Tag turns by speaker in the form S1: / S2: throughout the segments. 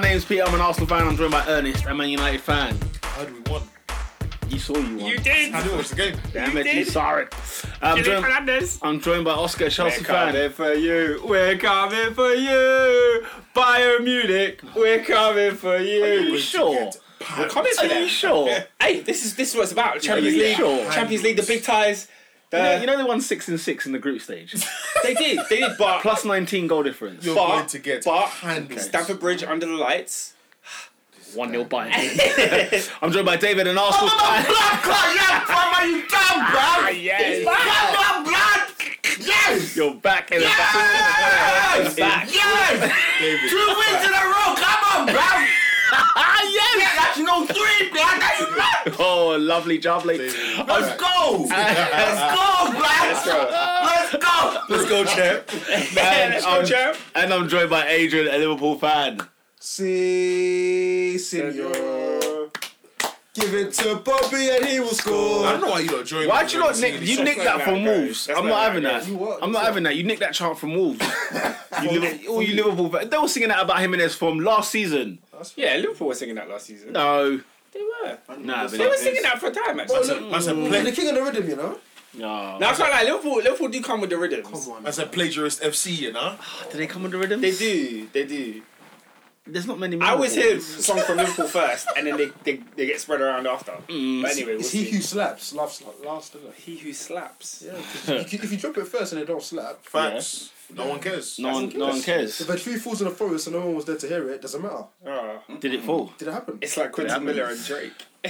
S1: name's Peter. I'm an Arsenal fan. I'm joined by Ernest. I'm a United fan.
S2: How do we won?
S1: You saw you won.
S3: You did.
S2: How do we watch the game?
S1: Damn
S3: you
S1: it, you
S3: did.
S1: saw it. I'm
S3: Julian
S1: joined,
S3: Fernandez.
S1: I'm joined by Oscar, Chelsea
S2: We're
S1: fan.
S2: coming
S1: for you. We're coming for you. Bayern Munich. We're coming for you. Are you sure?
S2: We're coming
S1: Are you sure?
S3: Hey, this is this is what it's about. Champions
S1: you
S3: League,
S1: sure?
S3: Champions League, the big ties. The,
S1: Yeah, you know they won six and six in the group stage.
S3: they did, they did. But
S1: Plus 19 goal difference.
S2: You're
S3: But-
S2: going to get
S3: but-
S2: handled.
S3: Stamford Bridge under the lights.
S1: One 0 Bayern. I'm joined by David and Arsenal.
S2: Oh,
S1: fan. Ah,
S2: Are Oh, you done, bro?
S3: Yes.
S2: Yes!
S1: You're back in the
S2: Yes!
S1: back.
S2: Yes! Two wins in a row! Come on, bro! Ah, yes! That's no three, bro! That's right!
S1: Oh, lovely jubbly.
S2: Let's go! Let's go, bro! Let's go! Let's go!
S1: Let's go, champ.
S3: Yeah,
S1: And,
S3: let's go,
S1: um,
S3: champ.
S1: and I'm joined by Adrian, a Liverpool fan.
S4: Si, senor. Give it to Bobby and he will score.
S2: I don't know why you are joining.
S1: Why'd you not nick? You nicked that
S3: not
S1: from
S3: that, guys.
S1: Wolves.
S3: That's
S1: I'm
S3: not
S1: not
S3: that,
S1: having that.
S3: guys.
S4: You what?
S1: I'm not
S4: What's
S1: having that. You nicked that chant from Wolves. you Liver- all you Liverpool fans. They were singing that about Jimenez from last season.
S3: Yeah, Liverpool were singing that last season.
S1: No.
S3: They were.
S1: Nah,
S3: They were singing that for a time actually.
S4: Well, look,
S2: That's a,
S4: You're
S2: pla-
S4: the king of the rhythm, you know?
S1: No.
S3: Now, it's not like Liverpool. Liverpool do come with the rhythms.
S4: Come on.
S2: that's a plagiarist FC, you know?
S1: Did they come under rhythm?
S3: They do. They do.
S1: There's not many.
S3: I always
S1: Liverpool.
S3: hear song from Liverpool first, and then they, they, they get spread around after. But anyway, we'll
S4: It's he
S3: see.
S4: who slaps, laughs la- last, isn't it?
S3: He who slaps.
S4: Yeah, 'cause if you- if you drop it first and it don't slap,
S2: Facts. No one cares.
S1: No one, no one cares.
S4: if a tree falls in the forest and no one was there to hear it, doesn't matter.
S3: Oh,
S1: Did it fall?
S4: Did it happen?
S3: it's like Quentin Miller and Drake.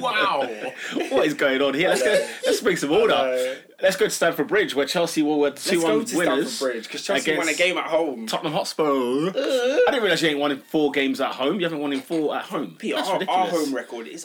S2: Wow.
S1: What is going on here? Let's go. Let's bring some order.
S3: know.
S1: Let's go to Stamford Bridge, where Chelsea were
S3: Let's go
S1: two-one
S3: to
S1: winners.
S3: Stamford Bridge because Chelsea won a
S1: against-
S3: game at home.
S1: Tottenham Hotspur. I didn't realise you ain't won in four games at home. You haven't won in four at home.
S3: Peter,
S1: That's
S3: our, our
S1: ridiculous.
S3: home record is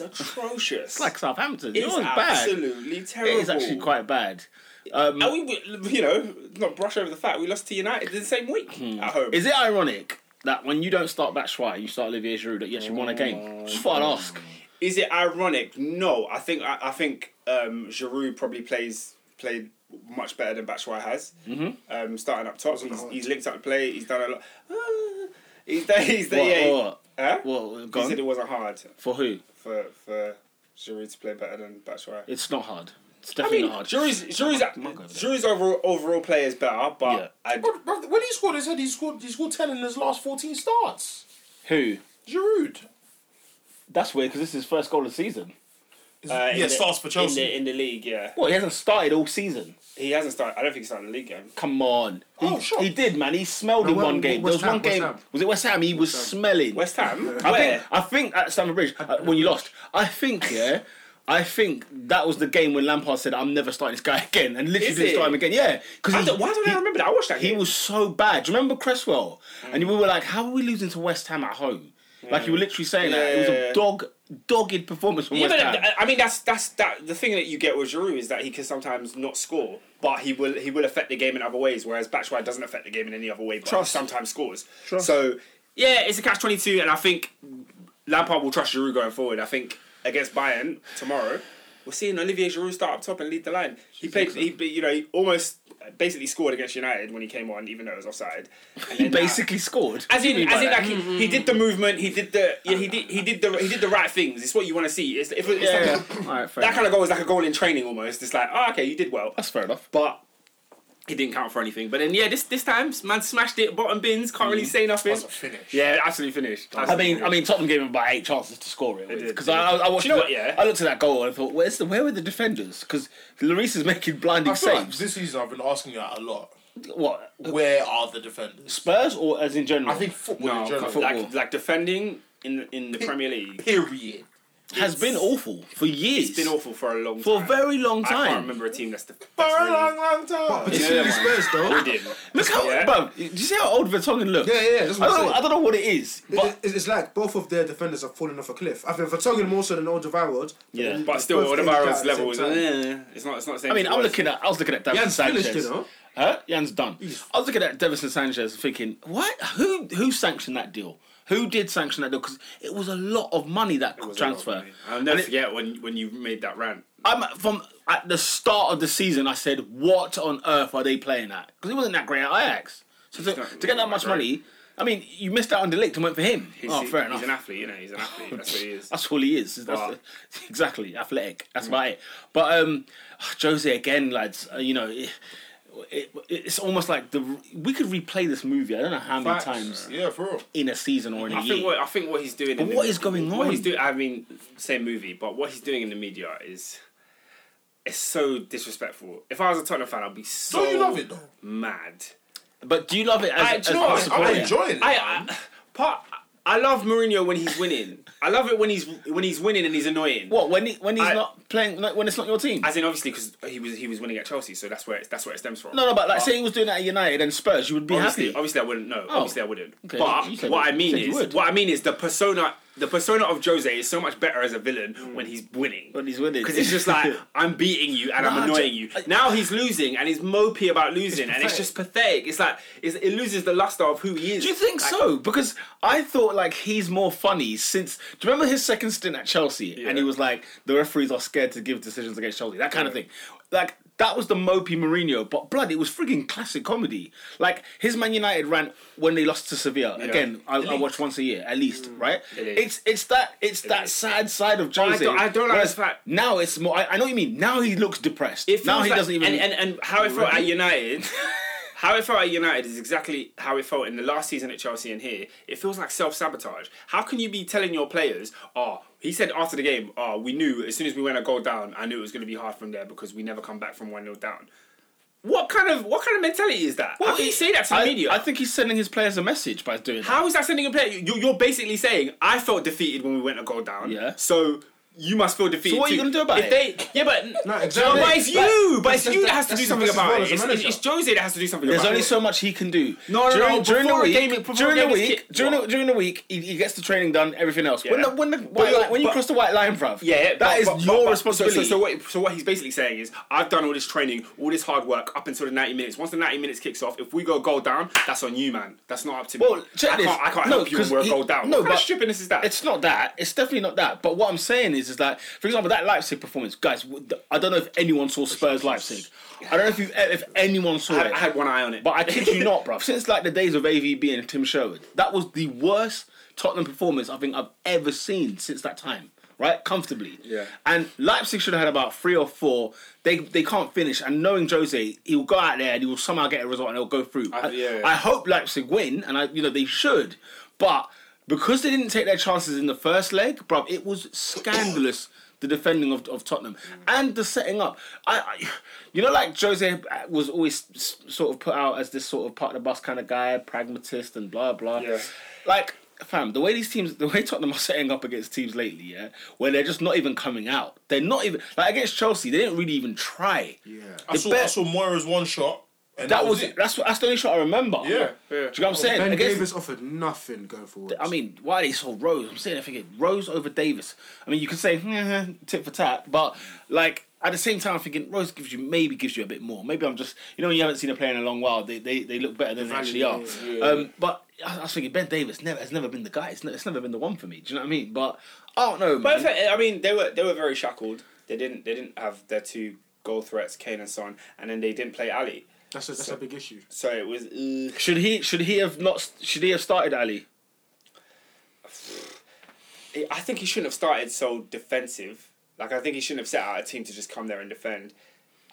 S3: atrocious.
S1: It's like Southampton.
S3: it's
S1: Yours is bad. It
S3: absolutely terrible.
S1: is actually quite bad. Um,
S3: And we, we- you know, not brush over the fact we lost to United the same week at home.
S1: Hmm. is it ironic that when you don't start Batshuayi, you start Olivier Giroud, that you actually won a
S2: Oh,
S1: game? Just thought I'd ask.
S3: Is it ironic? No, I think I, I think um, Giroud probably plays played much better than Batshuayi has. Mm-hmm. Um, starting up top, so he's, he's linked up the play. He's done a lot. Ah, he's done. He's done.
S1: What,
S3: yeah, he-
S1: what,
S3: Huh?
S1: what, what, go
S3: he said
S1: on.
S3: it wasn't hard
S1: For who?
S3: for for Giroud to play better than Batshuayi.
S1: It's not hard. It's
S3: I
S1: definitely
S3: mean,
S1: not hard.
S3: Giroud's Giroud's,
S1: Marco over there.
S3: Giroud's overall overall play is better, but
S1: Yeah.
S3: I,
S2: Bro, bro, when he scored his head, he scored, he scored 10 in his last 14 starts.
S1: Who?
S2: Giroud.
S1: That's weird because this is his first goal of the season.
S3: uh,
S2: yeah,
S3: in the-
S2: starts for Chelsea.
S3: in the, in the league. Yeah,
S1: Well, he hasn't started all season.
S3: he hasn't started. I don't think he started the league game.
S1: Come on. He,
S2: Oh, sure.
S1: he did, man. He smelled
S4: No,
S1: in
S4: where-
S1: one game. There was
S4: West Ham,
S1: one
S4: West
S1: game.
S4: Ham.
S1: Was it West Ham? He was smelling.
S3: West Ham.
S1: I
S3: Where?
S1: think, I think at Stamford Bridge uh, when you lost, I think yeah, I think that was the game when Lampard said, "I'm never starting this guy again," and literally
S3: Is
S1: didn't start
S3: it?
S1: him again. Yeah,
S3: I
S1: because
S3: don't- why don't I remember Mm. that? I watched that.
S1: he
S3: game.
S1: was so bad. Do you remember Cresswell? And we were like, "How are we losing to West Ham at home?" Like you were literally saying that it was
S3: Mm. Yeah.
S1: a dog dogged performance from
S3: Yeah,
S1: West
S3: but uh,
S1: Ham.
S3: I- I mean that's that's that the thing that you get with Giroud is that he can sometimes not score, but he will he will affect the game in other ways. Whereas Batshuayi doesn't affect the game in any other way, but
S1: Trust.
S3: sometimes scores. So yeah, it's a catch twenty two, and I think Lampard will trust Giroud going forward. I think against Bayern tomorrow, we're seeing Olivier Giroud start up top and lead the line. He played, he you know, he almost basically scored against United when he came on, even though it was offside. And
S1: he
S3: then uh, now-
S1: basically scored.
S3: as in,
S1: Didn't he,
S3: as
S1: by
S3: in,
S1: that?
S3: like he, he did the movement. He did the, yeah, he did, he did the, he did the right things. It's what you want to see. It's, if it's
S1: yeah,
S3: like-
S1: yeah. all right, fair
S3: that
S1: enough.
S3: kind of goal is like a goal in training almost. It's like, oh, okay, you did well,
S1: That's fair enough.
S3: but it didn't count for anything. But then, yeah, this this time, man smashed it, bottom bins, can't really say nothing.
S2: That's a finish.
S3: Yeah, absolutely finished.
S1: Mm-hmm. I mean, I mean, Tottenham gave him about eight chances to score it
S3: did,
S1: because
S3: they
S1: I, I, I watched.
S3: Do you know
S1: the-
S3: what, yeah?
S1: I looked at that goal and I thought, "Where's the where were the defenders?" Because Lloris is making blinding
S2: I feel like
S1: saves.
S2: this season I've been asking you that a lot.
S1: what
S2: Where are the defenders?
S1: Spurs or as in general?
S2: I think football
S3: no,
S2: in general
S1: football.
S3: like like defending in the, in the Premier League,
S2: period.
S1: has been awful for years.
S3: it's been awful for a long
S1: for a
S3: time.
S1: very long
S3: I can't
S1: time.
S3: remember a team that's the
S2: For a long, long time.
S4: But you
S3: Yeah,
S4: see
S3: man.
S4: these Spurs, though.
S3: did.
S1: Look how,
S3: Yeah.
S1: bruv, do you see how old Vertonghen looks?
S4: Yeah, yeah, that's
S1: I
S4: what
S1: don't,
S4: I'm
S1: know,
S4: saying.
S1: I don't know what it is, but
S4: It- It's, it's like both of their defenders are falling off a cliff. I think Vertonghen more so than Alderweireld.
S1: Yeah.
S4: then
S3: But
S4: it's
S3: still,
S4: both
S3: the
S4: in the guy
S3: virus
S4: at the same
S3: level is
S4: time.
S3: eh, it's not it's not the same.
S1: I mean,
S3: as it
S1: I'm
S3: was.
S1: looking at I was looking at Davison
S4: Jan's
S1: Sanchez.
S4: finished, you know.
S1: Huh? Jan's done. I was looking at Davison Sanchez thinking, what? Who who sanctioned that deal? Who did sanction that deal? Because it was a lot of money that
S3: was a lot of
S1: transfer.
S3: money. I'll never
S1: And it-
S3: forget when when you made that rant.
S1: I'm from at the start of the season. I said, "What on earth are they playing at?" Because it wasn't that great at Ajax. So to,
S3: not-
S1: to get that
S3: not
S1: much
S3: great.
S1: money, I mean, you missed out on the lick and went for him.
S3: He's,
S1: oh, fair
S3: he's
S1: enough.
S3: an athlete, you know. He's an athlete. That's what he is.
S1: That's all he is. That's
S3: But-
S1: exactly athletic. That's about it. But um, Jose again, lads. uh, You know, it, it, it's almost like the we could replay this movie. I don't know how many
S2: Facts.
S1: times
S2: Yeah, for real.
S1: in a season or in a
S3: I
S1: year.
S3: think what I think what he's doing.
S1: But
S3: in the
S1: what
S3: me-
S1: is going
S3: What he's
S1: on?
S3: doing. I mean, same movie, but what he's doing in the media is. It's so disrespectful. If I was a Tottenham fan, I'd be so
S2: Don't you love it though?
S3: mad.
S1: but do you love it as,
S3: I-
S1: as,
S3: do you know
S1: a
S3: what?
S2: I
S1: supporter?
S2: enjoy it.
S3: I, I part. I love Mourinho when he's winning. I love it when he's when he's winning and he's annoying.
S1: What when he, when he's
S3: I-
S1: not playing like, when it's not your team?
S3: As in, obviously, because he was he was winning at Chelsea, so that's where it, that's where it stems from.
S1: no, no, but like say he was doing that at United and Spurs, you would be
S3: obviously,
S1: happy. Oh.
S3: obviously, I wouldn't. No, obviously, I wouldn't.
S1: Okay,
S3: But
S1: you said
S3: what
S1: you-
S3: I mean
S1: said you
S3: is,
S1: would.
S3: what I mean is the persona. The persona of Jose is so much better as a villain when he's winning.
S1: Mm. When he's winning.
S3: because it's just like I'm beating you and
S1: Nah,
S3: I'm annoying you.
S1: I-
S3: now he's losing and he's mopey about losing, and it's just pathetic. It's like it's, it loses the luster of who he is.
S1: Do you think
S3: Like,
S1: so? Because I thought like he's more funny since. Do you remember his second stint at Chelsea? And he was like, the referees are scared to give decisions against Chelsea, that kind of thing. Like that was the mopey Mourinho, but blood, it was frigging classic comedy. Like his Man United rant when they lost to Sevilla. Again, I, I watch once a year at least,
S3: Mm.
S1: right?
S3: is.
S1: It's it's that it's that
S3: is.
S1: sad side of Jose.
S3: I don't- I don't like
S1: whereas
S3: the fact-
S1: Now it's more. I, I know what you mean. Now he looks depressed.
S3: It feels
S1: now he
S3: like-
S1: doesn't even.
S3: And, and, and how it felt at United, how it felt at United is exactly how it felt in the last season at Chelsea and here. It feels like self sabotage. How can you be telling your players, oh, he said after the game, oh, we knew as soon as we went a goal down, I knew it was going to be hard from there because we never come back from 1 0 down. What kind of what kind of mentality is that? How can you say that to the
S1: I,
S3: media?
S1: I think he's sending his players a message by doing that.
S3: How is that sending a player? You- You're basically saying I felt defeated when we went a goal down.
S1: Yeah.
S3: So you must feel defeated.
S1: So what are you
S3: too.
S1: gonna do about
S3: if
S1: it?
S3: They, yeah, but
S4: No,
S3: no,
S4: exactly.
S3: but it's
S4: Like,
S3: you. but it's
S4: that's-
S3: you that has to
S4: that's-
S3: do something
S4: that's his
S3: about
S4: role
S3: it.
S4: as a
S3: It's, it's,
S4: manager.
S3: it's Jose that has to do something
S1: There's
S3: about
S1: only
S3: it.
S1: so much he can do.
S3: No, no,
S1: during,
S3: no,
S1: During the
S3: before a
S1: week,
S3: game- before a
S1: during the
S3: game is
S1: week,
S3: kicked,
S1: during the,
S3: what?
S1: during the week, he, he gets the training done, everything else. When
S3: Yeah.
S1: the when the white
S3: you're-
S1: line- when you
S3: but-
S1: cross the white line, bruv,
S3: Yeah,
S1: that is your responsibility.
S3: So, so, so, what, so what he's basically saying is, I've done all this training, all this hard work up until the 90 minutes. Once the 90 minutes kicks off, if we go a goal down, that's on you, man. That's not up to me.
S1: Well, check
S3: I
S1: this.
S3: Can't, I can't
S1: No,
S3: help you when
S1: 'cause
S3: we're a
S1: he-
S3: goal down.
S1: no,
S3: what kind of
S1: but
S3: stupidness is that?
S1: It's not that. It's definitely not that. But what I'm saying is, is that for example, that Leipzig performance, guys. w- th- I don't know if anyone saw Spurs Leipzig. I don't know if you if anyone saw
S3: I,
S1: it.
S3: I had one eye on it.
S1: But I kid you not, bruv. Since like the days of AVB and Tim Sherwood, that was the worst Tottenham performance I think I've ever seen since that time. Right, comfortably.
S3: Yeah.
S1: And Leipzig should have had about three or four. They they can't finish. And knowing Jose, he'll go out there and he will somehow get a result and he'll go through. I,
S3: yeah.
S1: I hope Leipzig win, and I you know they should, but because they didn't take their chances in the first leg, bruv, it was scandalous. The defending of, of Tottenham and the setting up, I, I, you know, like Jose was always s- sort of put out as this sort of part of the bus kind of guy, pragmatist and blah blah.
S3: Yeah.
S1: Like, fam, the way these teams, the way Tottenham are setting up against teams lately, yeah, where they're just not even coming out. They're not even like against Chelsea. They didn't really even try.
S2: Yeah. I
S1: The
S2: saw,
S1: bet-
S2: I saw Moira's one shot. And
S1: That was it. That's what- that's the only shot I remember.
S2: Yeah,
S1: Do you
S3: yeah.
S1: know what I'm saying?
S4: Oh, Ben
S1: Against-
S4: Davis offered nothing going forward.
S1: I mean, why they sold Rose? I'm sitting there thinking Rose over Davis. I mean, you could say "Hmm, tit for tat, but like at the same time, I'm thinking Rose gives you maybe gives you a bit more. Maybe I'm just you know when you haven't seen a player in a long while, they they, they look better than they actually are. Um, but I, I was thinking Ben Davis never has never been the guy. It's, ne- it's never been the one for me. Do you know what I mean? But I don't know,
S3: But
S1: man.
S3: if- I mean, they were they were very shackled. They didn't they didn't have their two goal threats, Kane and Son, and then they didn't play Ali.
S4: that's a, that's a big issue.
S3: So it was. Uh,
S1: should he should he have not should he have started Ali?
S3: I think he shouldn't have started so defensive. Like I think he shouldn't have set out a team to just come there and defend.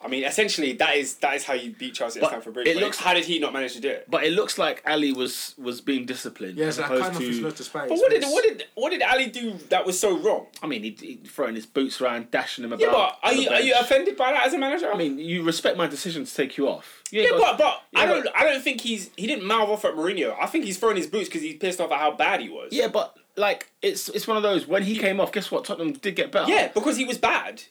S3: I mean, essentially that is that is how you beat Chelsea at
S1: But
S3: Stamford Bridge.
S1: it
S3: but
S1: looks-
S3: how did he not manage to do it?
S1: But it looks like Ali was was being disciplined.
S4: Yeah,
S1: as
S4: it's like
S1: opposed
S4: kind of
S1: to-
S4: his lotus
S3: But what did what did what did Ali do that was so wrong?
S1: I mean, he, he throwing his boots around, dashing them about.
S3: Yeah, but are
S1: on the
S3: you are you
S1: bench.
S3: offended by that as a manager?
S1: I mean, you respect my decision to take you off. You ain't
S3: Yeah,
S1: got-
S3: but but
S1: you
S3: I
S1: ain't
S3: don't
S1: got-
S3: I don't think he's he didn't mouth off at Mourinho. I think he's throwing his boots because he's pissed off at how bad he was.
S1: yeah, but like it's it's one of those. When he came off, guess what? Tottenham did get better.
S3: yeah, because he was bad.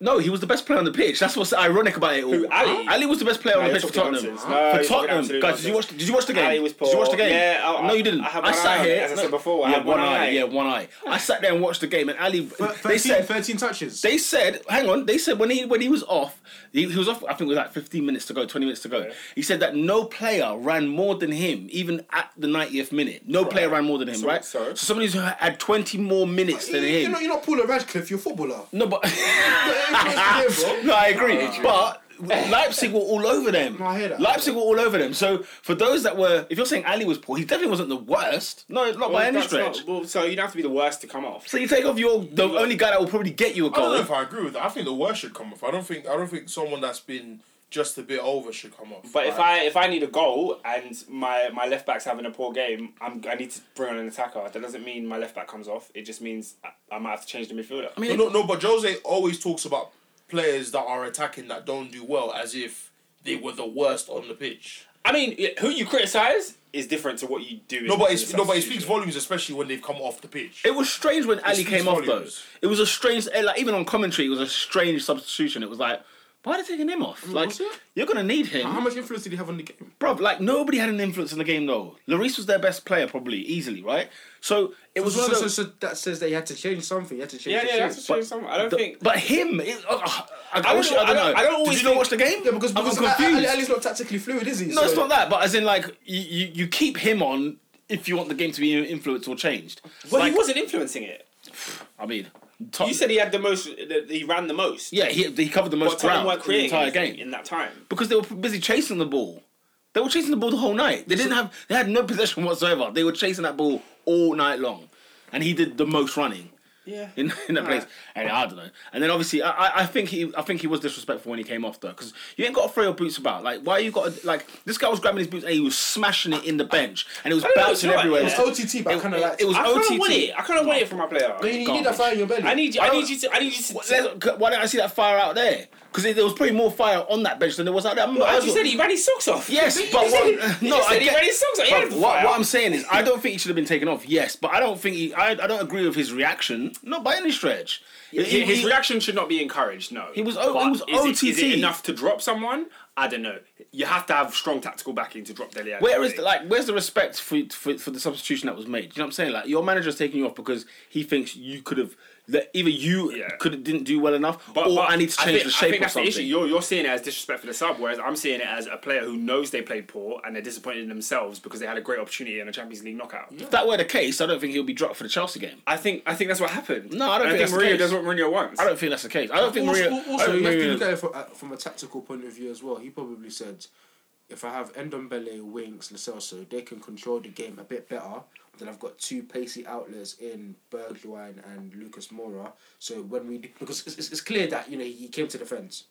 S1: No, he was the best player on the pitch. That's what's ironic about it. All.
S3: Who, Ali?
S1: was the best player
S3: No,
S1: on the
S3: you're
S1: pitch for
S3: talking
S1: Tottenham.
S3: nonsense. No, you're
S1: for
S3: talking
S1: Tottenham,
S3: absolute
S1: guys, did you watch?
S3: nonsense.
S1: Did you watch the game?
S3: Ali was
S1: Did you watch the
S3: poor.
S1: game?
S3: Yeah, I- I-
S1: no, you didn't.
S3: I had one
S1: sat
S3: eye on it,
S1: here.
S3: as I
S1: no,
S3: said before, I
S1: yeah,
S3: had one eye.
S1: Yeah, one eye. I sat there and watched the game, and Ali.
S4: they
S1: they said
S4: 13 touches.
S1: They said, hang on. They said when he when he was off, he, he was off. I think it was like fifteen minutes to go, twenty minutes to go. He said that no player ran more than him, even at the ninetieth minute. No player ran more than him,
S3: So-
S1: right?
S3: so?
S1: somebody who had twenty more minutes
S4: you,
S1: than him.
S4: you're, not, you're not Paula Radcliffe, you're a footballer.
S1: no, but
S4: Yeah, it's close to him, bro.
S1: no, I agree. but Leipzig were all over them.
S4: No, I hear that.
S1: Leipzig were all over them. So for those that were, if you're saying Ali was poor, he definitely wasn't the worst. No, not by any
S3: that's
S1: stretch.
S3: not- well, so you'd have to be the worst to come off.
S1: So you take off your the only guy that will probably get you a
S2: I don't know
S1: goal.
S2: if I agree with that. I think the worst should come off. I don't think I don't think someone that's been just a bit over should come off.
S3: But if
S2: Like,
S3: I if I need a goal and my, my left back's having a poor game, I'm I need to bring on an attacker. That doesn't mean my left back comes off. It just means I, I might have to change the midfielder.
S1: I mean,
S2: no, no, no, but Jose always talks about players that are attacking that don't do well as if they were the worst on the pitch.
S3: I mean, yeah, who you criticize is different to what you do.
S2: No,
S3: in-
S2: but
S3: in
S2: it's, no, but it
S3: substitution.
S2: speaks volumes, especially when they've come off the pitch.
S1: It was strange when Ali
S2: speaks
S1: came off though.
S2: volumes.
S1: It was a strange, eh, like even on commentary, it was a strange substitution. It was like, why are they taking him off? Like
S4: was it?
S1: you're gonna need him,
S4: How much influence did he have on the game?
S1: bro. Like nobody had an influence in the game though. Lloris was their best player probably easily, right? So it was
S4: So,
S1: one of
S4: so,
S1: those.
S4: so that says that he had to change something. He had to change.
S3: Yeah,
S4: the
S3: yeah,
S4: shape.
S3: that's a shame. Some, I don't think.
S1: But him, it, uh, uh, I, I,
S3: don't-
S1: wish- I
S3: I
S1: don't
S3: don't-
S1: know.
S3: I don't
S1: Did
S3: always
S1: you not
S3: think-
S1: watch the game?
S4: Yeah, because because
S1: I'm
S4: Ali-
S1: confused.
S4: Ali- Ali's not tactically fluid, is he?
S1: No, it's not that. But as in, like you, you, you keep him on if you want the game to be influenced or changed.
S3: Well,
S1: like,
S3: he wasn't influencing it.
S1: I mean, Tot-
S3: You said he had the most. that He ran the most.
S1: yeah, he, he covered the most
S3: But Tottenham
S1: ground
S3: weren't
S1: in the
S3: creating
S1: entire
S3: anything
S1: game.
S3: in that time.
S1: because they were busy chasing the ball. They were chasing the ball the whole night. They didn't have they had no possession whatsoever. They were chasing that ball all night long, and he did the most running
S3: Yeah.
S1: in, in that place. And I don't know. And then obviously, I, I- I think he I think he was disrespectful when he came off though, because you ain't got to throw your boots about. Like why you got to, like this guy was grabbing his boots and he was smashing it in the bench and it was
S3: don't know,
S1: bouncing
S3: it's all right.
S1: everywhere.
S4: It's
S3: Yeah.
S4: OTT, but I kind of like.
S1: it was
S3: I kind of
S1: OTT.
S3: want it. I kind of want it from my player.
S4: You, you need that fire in your belly.
S3: I need you. I need you to. I need you
S1: What-
S3: to.
S1: let's- Why didn't I see that fire out there? Because there was probably more fire on that bench than there was out there. I remember- I
S3: As you
S1: was-
S3: said, he ran his socks off.
S1: Yes,
S3: You
S1: but
S3: said he-
S1: what-
S3: you
S1: no,
S3: said
S1: I
S3: he
S1: get-
S3: ran his socks off. He had
S1: But what,
S3: fire.
S1: what I'm saying is, I don't think he should have been taken off. Yes, but I don't think he. I, I don't agree with his reaction. Not by any stretch. He-
S3: His, his
S1: he-
S3: reaction should not be encouraged. No, he
S1: was O- he was
S3: Is it, is
S1: OTT.
S3: it enough to drop someone? I don't know. You have to have strong tactical backing to drop Deli.
S1: Where is the, like? Where's the respect for, for for the substitution that was made? Do you know what I'm saying? Like your manager's taking you off because he thinks you could have that either you
S3: Yeah.
S1: could didn't do well enough, or I need to change
S3: think-
S1: the
S3: I
S1: shape
S3: think
S1: of
S3: that's
S1: something.
S3: The issue. You're, you're seeing it as disrespect for the sub, whereas I'm seeing it as a player who knows they played poor and they're disappointed in themselves because they had a great opportunity in a Champions League knockout.
S1: If that were the case, I don't think he'll be dropped for the Chelsea game.
S3: I think I think that's what happened.
S1: No, I don't
S3: And
S1: think that's the
S3: Mourinho
S1: case.
S3: does what Mourinho wants.
S1: I don't think that's the case. I don't think
S4: also,
S1: Maria. I
S4: also
S1: don't
S4: you have
S1: think
S4: to
S1: Maria-
S4: look at it from, uh, from a tactical point of view as well. He probably said, if I have Ndombele, Winks, Lacelso, they can control the game a bit better. Then I've got two pacey outlets in Bergwijn and Lucas Moura. So when we because it's, it's, it's clear that you know he came to the fence.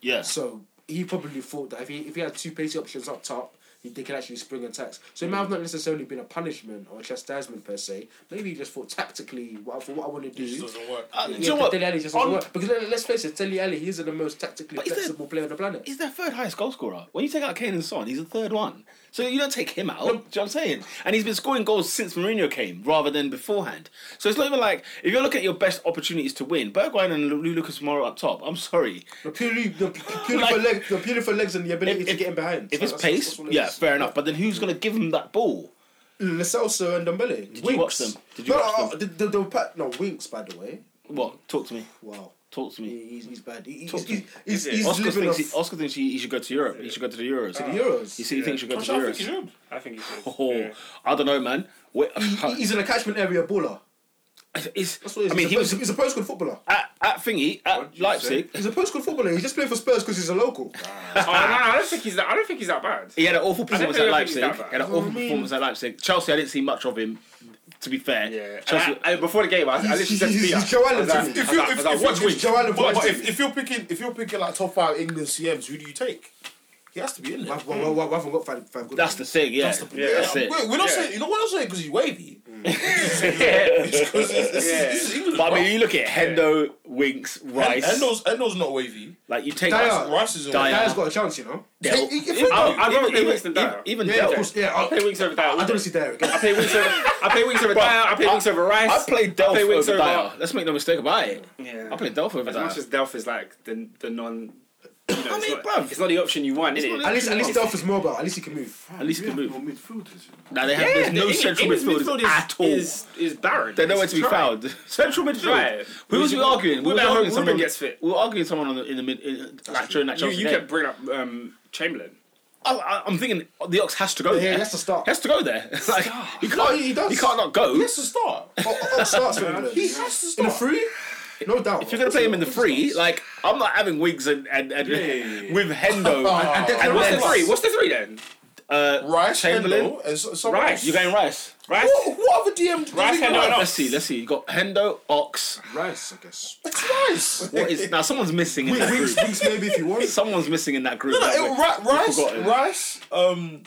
S1: yeah.
S4: So he probably thought that if he if he had two pacey options up top, he, they could actually spring attacks. So it might have not necessarily been a punishment or a chastisement per se. Maybe he just thought tactically, what, for what I want to do.
S2: It just doesn't work.
S1: Uh, do you
S4: Yeah,
S1: know what?
S4: Dele Alli just
S1: On-
S4: doesn't work. Because let- let's face it, Dele Alli, he's the most tactically
S1: is there-
S4: flexible player on the planet.
S1: He's their third highest goal scorer. When you take out Kane and Son, he's the third one. So you don't take him out. Do you know what I'm saying? And he's been scoring goals since Mourinho came rather than beforehand. So it's not even like if you look at your best opportunities to win, Bergwijn and Lu- Lucas Moura up top. I'm sorry.
S4: The purely, the purely,
S1: Like-
S4: for, leg, the purely for legs and the ability
S1: If-
S4: to
S1: if-
S4: get in behind.
S1: If
S4: So
S1: it's
S4: that's-
S1: pace,
S4: that's all it
S1: yeah,
S4: is.
S1: fair enough. But then who's going to give him that ball?
S4: Lo Celso and Dembele. Did
S1: you watch them? Did you
S4: no,
S1: watch
S4: uh, The, the, the, pa- no, Winks, by the way.
S1: What? Talk to me.
S4: Wow.
S1: Talk to
S4: He-
S1: me.
S4: He's, he's bad. He,
S1: Talk
S4: he's
S1: to me.
S4: he's,
S3: Is
S4: he's,
S3: it?
S4: he's
S1: Oscar
S4: living
S1: thinks,
S4: off Oh.
S1: he, Oscar thinks he, he should go to Europe. He should go to the Euros.
S4: the Euros.
S1: He, he thinks he should go to the
S2: Actually, I think he should.
S1: Euros.
S3: I think he should.
S1: Oh,
S3: Yeah.
S1: I don't know, man. Wait,
S4: He- he's an attachment area baller.
S1: it's-
S4: That's what it is.
S1: I mean,
S4: he's,
S1: he
S4: a,
S1: was Ah.
S4: he's a postcode footballer.
S1: at, at thingy at
S2: What'd you say?
S1: Leipzig.
S4: He's a postcode footballer. He's just playing for Spurs because he's a local.
S3: oh, no, no, I don't think he's that. I don't think he's that bad.
S1: He had an awful performance at
S3: don't
S1: Leipzig.
S3: think he's that
S1: He had an
S4: bad.
S1: awful
S4: I mean-
S1: performance at Leipzig. Chelsea, I didn't see much of him. To be fair,
S3: Yeah.
S1: Chelsea,
S3: And I- I- before the game, I, I literally said to
S4: He's-
S3: Peter,
S4: he's Joe Allen
S3: I was like-
S4: to me.
S3: I
S2: If
S3: was
S2: you
S3: like- I
S2: if,
S3: was like,
S2: if,
S3: watch
S2: if,
S3: Winks.
S2: if, but,
S4: Watch
S2: but
S4: Winks.
S2: if, if you're picking if you're picking like top five England CMs, who do you take? He has to be in there.
S4: I've- well, well, I haven't got five, five good
S1: that's the
S4: ones.
S1: thing. Yeah, that's,
S3: yeah.
S1: it.
S2: Wait, we're not
S3: Yeah.
S2: saying you know we're not saying because he's wavy.
S1: Yeah.
S2: Because he's, this is-
S3: Yeah.
S2: this is England,
S1: but I
S2: bro.
S1: mean, you look at Hendo, Winks,
S2: Hen-
S1: Rice.
S2: Hendo's Hendo's not wavy.
S1: like you take
S4: Dyer.
S1: Rice-
S2: Rice is
S1: Dyer.
S2: wavy.
S4: Guy's got a chance, you know.
S1: Dyer.
S2: Hey, if-
S1: Even-
S2: I'll-
S3: I'd rather
S1: even-
S3: play Winks than Dyer.
S1: Even
S4: Yeah, of
S1: Del.
S4: course. Yeah,
S3: I play
S4: I,
S3: Winks over Dyer.
S4: I don't see Dyer again.
S3: I play Winks over. I play Winks over Dyer. I play Winks over Rice.
S1: I played Delph
S3: play Winks
S1: over
S3: over-
S1: Dyer. Let's make no mistake about it.
S3: Yeah.
S1: I played Delph over
S3: As
S1: Dyer.
S3: much as Delph is like the the non. You know,
S1: I
S3: it's
S1: mean,
S3: not,
S1: bruv.
S3: it's not the option you want, is
S1: not
S3: it?
S1: the-
S4: At least, at least Delph is mobile. At least he can move.
S1: At least he can
S5: We
S1: move.
S5: have No midfielders. you know.
S1: Now they have there's no central midfielders
S3: is,
S1: at all.
S3: Is, is barren.
S1: They're nowhere to be
S3: It's dry.
S1: found. Central midfield.
S3: Right.
S1: Who was we
S3: Ruben-
S1: arguing? We were
S3: Ruben-
S1: arguing
S3: Ruben
S1: someone.
S3: gets fit.
S1: We were arguing someone on the, in the mid in, like, during that
S3: You,
S1: Chelsea
S3: you
S1: game.
S3: kept bringing up um, Chamberlain.
S1: I, I, I'm thinking the Ox has to go there.
S4: he has to start.
S1: He has to go there. like he can't.
S4: he does.
S1: He can't not go.
S2: He has to start.
S4: Oh, oh, oh, starts for England.
S2: He has to
S4: In a
S2: start.
S4: free? no doubt.
S1: If you're gonna play him in the three, like I'm not having Wiggs and and, and with Hendo.
S5: And- and
S3: what's
S1: then-
S3: the three? What's the three then?
S1: uh,
S5: Rice,
S1: Chamberlain.
S5: Hendo, and so, someone
S3: Rice.
S5: else.
S1: You're going Rice.
S3: Rice.
S5: What, what other DM? do
S3: Rice,
S5: you think
S3: Hendo,
S5: you
S3: and
S5: are?
S1: Let's see. Let's see. You got Hendo, Ox.
S4: Rice, I guess.
S5: It's Rice.
S1: What is now? Someone's missing in that
S5: Wings,
S1: group.
S5: wings, maybe if you want.
S1: Someone's missing in that group.
S5: No, no,
S1: that
S5: it,
S1: way.
S5: Ri- Rice,
S1: forgotten.
S5: Rice, um,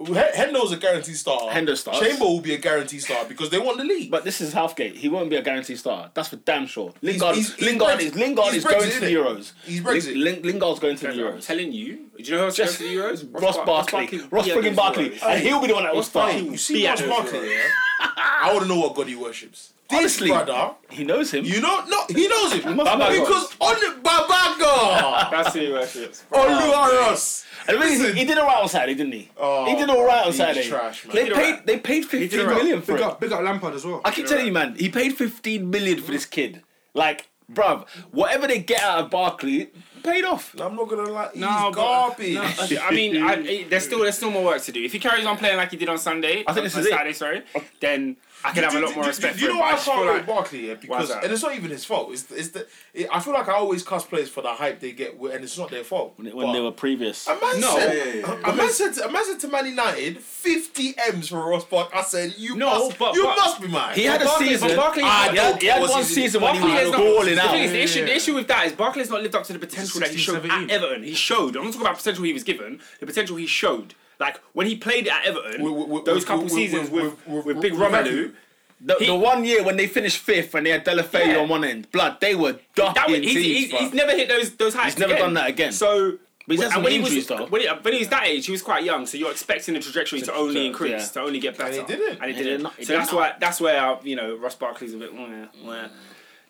S5: H- Hendo's a guaranteed starter.
S1: Hendo starts.
S5: Chamber will be a guaranteed starter because they won the league.
S1: But this is Southgate. He won't be a guaranteed star. That's for damn sure. Lingard,
S5: he's- he's
S1: Lingard
S5: Brexit.
S1: is Lingard
S5: He's
S1: is
S5: Brexit,
S1: going to
S5: isn't
S1: the
S5: he?
S1: Euros.
S5: He's Brexit.
S1: Ling- Ling- Lingard's going to the
S3: I'm
S1: Euros.
S3: telling you. Do you know who else
S1: Just-
S3: goes to the Euros?
S1: Ross
S3: Bar-
S1: Barkley, Ross
S3: Yeah,
S1: friggin'
S3: goes
S1: Barkley,
S3: to the Euros.
S1: and he'll be the one that will start.
S5: Hey, you see
S3: be
S5: Ross
S3: at those
S5: Barkley, yeah? I want to know what god he worships. This
S1: Honestly.
S5: brother,
S1: He knows him.
S5: you know, no, he knows him
S1: must know.
S5: because on Babaga,
S3: That's who he worships.
S5: Oluwaros.
S1: And the thing is, he, he did all right on Saturday, didn't he?
S5: Oh,
S1: he did all right on
S5: he's
S1: Saturday.
S5: trash, man.
S1: They
S5: He
S1: paid.
S3: did all right.
S1: They paid fifteen
S3: all right.
S1: million for
S4: Big
S1: it.
S4: up, big up Lampard as well.
S1: I keep telling you, man. He paid fifteen million for this kid. Like, bruv, whatever they get out of Barkley, paid off.
S5: I'm not gonna lie, he's
S3: No, but- uh,
S5: garbage.
S3: No, I I mean, I, I- there's still there's still more work to do. If he carries on playing like he did on Sunday,
S1: I think this
S3: on
S1: is it.
S3: Saturday, sorry, then I can have a lot more respect
S5: Do, do,
S3: for
S5: do
S3: him.
S5: you know
S3: I
S5: why I
S3: just feel
S5: can't rate
S3: like
S5: Barkley? Yeah, because
S3: that?
S5: and it's not even his fault. It's it's the it, I feel like I always cuss players for the hype they get, and it's not their fault.
S1: When, when they were previous.
S5: A man
S3: No.
S5: said, a man said, to, a man said to Man United, fifty m's for Ross Park. I said, you
S3: No,
S5: must,
S3: but-
S5: you
S3: but-
S5: must be mad.
S1: He had a
S3: Barkley-
S1: season.
S3: but Barkley-
S1: Ah, he had, he had
S5: Barkley-
S1: one season when he
S3: Barkley
S1: was
S3: has not.
S1: balling
S3: the
S1: out.
S3: thing is, the issue, the issue with that is Barkley has not lived up to the potential that he
S4: 16,
S3: showed
S4: 17.
S3: at Everton. He showed. I'm not talking about potential he was given. The potential he showed, like when he played at Everton,
S5: With- with- with-
S3: those
S5: with-
S3: couple
S5: with-
S3: seasons
S5: with-
S3: with
S5: with-
S3: with,
S5: with-
S3: Big
S5: with
S3: Romelu.
S5: Romelu.
S1: The,
S3: He-
S1: the one year when they finished fifth and they had Delafay
S3: Yeah.
S1: on one end, blood, they were
S3: That
S1: ducking
S3: was, he's,
S1: teams.
S3: he's,
S1: bruv.
S3: he's never hit those those heights.
S1: He's never
S3: again.
S1: done that again.
S3: So.
S1: But he's had
S3: and
S1: some
S3: when he
S1: injuries,
S3: was,
S1: though.
S3: When he, when he was that age, he was quite young, so you're expecting the trajectory to only
S1: yeah.
S3: increase, to only get better.
S5: it didn't.
S3: And it
S1: It did
S3: didn't.
S1: not- it
S3: so
S1: did
S3: that's
S1: not.
S3: why that's where uh, you know Ross Barkley's a bit, "Wah, wah,"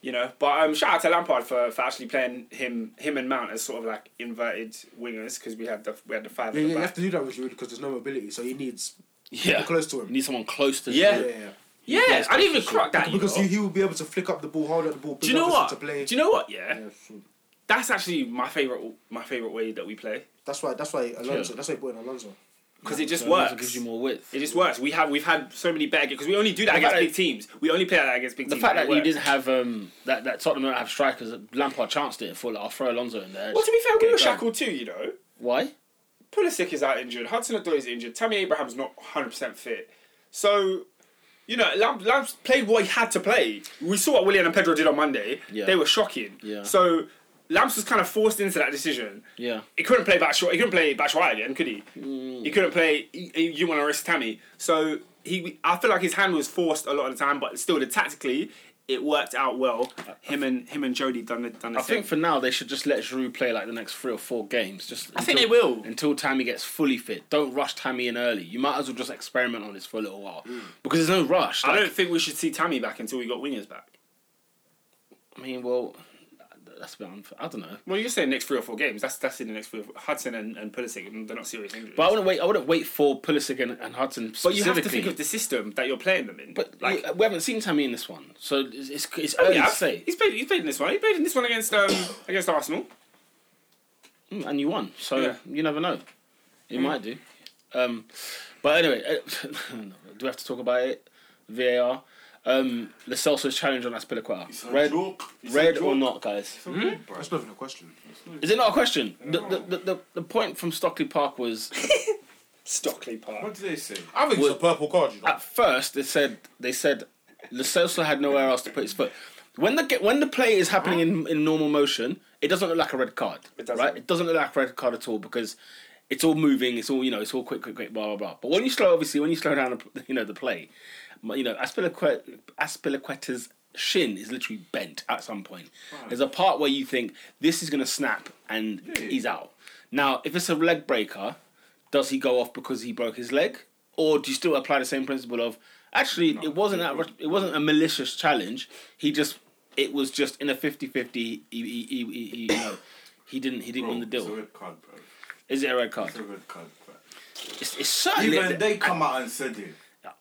S3: you know. But um, shout out to Lampard for, for actually playing him him and Mount as sort of like inverted wingers because we had the we had the five. at
S4: Yeah, yeah,
S3: the
S4: you
S3: back.
S4: have to do that with Giroud because there's no mobility, so he needs.
S1: yeah.
S4: close to him.
S1: You need someone close to
S3: Yeah.
S4: Yeah,
S1: him.
S4: yeah.
S3: Yeah, I didn't even clock that.
S4: Because
S3: you
S4: he,
S3: know.
S4: he will be able to flick up the ball, hold up the ball,
S3: do you know
S4: To
S3: what?
S4: play.
S3: Do you know what? Yeah,
S4: Yeah, sure.
S3: that's actually my favorite my favorite way that we play
S4: That's why. That's why Alonso. That's why he brought in Alonso.
S3: because it just
S1: So
S3: works.
S1: it gives you more width.
S3: It just works. We have we've had so many bad because we only do that against
S1: fact
S3: big teams. We only play that against big
S1: the
S3: teams.
S1: fact
S3: and
S1: that
S3: it
S1: you
S3: works.
S1: didn't have um, that that Tottenham don't have strikers, Lampard chanced it for like, I'll throw Alonso in there.
S3: Well, to be fair,
S1: Get
S3: we
S1: it
S3: were
S1: done.
S3: shackled too. You know,
S1: Why?
S3: Pulisic is out injured. Hudson Odoi is injured. Tammy Abraham's not hundred percent fit. So, you know, Lamp Lamp's played what he had to play. We saw what William and Pedro did on Monday.
S1: Yeah.
S3: They were shocking.
S1: Yeah.
S3: So. Lamps was kind of forced into that decision.
S1: Yeah.
S3: He couldn't play Batshuayi. He couldn't play Batshuayi again, could he?
S1: Mm.
S3: He couldn't play. He, he, you want to risk Tammy, so he. I feel like his hand was forced a lot of the time, but still, the tactically, it worked out well. Him and him and Jody done the done the
S1: I
S3: thing.
S1: think for now they should just let Giroud play like the next three or four games. Just
S3: I think they will.
S1: until Tammy gets fully fit. Don't rush Tammy in early. You might as well just experiment on this for a little while because there's no rush.
S3: Mm. I
S1: Like,
S3: don't think we should see Tammy back until we got wingers back.
S1: I mean, well, that's a bit unfair. I don't know.
S3: Well, you're saying next three or four games. That's that's in the next three. Or four. Hudson and, and Pulisic, they're not serious injuries.
S1: But I wouldn't wait. I wouldn't wait for Pulisic and, and Hudson
S3: But you
S1: specifically.
S3: have to think of the system that you're playing them in.
S1: But
S3: like,
S1: we haven't seen Tammy in this one, so it's it's, it's
S3: oh,
S1: early
S3: yeah,
S1: to say.
S3: he's played. He's played in this one. He played in this one against um against Arsenal.
S1: Mm, and you won, so
S3: Yeah.
S1: you never know. You might do. Um, but anyway, uh, do we have to talk about it? VAR. Um, Lo Celso's challenge on Aspilicueta. Red, red or not, guys? Hmm?
S4: That's not even a question.
S1: Is it not a question? The, the, the, the, the point from Stockley Park was
S3: Stockley Park.
S2: What do they say?
S5: I think it's a purple card. You know?
S1: at first they said they said Lo Celso had nowhere else to put his foot. When the ge- when the play is happening in, in normal motion, it doesn't look like a red card,
S3: It doesn't.
S1: right? It doesn't look like a red card at all because it's all moving, it's all you know, it's all quick, quick, quick, blah, blah, blah. But when you slow, obviously, when you slow down, the- you know, the play, you know, Aspilicueta, Aspilicueta's shin is literally bent at some point. There's a part where you think this is going to snap and he's out. Now, if it's a leg breaker, does he go off because he broke his leg, or do you still apply the same principle of actually it wasn't that it wasn't a malicious challenge? He just it was just in a 50-50, he, he, he, he, he, you know, he didn't he didn't
S2: Bro,
S1: win the deal.
S2: It's a red card, bro.
S1: Is it a red card?
S2: It's a red card, bro.
S1: It's, it's certainly.
S2: Even they come out and said it.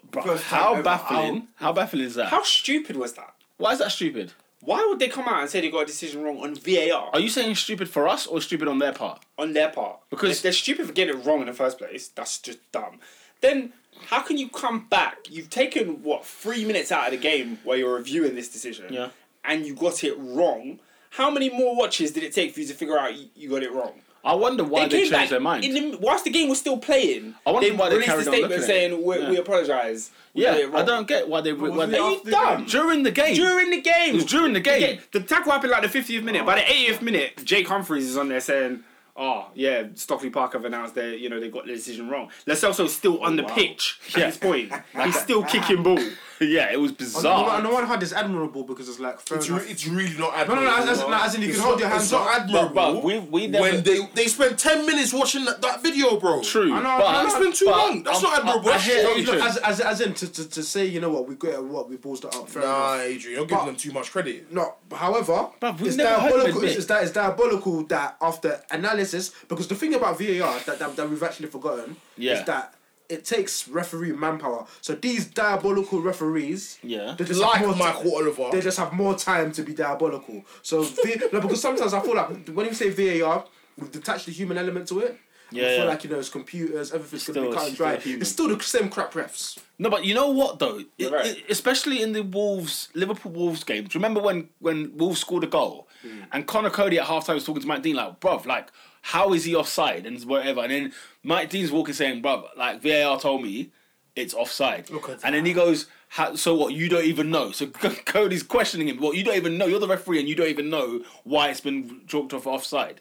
S1: Bruh,
S2: first time
S1: how
S2: ever,
S1: baffling! How baffling is that?
S3: How stupid was that?
S1: Why is that stupid?
S3: Why would they come out and say they got a decision wrong on VAR
S1: Are you saying stupid for us or stupid on their part?
S3: on their part?
S1: Because-
S3: if they're stupid for getting it wrong in the first place. That's just dumb. Then how can you come back? You've taken what three minutes out of the game where you're reviewing this decision.
S1: Yeah.
S3: and you got it wrong, how many more watches did it take for you to figure out you, you got it wrong?
S1: I wonder why they, changed
S3: back
S1: their mind.
S3: in the, whilst the game was still playing.
S1: I wonder
S3: they
S1: why they
S3: released
S1: carried
S3: a
S1: on
S3: statement
S1: looking at it.
S3: saying we,
S1: Yeah.
S3: we apologise. We got
S1: yeah,
S3: it
S1: I
S3: wrong."
S1: don't get why they. Why
S5: wasn't
S1: they
S5: it
S3: Are you
S5: after the
S3: dumb?
S5: game?
S1: during the game.
S3: During the game,
S1: it was during the
S3: the,
S1: game.
S3: ga- the tackle happened like the 50th minute. By the 80th minute, Jake Humphreys is on there saying, "Oh yeah, Stockley Park have announced they you know they got the decision wrong." Lacelso's still on the pitch at this point. He's still kicking ball.
S1: Yeah, it was
S4: On the,
S1: bizarre.
S4: one- on the one hand, it's admirable because it's like fair
S5: It's,
S4: enough.
S5: re- it's really not
S4: no,
S5: admirable.
S4: no, as- as- no, as in you
S5: It's
S4: can hold
S5: not-
S4: your hands
S5: It's not
S4: up.
S5: admirable.
S1: But we- we never-
S5: when they they spent ten minutes watching that, that video, bro.
S1: True,
S4: I know,
S1: but
S4: I know,
S5: It's been too
S1: but-
S5: long. That's
S1: um,
S5: not admirable.
S1: I- I
S5: That's
S1: hear-
S5: shit.
S1: you
S4: No,
S1: should.
S4: as, as, as in to, to, to say you know what we got it, what we balls that up fair
S5: Nah,
S4: enough.
S5: Adrian, you're giving
S4: But-
S5: them too much credit.
S4: No, however,
S1: Bruv, we've
S4: it's
S1: never heard him
S4: diabolical.
S1: admit.
S4: It's, it's, di- it's diabolical that after analysis, because the thing about VAR that, that, that we've actually forgotten
S1: Yeah.
S4: is that it takes referee manpower. So these diabolical referees,
S1: Yeah.
S4: they just
S5: Like
S4: have more ti-
S5: Michael Oliver.
S4: they just have more time to be diabolical. So v- no, because sometimes I feel like when you say VAR, we've detached the human element to it.
S1: Yeah,
S4: I feel
S1: yeah.
S4: like you know it's computers, everything's gonna
S1: Still,
S4: be
S1: it's
S4: cut and dry.
S1: still human.
S4: It's still the same crap refs.
S1: No, but you know what though, It-
S3: You're right.
S1: it- especially in the Wolves Liverpool Wolves games. Remember when when Wolves scored a goal,
S3: Mm.
S1: and Connor Cody at halftime was talking to Mike Dean like, "Bruv, like, how is he offside?" and whatever. And then Mike Dean's walking saying, "Bruv, like VAR told me it's offside."
S5: Look at
S1: and then he goes, "How- "So what? You don't even know." So Cody's questioning him. Well, you don't even know. You're the referee, and you don't even know why it's been chalked off offside.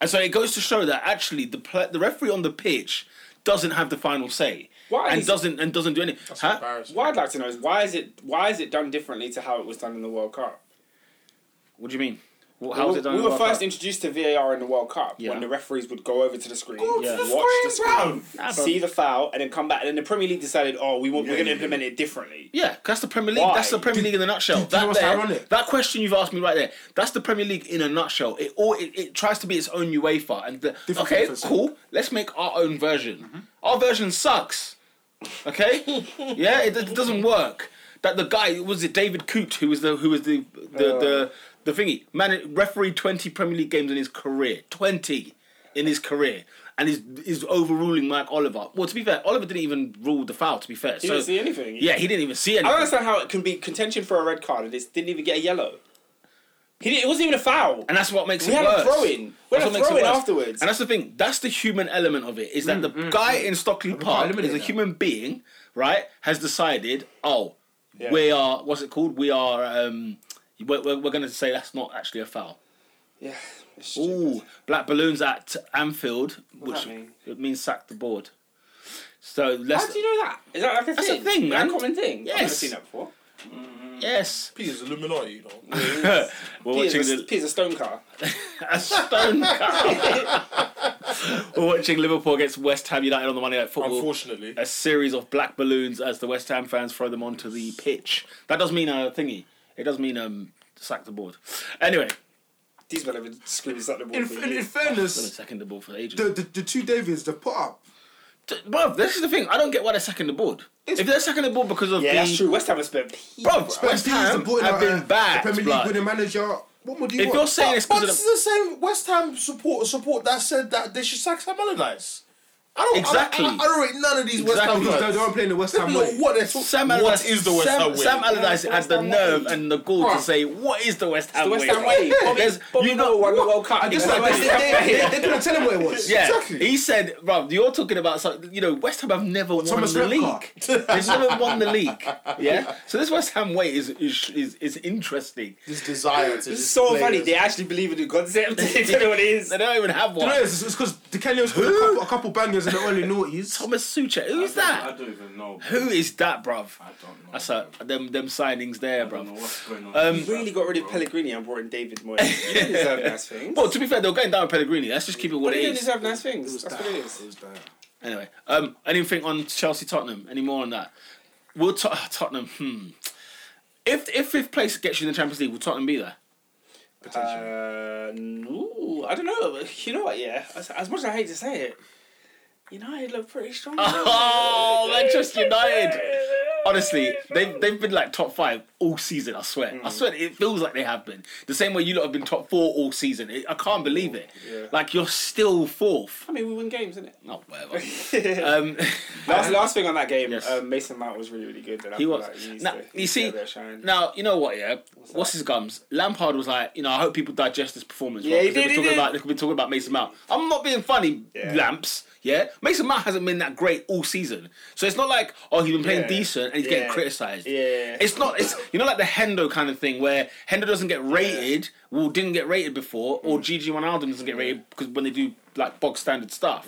S1: And so it goes to show that actually the pla the referee on the pitch doesn't have the final say.
S3: Why
S1: And
S3: is-
S1: doesn't and doesn't do anything. Huh?
S5: Embarrassing.
S3: What I'd like to know is why is it why is it done differently to how it was done in the World Cup?
S1: What do you mean? What, how was
S3: we,
S1: it done?
S3: we
S1: in the
S3: were
S1: World
S3: first
S1: Cup?
S3: introduced to VAR in the World Cup
S1: Yeah.
S3: when the referees would go over to the screen,
S1: to the
S3: watch the
S5: screen, bro.
S3: screen,
S1: Nah, bro.
S3: see the foul, and then come back. And then the Premier League decided, oh, we want, we're going to implement it differently.
S1: Yeah, that's the Premier League.
S3: Why?
S1: That's the Premier League in a nutshell.
S4: you know
S1: that,
S4: what's
S1: there-
S4: ironic?
S1: that question you've asked me right there. That's the Premier League in a nutshell. It all it, it tries to be its own UEFA, and the,
S4: Different Mm-hmm.
S1: okay,
S4: conference.
S1: cool. Let's make our own version. Our version sucks. Okay, yeah, it, it doesn't work. That the guy was it David Coote who was the who was the the
S4: Uh.
S1: the, the thingy man referee twenty Premier League games in his career twenty in his career and is is overruling Mike Oliver. Well, to be fair, Oliver didn't even rule the foul. To be fair,
S3: He didn't see anything.
S1: Yeah, he didn't even see
S3: I don't
S1: anything.
S3: understand how it can be contention for a red card and it didn't even get a yellow. He didn't, it wasn't even a foul.
S1: And that's what makes
S3: We
S1: it
S3: had a
S1: worse.
S3: throw-in. We had
S1: That's
S3: a
S1: what makes it
S3: throw-in
S1: worse.
S3: afterwards. Mm,
S1: And that's the thing. That's the human element of it. Is that the guy in Stockley
S4: can't
S1: Park
S4: eliminate
S1: is a
S4: that.
S1: human being, right? Has decided, oh, we are. What's it called? We are. Um, we're, we're, we're going to say that's not actually a foul.
S3: yeah, it's stupid.
S1: Ooh, black balloons at Anfield,
S3: does
S1: which
S3: that mean?
S1: it means sack the board. So let's.
S3: How do you know that? Is that like a
S1: That's a
S3: thing?
S1: thing,
S3: Is
S1: man.
S3: That a common thing. I've never
S1: Yes.
S3: seen that before.
S1: Yes,
S5: Peter's Illuminati, you know.
S1: we're watching
S3: Peter's a,
S1: the,
S3: Peter's a stone car.
S1: a stone. we're watching Liverpool against West Ham United on the Monday Night Football.
S5: Unfortunately,
S1: a series of black balloons as the West Ham fans throw them onto the pitch. That does mean a thingy. It does mean um sack the board. Anyway,
S3: These men have been screaming something
S4: In,
S3: for
S4: in, in
S3: years.
S1: been a
S4: fairness,
S1: second the board for
S4: the,
S1: ages.
S4: the, the two Davids they put up
S1: D- Bruv, this is the thing. I don't get why they're second the board. If they're second the board because of
S3: Yeah,
S1: the
S3: that's true. West Ham has spent.
S1: Bruv,
S4: But
S1: West
S4: Dean's
S1: Ham
S4: supporting
S1: have
S4: our,
S1: been
S4: uh,
S1: bad.
S4: Premier League
S1: blood.
S4: winning manager. What more do you
S1: If
S4: want?
S1: you're saying it's
S5: but
S1: because
S5: this
S1: of the,
S5: is the same West Ham support support that said that they should sack Sam Allardyce. I don't
S1: Exactly.
S5: I, don't- I, I don't rate none of these West Ham
S1: Exactly.
S5: guys.
S4: They don't play in the West
S5: They don't
S4: Ham
S5: know
S4: way.
S5: what they're talking
S1: Sam
S5: What
S1: Allardyce,
S5: is the West
S1: Sam,
S5: Ham way?
S1: Sam Allardyce
S3: Yeah,
S1: had
S3: it's
S1: the
S3: the West Ham
S1: nerve
S3: way.
S1: and the gall to say, "What is the West Ham
S3: The
S1: way?"
S3: West Ham way.
S1: There's-
S3: Bobby, Bobby
S1: you
S3: Moore
S1: know-
S3: won the World Cup.
S4: I guess
S3: You know,
S4: like,
S3: West
S4: they,
S3: Ham way.
S4: they, they, they couldn't tell him what it was.
S1: Yeah,
S5: Exactly.
S1: he said, "Bro, you're talking about something. You know, West Ham have never won
S4: Thomas
S1: the league.
S4: Repka.
S1: They've never won the league. Yeah. So this West Ham way is is is, is interesting.
S5: This desire to
S3: This is
S5: just
S3: so
S5: play
S3: funny.
S5: as-
S3: They actually believe in the concept. they don't know what it is.
S1: They don't even have
S4: You
S1: one.
S4: know, it's because the Kenyans got a couple, a couple bangers in the early noughties.
S1: Thomas Suchet.
S2: I
S1: Who's
S2: don't- I
S1: that?
S2: don't even know.
S1: Who is that, bruv?
S2: I don't know.
S1: That's a, them them signings there,
S2: I don't know
S1: bruv.
S2: what's going on.
S1: Um,
S2: with
S3: really
S2: that,
S3: got rid of
S2: bro.
S3: Pellegrini and brought in David Moyes. You don't deserve nice things.
S1: Well, to be fair, they were going down with Pellegrini. Let's just keep it
S3: but
S1: what
S3: you
S1: it
S3: don't
S1: is.
S3: deserve nice things. That's what it
S4: It
S3: is.
S4: was dire.
S1: Anyway, um, anything on Chelsea Tottenham? Any more on that? Will Tot- Tottenham? Hmm. If if fifth place gets you in the Champions League, will Tottenham be there?
S3: Uh, no, I don't know. You know what? Yeah, as, as much as I hate to say it, United look pretty strong.
S1: Oh, Manchester United. Honestly, they've, they've been like top five all season. I swear, I swear, it feels like they have been the same way you lot have been top four all season. It, I can't believe it. Like you're still fourth.
S3: I mean, we win games, isn't it?
S1: No, whatever. um,
S3: Last, last thing on that game,
S1: Yes.
S3: um, Mason Mount was really, really good. And I
S1: He
S3: feel
S1: was.
S3: Like he needs
S1: Now,
S3: to- he
S1: you
S3: needs to
S1: see,
S3: get a bit of shine.
S1: now you know what? Yeah, what's, his gums? Lampard was like, you know, I hope people digest this performance.
S3: Yeah, he
S1: because they've
S3: did,
S1: been
S3: he
S1: talking
S3: did.
S1: about they've been talking about Mason Mount. I'm not being funny,
S3: Yeah.
S1: lamps. Yeah, Mason Mount hasn't been that great all season, so it's not like oh he's been playing
S3: Yeah.
S1: decent and he's
S3: Yeah.
S1: getting criticised.
S3: Yeah.
S1: it's not. It's you know like the Hendo kind of thing where Hendo doesn't get rated, well didn't get rated before,
S3: Mm.
S1: or Gigi Wijnaldum doesn't get rated because when they do like bog standard stuff.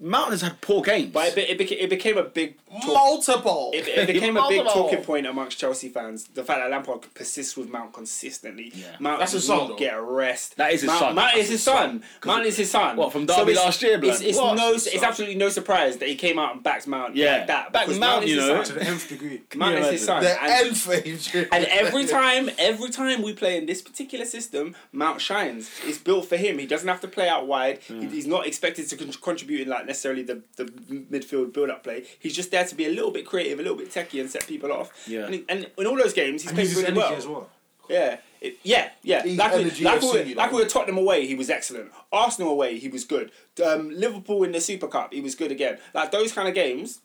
S1: Mount has had poor games.
S3: Mm. But it, be- it, beca- it became a big talk.
S5: Multiple.
S3: It, it became a big
S1: Multiple.
S3: talking point amongst Chelsea fans. The fact that Lampard could persist with Mount consistently.
S1: Yeah.
S3: Mount
S5: That's
S3: does
S5: his son,
S3: not
S5: though.
S3: get a rest.
S1: That is his
S3: Mount,
S1: son.
S3: Mount
S1: That's
S3: is his son. Mount is his son.
S1: What, from Derby
S3: it's-
S1: last year, blood?
S3: It's, it's
S1: What?
S3: no. It's absolutely no surprise that he came out and backed Mount.
S1: Yeah.
S3: like that.
S1: Backed
S3: because
S1: Mount,
S3: is
S1: you
S3: his
S1: know.
S4: to
S3: son.
S4: the nth degree.
S3: Mount is his son.
S5: the
S3: And-
S5: end phase.
S3: and every time, every time we play in this particular system, Mount shines. It's built for him. He doesn't have to play out wide. He,
S1: Mm.
S3: he's not expected to con- contribute in like necessarily the, the midfield build up play. He's just there to be a little bit creative, a little bit techie, and set people off.
S1: Yeah.
S3: And, and in all those games, he's
S4: And
S3: played
S4: he's his
S3: really
S4: energy
S3: well.
S4: as well.
S3: Yeah. It- yeah, yeah.
S5: He's
S3: Like, we,
S5: energy
S3: like,
S5: as
S3: we,
S5: soon, you know.
S3: like we were Tottenham away, he was excellent. Arsenal away, he was good. Um, Liverpool in the Super Cup, he was good again. Like those kind of games,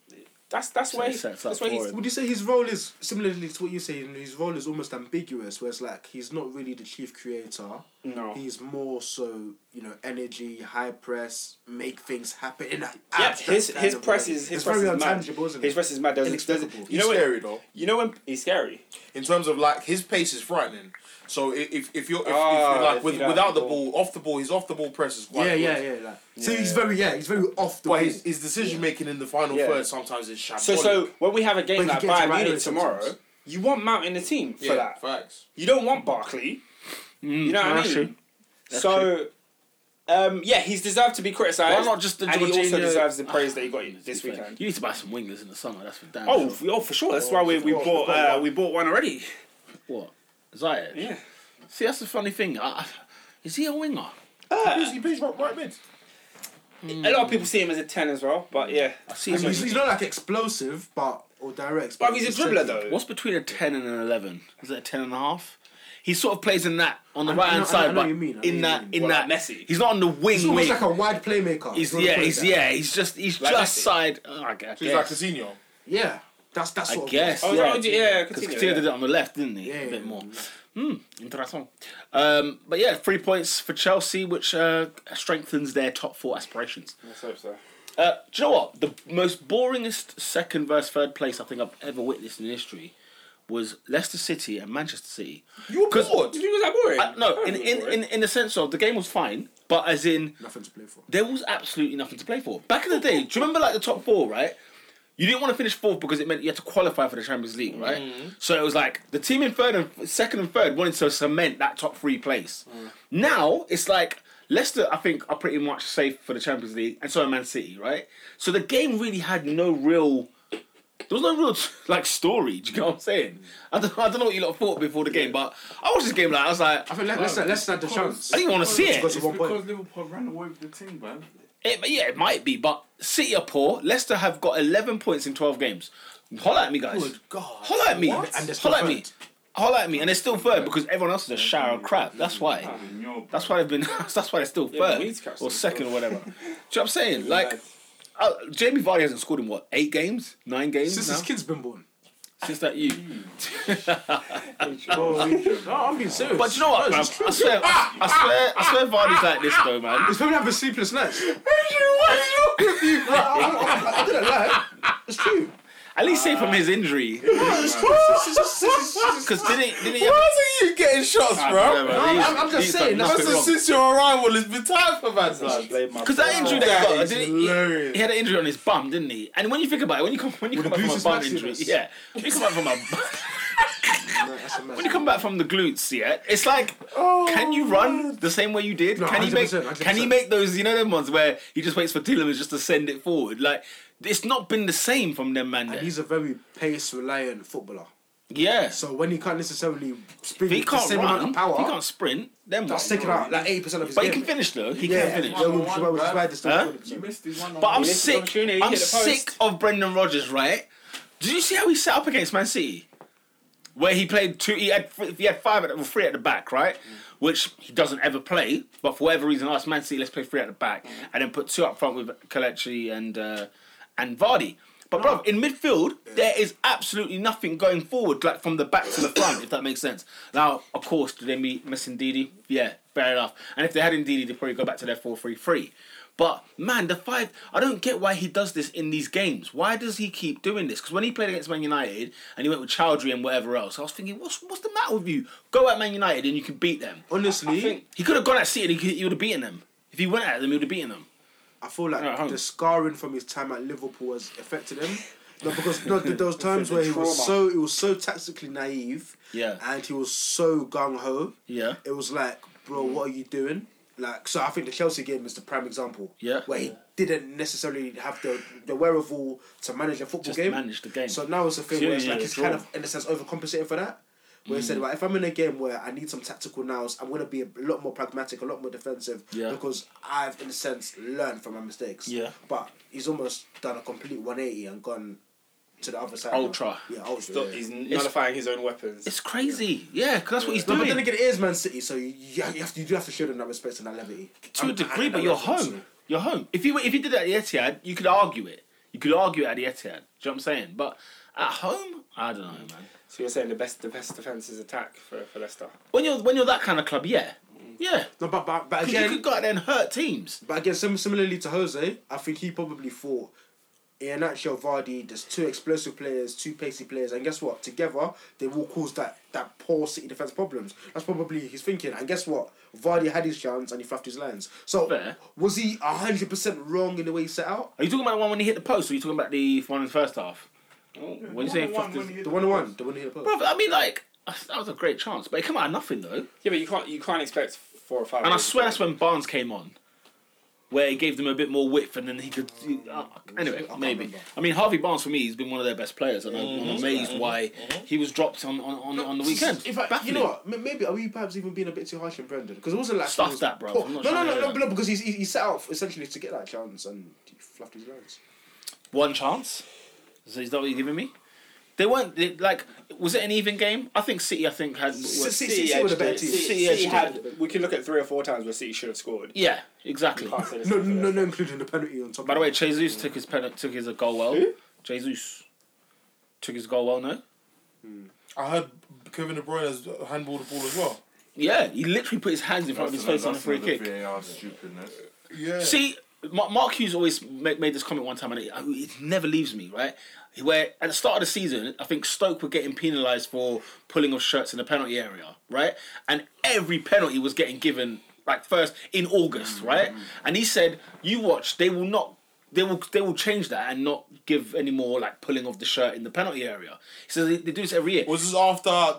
S3: that's that's
S1: So
S3: where
S1: it
S3: he,
S1: sets
S3: that's
S1: up
S3: where
S1: for
S3: he's
S1: him.
S4: Would you say his role is similarly to what you're saying? His role is almost ambiguous, where it's like he's not really the chief creator.
S3: no.
S4: He's more so, you know, energy, high press, make things happen. In an
S3: Yeah,
S4: abstract
S3: his
S4: kind
S3: his
S4: of
S3: press
S4: way.
S3: is his
S4: It's
S3: press
S4: very
S3: is mad.
S4: untangible, isn't
S3: His
S4: it?
S3: press is mad. Doesn't, doesn't
S4: Inexplicable.
S3: you
S5: He's
S3: know when
S5: scary though.
S3: you know when he's scary.
S5: in terms of like his pace is frightening. So if if, if you're if, if
S3: Ah,
S5: you're like
S3: if
S5: with,
S3: you don't
S5: without
S3: have
S5: the
S3: the
S5: ball. off the ball, his off the ball press is quite
S4: yeah,
S5: good.
S4: yeah, yeah, Like, so he's very, yeah, he's very off the
S5: But
S4: ball.
S5: his, his decision making in the final
S3: Yeah.
S5: third sometimes is shambolic.
S3: So so when we have a game
S4: But he
S3: like
S4: gets
S3: Bayern
S4: right
S3: Munich
S4: in sometimes.
S3: tomorrow, you want Mount in the team for
S5: yeah,
S3: that.
S5: facts.
S3: You don't want Barkley. you know what I
S1: that's
S3: mean.
S1: true. That's
S3: so. Um, yeah, he's deserved to be criticised.
S1: Why not just the
S3: and he also
S1: Jorginho-
S3: deserves the praise that he got this weekend.
S1: You need to buy some wingers in the summer. That's for damn
S3: Oh,
S1: sure.
S3: f- oh, for sure. That's why we, we
S4: course,
S3: bought
S4: we've got
S3: uh,
S4: one.
S3: we bought one already.
S1: What? Zayed?
S3: Yeah,
S1: See, that's the funny thing. I, I, is he a winger?
S5: He plays- he plays right, right mid.
S3: a lot of people see him as a ten as well, but yeah,
S1: I see
S4: he's,
S1: him
S4: he's,
S1: as-
S4: he's not like explosive, but or direct.
S3: but he's a dribbler though.
S1: What's between a 10 and an 11? Is it a 10 and a half? He sort of plays in that on the
S4: I know-
S1: right
S4: I know-
S1: hand
S4: I
S1: side,
S4: know
S1: but
S4: what you mean, I know
S1: in
S4: what
S1: that
S4: you
S1: in
S4: mean.
S3: What,
S1: that
S3: like Messi?
S1: He's not on the wing
S4: He's
S1: wing.
S4: almost like a wide playmaker.
S1: he's
S4: if you wanna
S1: yeah,
S4: put it
S1: he's
S4: that.
S1: yeah, he's just he's
S3: Like
S1: just
S3: Messi.
S1: side. oh, I guess.
S5: He's like Cousinho.
S4: yeah. That's that's.
S1: I
S4: sort of-
S1: guess.
S3: Oh,
S1: yeah,
S3: no, yeah,
S1: because
S3: Coutinho,
S1: Coutinho
S3: yeah.
S1: did it on the left, didn't he?
S4: Yeah,
S1: a bit
S4: yeah.
S1: more. Hmm, interesting. Um, but yeah, three points for Chelsea, which uh, strengthens their top four aspirations.
S3: Let's hope so.
S1: Uh, do you know what? The most boringest second versus third place I think I've ever witnessed in history was Leicester City and Manchester City.
S5: You were
S1: 'Cause-
S5: bored.
S3: Did you think it was that eh? boring?
S1: Uh, no, in,
S3: I
S1: in,
S3: don't remember it.
S1: in, in the sense of the game was fine, but as in
S4: Nothing to play for.
S1: there was absolutely nothing to play for. Back in the day, do you remember like the top four, right? You didn't want to finish fourth because it meant you had to qualify for the Champions League, right? So it was like the team in third and second and third wanted to cement that top three place. Now it's like Leicester, I think, are pretty much safe for the Champions League, and so are Man City, right? So the game really had no real. There was no real like story. Do you get what I'm saying? I don't, I don't know what you lot thought before the game, but I watched this game like I was like,
S4: I
S1: I
S4: think let, let's let's have the chance.
S1: didn't want to see it.
S4: Because
S5: It's
S4: of one
S5: because
S4: point.
S5: Liverpool ran away with the team, man.
S1: It, yeah, it might be, but City are poor. Leicester have got 11 points in 12 games. Holla at me, guys.
S5: Good God.
S1: Holla at me.
S4: What? And they're still
S1: Holla at me.
S4: third.
S1: Holla at me. And they're still third because everyone else is a shower of crap. That's why. That's why they've been. that's why they're still
S3: Yeah, but
S1: third
S3: we need to catch
S1: or
S3: them.
S1: second or whatever. Do you know what I'm saying? Like,
S3: Like,
S1: uh, Jamie Vardy hasn't scored in what eight games, nine games
S4: Since
S1: now
S4: his Mm. kid's been born.
S1: since that you. Um,
S4: Oh, no, I'm being serious.
S1: But do you know what,
S4: No,
S1: man? I
S4: it's true.
S1: swear, I swear, I swear, Vardy's like this though, man.
S4: He's probably having sleepless nights.
S1: At least say from his injury, because didn't didn't he have
S5: Why are you getting shots, bro? Ah,
S4: I'm- I'm just saying,
S5: That's just since your arrival, it's been time for man.
S1: because that injury that he
S5: That
S1: got,
S5: is
S1: didn't he- he,
S5: hilarious.
S1: had an injury on his bum, didn't he? And when you think about it, when you come when you come back from a
S4: gluteus
S1: bum injury,
S4: maximus.
S1: yeah, when you come back from a when you come back from the glutes, yeah, it's like, can you run the same way you did?
S4: Oh, No,
S1: can he make
S4: 100%, 100%.
S1: can he make those you know them ones where he just waits for Tielemans just to send it forward? Like it's not been the same from them, man.
S4: And
S1: there.
S4: he's a very pace reliant footballer.
S1: Yeah,
S4: So when he can't necessarily
S1: if
S4: sprint
S1: he
S4: the
S1: can't
S4: same amount
S1: run,
S4: of power,
S1: if he can't sprint. Then
S4: that's
S1: what?
S4: taking out like 80% of his
S1: But he
S4: game.
S1: can finish though. He
S4: Yeah,
S1: can finish.
S4: yeah, which is why- which is why they still
S1: Huh?
S4: call him so.
S5: missed his one
S1: But I'm
S3: He missed the
S1: sick.
S3: opportunity, he
S1: I'm
S3: hit the post.
S1: sick of Brendan Rodgers, right? Did you see how he set up against Man City? where he played two. He had he had five at the, well, three at the back, right? Which he doesn't ever play. But for whatever reason, asked Man City, let's play three at the back, and then put two up front with Kelechi and uh, and Vardy. But bro, in midfield, there is absolutely nothing going forward, like from the back to the front, if that makes sense. Now, of course, do they meet missing Didi? Yeah, fair enough. And if they had Didi, they'd probably go back to their four-three-three. But man, the five, I don't get why he does this in these games. Why does he keep doing this? Because when he played against Man United and he went with Chowdhury and whatever else, I was thinking, what's what's the matter with you? Go at Man United and you can beat them.
S4: Honestly, I,
S1: He could have gone at City and he, could- he would have beaten them. If he went at them, he would have beaten them.
S4: feel like
S1: No, hold on.
S4: the scarring from his time at Liverpool has affected him. No, because no, there was times where he was so he was so tactically naive.
S1: Yeah.
S4: And he was so gung ho.
S1: Yeah.
S4: It was like, bro, what are you doing? Like, so I think the Chelsea game is the prime example.
S1: Yeah.
S4: Where he didn't necessarily have the the wherewithal to manage a football
S1: Just
S4: game.
S1: manage the game.
S4: So now it's a thing
S1: Yeah,
S4: where it's
S1: yeah,
S4: like
S1: yeah,
S4: he's kind
S1: draw.
S4: of in a sense overcompensating for that. Where he
S1: Mm.
S4: said, right, if I'm in a game where I need some tactical nows, I'm gonna be a lot more pragmatic, a lot more defensive,
S1: Yeah.
S4: because I've in a sense learned from my mistakes.
S1: Yeah.
S4: But he's almost done a complete 180 and gone to the other side.
S1: Ultra.
S4: now. Yeah, ultra.
S3: Stop-
S4: yeah.
S3: He's nullifying his own weapons.
S1: It's crazy. Yeah, 'cause that's what he's
S4: No,
S1: doing.
S4: but then again, it is Man City, so you, you, have- you have to, you do have to show them that respect and that levity.
S1: to a
S4: And-
S1: degree,
S4: and
S1: but
S4: that
S1: you're
S4: reverence,
S1: home. You're home. If you were- if you did it at the Etihad, you could argue it. You could argue it at the Etihad. Do you know what I'm saying? But at home, I don't know, man.
S3: So you're saying the best, the best defense is attack for, for Leicester.
S1: When you're when you're that kind of club, yeah, yeah.
S4: No, but, but, but
S1: 'Cause
S4: again,
S1: you could go out there and hurt teams.
S4: But again, sim- similarly to Jose, I think he probably thought, in actual Vardy, there's two explosive players, two pacey players, and guess what? Together, they will cause that, that poor City defence problems. That's probably his thinking. And guess what? Vardy had his chance and he fluffed his lines. So,
S1: Fair.
S4: was he 100% wrong in the way he set out?
S1: Are you talking about the one when he hit the post, or are you talking about the one in the first half? When you saying fucked his-
S4: Oh, The one on one, the one who hit the post.
S1: Bruv, I mean, like that was a great chance, but it came out of nothing though.
S3: Yeah, but you can't, you can't expect four or five.
S1: And I swear that's when Barnes came on, where he gave them a bit more width, and then he could. Uh, anyway, maybe.
S4: remember.
S1: I mean, Harvey Barnes for me, he's been one of their best players, and I'm- I'm amazed why he was dropped on on, on, on the weekend.
S4: In fact, you
S1: Baffling.
S4: know what? m- Maybe are we perhaps even being a bit too harsh on Brendan? Because it wasn't like
S1: Stuff
S4: he was
S1: that, bro.
S4: poor.
S1: I'm not
S4: No, no,
S1: trying to
S4: no,
S1: hear that.
S4: no, no, because he's, he, he set out essentially to get that chance and he fluffed his lines.
S1: one chance. So is that what you're giving me? They weren't they, like. Was it an even game? I think City. I think had.
S4: City,
S1: was-
S4: City, were the better
S3: City,
S4: team.
S1: City
S3: City
S1: edged
S3: had. We can look at three or four times where City should have scored.
S1: yeah, exactly.
S3: Can't say the
S4: No,
S3: same for
S4: no,
S3: Leicester.
S4: no, including the penalty on top.
S1: By the way, Jesus took his pen, took his uh, goal well. Jesus took his goal well. No.
S5: I heard Kevin De Bruyne has handballed the ball as well.
S1: Yeah, he literally put his hands in front of his face on a free kick.
S2: VAR stupidness.
S5: Yeah.
S1: See, Ma- Mark Hughes always made, made this comment one time, and it, it never leaves me. Right, where at the start of the season, I think Stoke were getting penalised for pulling off shirts in the penalty area, right, and every penalty was getting given like first in August, right, and he said, "You watch, they will not." They will they will change that and not give any more like pulling off the shirt in the penalty area. He says they, they do this every year.
S5: was this after uh,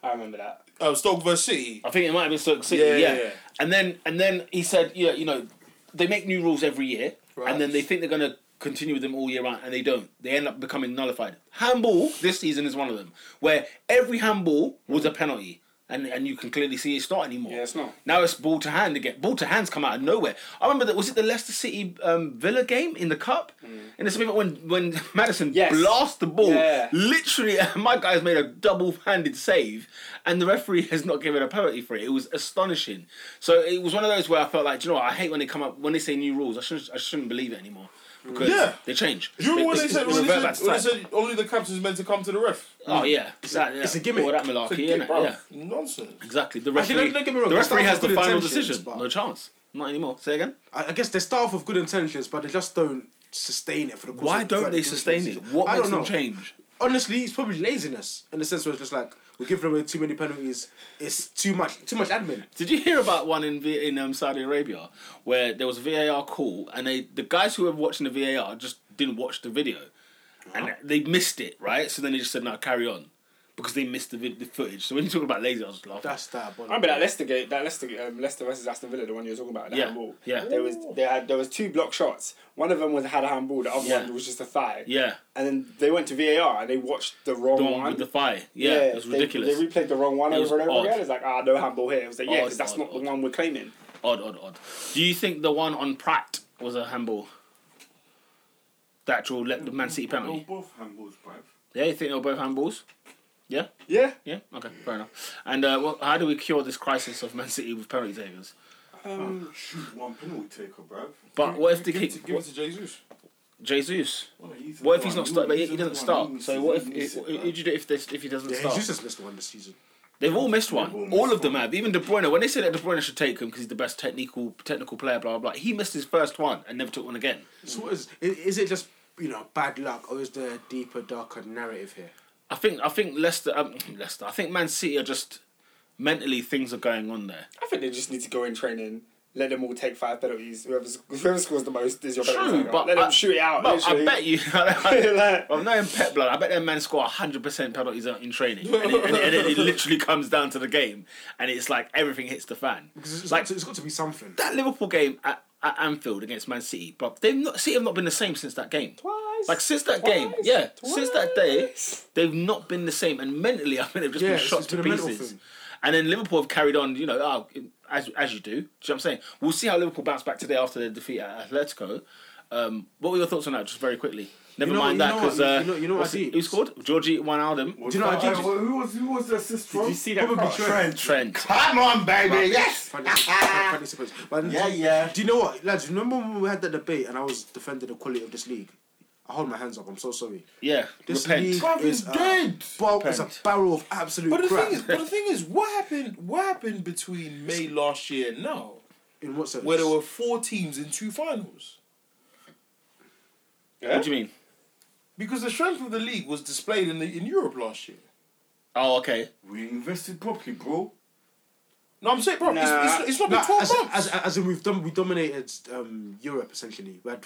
S3: I remember that.
S5: Stoke versus City?
S1: I think it might have been Stoke City. Yeah,
S5: Yeah, yeah, yeah.
S1: And then and then he said, yeah, you know, they make new rules every year, and then they think they're gonna continue with them all year round, and they don't. They end up becoming nullified. Handball this season is one of them, where every handball was a penalty. And, and you can clearly see it's not anymore.
S3: Yeah, it's not.
S1: Now it's ball to hand again. Ball to hands come out of nowhere. I remember that was it the Leicester City um, Villa game in the cup, in the semi when when Madison
S3: Mm. Yes.
S1: blasts the ball
S3: Yeah.
S1: literally my guy's made a double-handed save and the referee has not given a penalty for it it was astonishing so it was one of those where i felt like do you know what i hate when they come up when they say new rules i shouldn't i shouldn't believe it anymore because
S5: Yeah.
S1: they change
S5: Do you remember when they
S1: it's-
S5: said,
S1: it's
S5: when they
S1: revert
S5: said,
S1: back to
S5: when they
S1: time.
S5: said only the captain's meant to come to the ref?
S1: oh yeah exactly
S4: it's a
S1: yeah.
S4: gimmick.
S1: all that malarkey
S5: It's a
S1: innit?
S5: gimmick, bruv.
S1: yeah
S5: Nonsense.
S1: exactly the
S4: Actually,
S1: referee
S4: don't- don't get me wrong,
S1: the
S4: they
S1: referee
S4: start
S1: has
S4: off
S1: the
S4: with
S1: final
S4: intentions,
S1: decision
S4: but-
S1: no chance not anymore say again
S4: I, I guess they start off with good intentions, but they just don't sustain it for the. Course
S1: why
S4: of-
S1: don't
S4: throughout
S1: they
S4: the
S1: sustain it
S4: season.
S1: what
S4: I
S1: makes
S4: don't
S1: them
S4: know.
S1: change
S4: Honestly, it's probably laziness in the sense where it's just like we're giving away too many penalties. It's too much, too much admin.
S1: Did you hear about one in V- in um, Saudi Arabia where there was a VAR call and they the guys who were watching the VAR just didn't watch the video, and they missed it right? So then they just said, "No, carry on," because they missed the, vid- the footage. So when you talk about lazy, I was just laughing.
S4: That's that.
S3: I remember that Leicester game, that Leicester um, Leicester versus Aston Villa, the one you were talking about, the
S1: Yeah,
S3: handball.
S1: yeah.
S3: There was they had there was two block shots. One of them was had a handball, the other
S1: Yeah.
S3: one was just a thigh.
S1: yeah,
S3: And then they went to VAR and they watched the wrong
S1: the one
S3: one.
S1: with the fire. Yeah, it was
S3: they-
S1: ridiculous.
S3: They, replayed the wrong one
S1: It was
S3: over and over
S1: odd.
S3: again. It's like ah, no handball here. It was like yeah,
S1: Odd,
S3: because that's
S1: odd,
S3: not
S1: odd.
S3: the one we're claiming.
S1: odd, odd, odd. Do you think the one on Pratt was a handball? The actual le- the Man City penalty.
S2: both handballs, bruv.
S1: Yeah, you think they were both handballs? Yeah,
S3: Yeah.
S1: yeah, okay, fair enough. And uh, well, how do we cure this crisis of Man City with penalty takers?
S3: Um,
S2: Shoot, one penalty taker, bruv.
S1: But what if the
S5: Give it to,
S1: kick?
S5: give it to Jesus.
S1: Jesus.
S2: Well, he's
S1: What
S2: the
S1: if he's
S2: one.
S1: not start? But he, he doesn't
S2: the
S1: start.
S2: one.
S1: So
S2: He
S1: what if
S2: misses
S1: it,
S2: it,
S1: what- what
S2: man.
S1: do you do if this if he doesn't
S4: Yeah,
S1: start?
S4: he's just missed one this season.
S1: They've all missed one.
S2: all
S1: All,
S2: missed
S1: of them
S2: one.
S1: have. Even De Bruyne. When they said that De Bruyne should take him because he's the best technical technical player, blah blah blah. He missed his first one and never took one again.
S4: So what is, i- is it just, you know, bad luck or is there a deeper, darker narrative here?
S1: I think I think Leicester um, Leicester. I think Man City are just mentally things are going on there.
S3: I think they just need to go in training. Let them all take five penalties. Whoever whoever scores the most is your
S1: True,
S3: penalty. taker.
S1: but
S3: let them
S1: I-
S3: shoot it out.
S1: But I
S3: literally.
S1: bet you.
S3: Like-
S1: I'm knowing Pep blood. I bet their man score 100% penalties in training, and it, and, it, and it, it literally comes down to the game, and it's like everything hits the fan.
S4: Because it's,
S1: Like
S4: got to, it's got to be something.
S1: that Liverpool game at, at Anfield against Man City, but they've not City have not been the same since that game.
S3: Twice.
S1: Like since that
S3: Twice.
S1: game, yeah, since that day,
S3: Twice.
S1: they've not been the same. And mentally, I think they've just
S4: Yeah,
S1: been
S4: it's-
S1: shot
S4: it's
S1: to
S4: been a mental
S1: pieces.
S4: thing.
S1: And then Liverpool have carried on, you know, oh, as as you do. Do you know what I'm saying? We'll see how Liverpool bounce back today after their defeat at Atletico. Um, what were your thoughts on that? Just very quickly. Never
S4: You know-
S1: mind
S4: you
S1: that
S4: know what-
S1: because uh,
S4: you know- you know what
S1: what's
S4: I
S1: it-
S4: did?
S1: who scored? Georgie Wijnaldum.
S2: Well,
S4: Do you know what I
S2: Trent-
S4: did?
S2: well, Who was who was the assist from?
S3: you see that
S2: Probably
S3: cross?
S2: Trent.
S1: Trent.
S2: Come on, baby. Yes.
S4: Fantastic- fantastic points. But
S2: Yeah, yeah.
S4: Do you know what, lads? Remember when we had that debate and I was defending the quality of this league? I hold my hands up. I'm so sorry.
S1: Yeah,
S4: This
S1: repent.
S4: league
S2: Bruv,
S4: is
S2: he's dead.
S4: A, bar- it's a
S1: Repent.
S4: barrel of absolute
S5: But the
S4: crap.
S5: thing is, but the thing is, what happened? What happened between May last year and now,
S4: in what sense?
S5: where there were four teams in two finals?
S1: What do you mean?
S5: Because the strength of the league was displayed in the, in Europe last year.
S1: Oh, okay.
S2: We invested properly, bro.
S5: No, I'm saying, bro, it's, it's, it's not been
S4: Nah,
S5: twelve
S4: as,
S5: months.
S4: As, as in, we've dom- we dominated um, Europe essentially. We had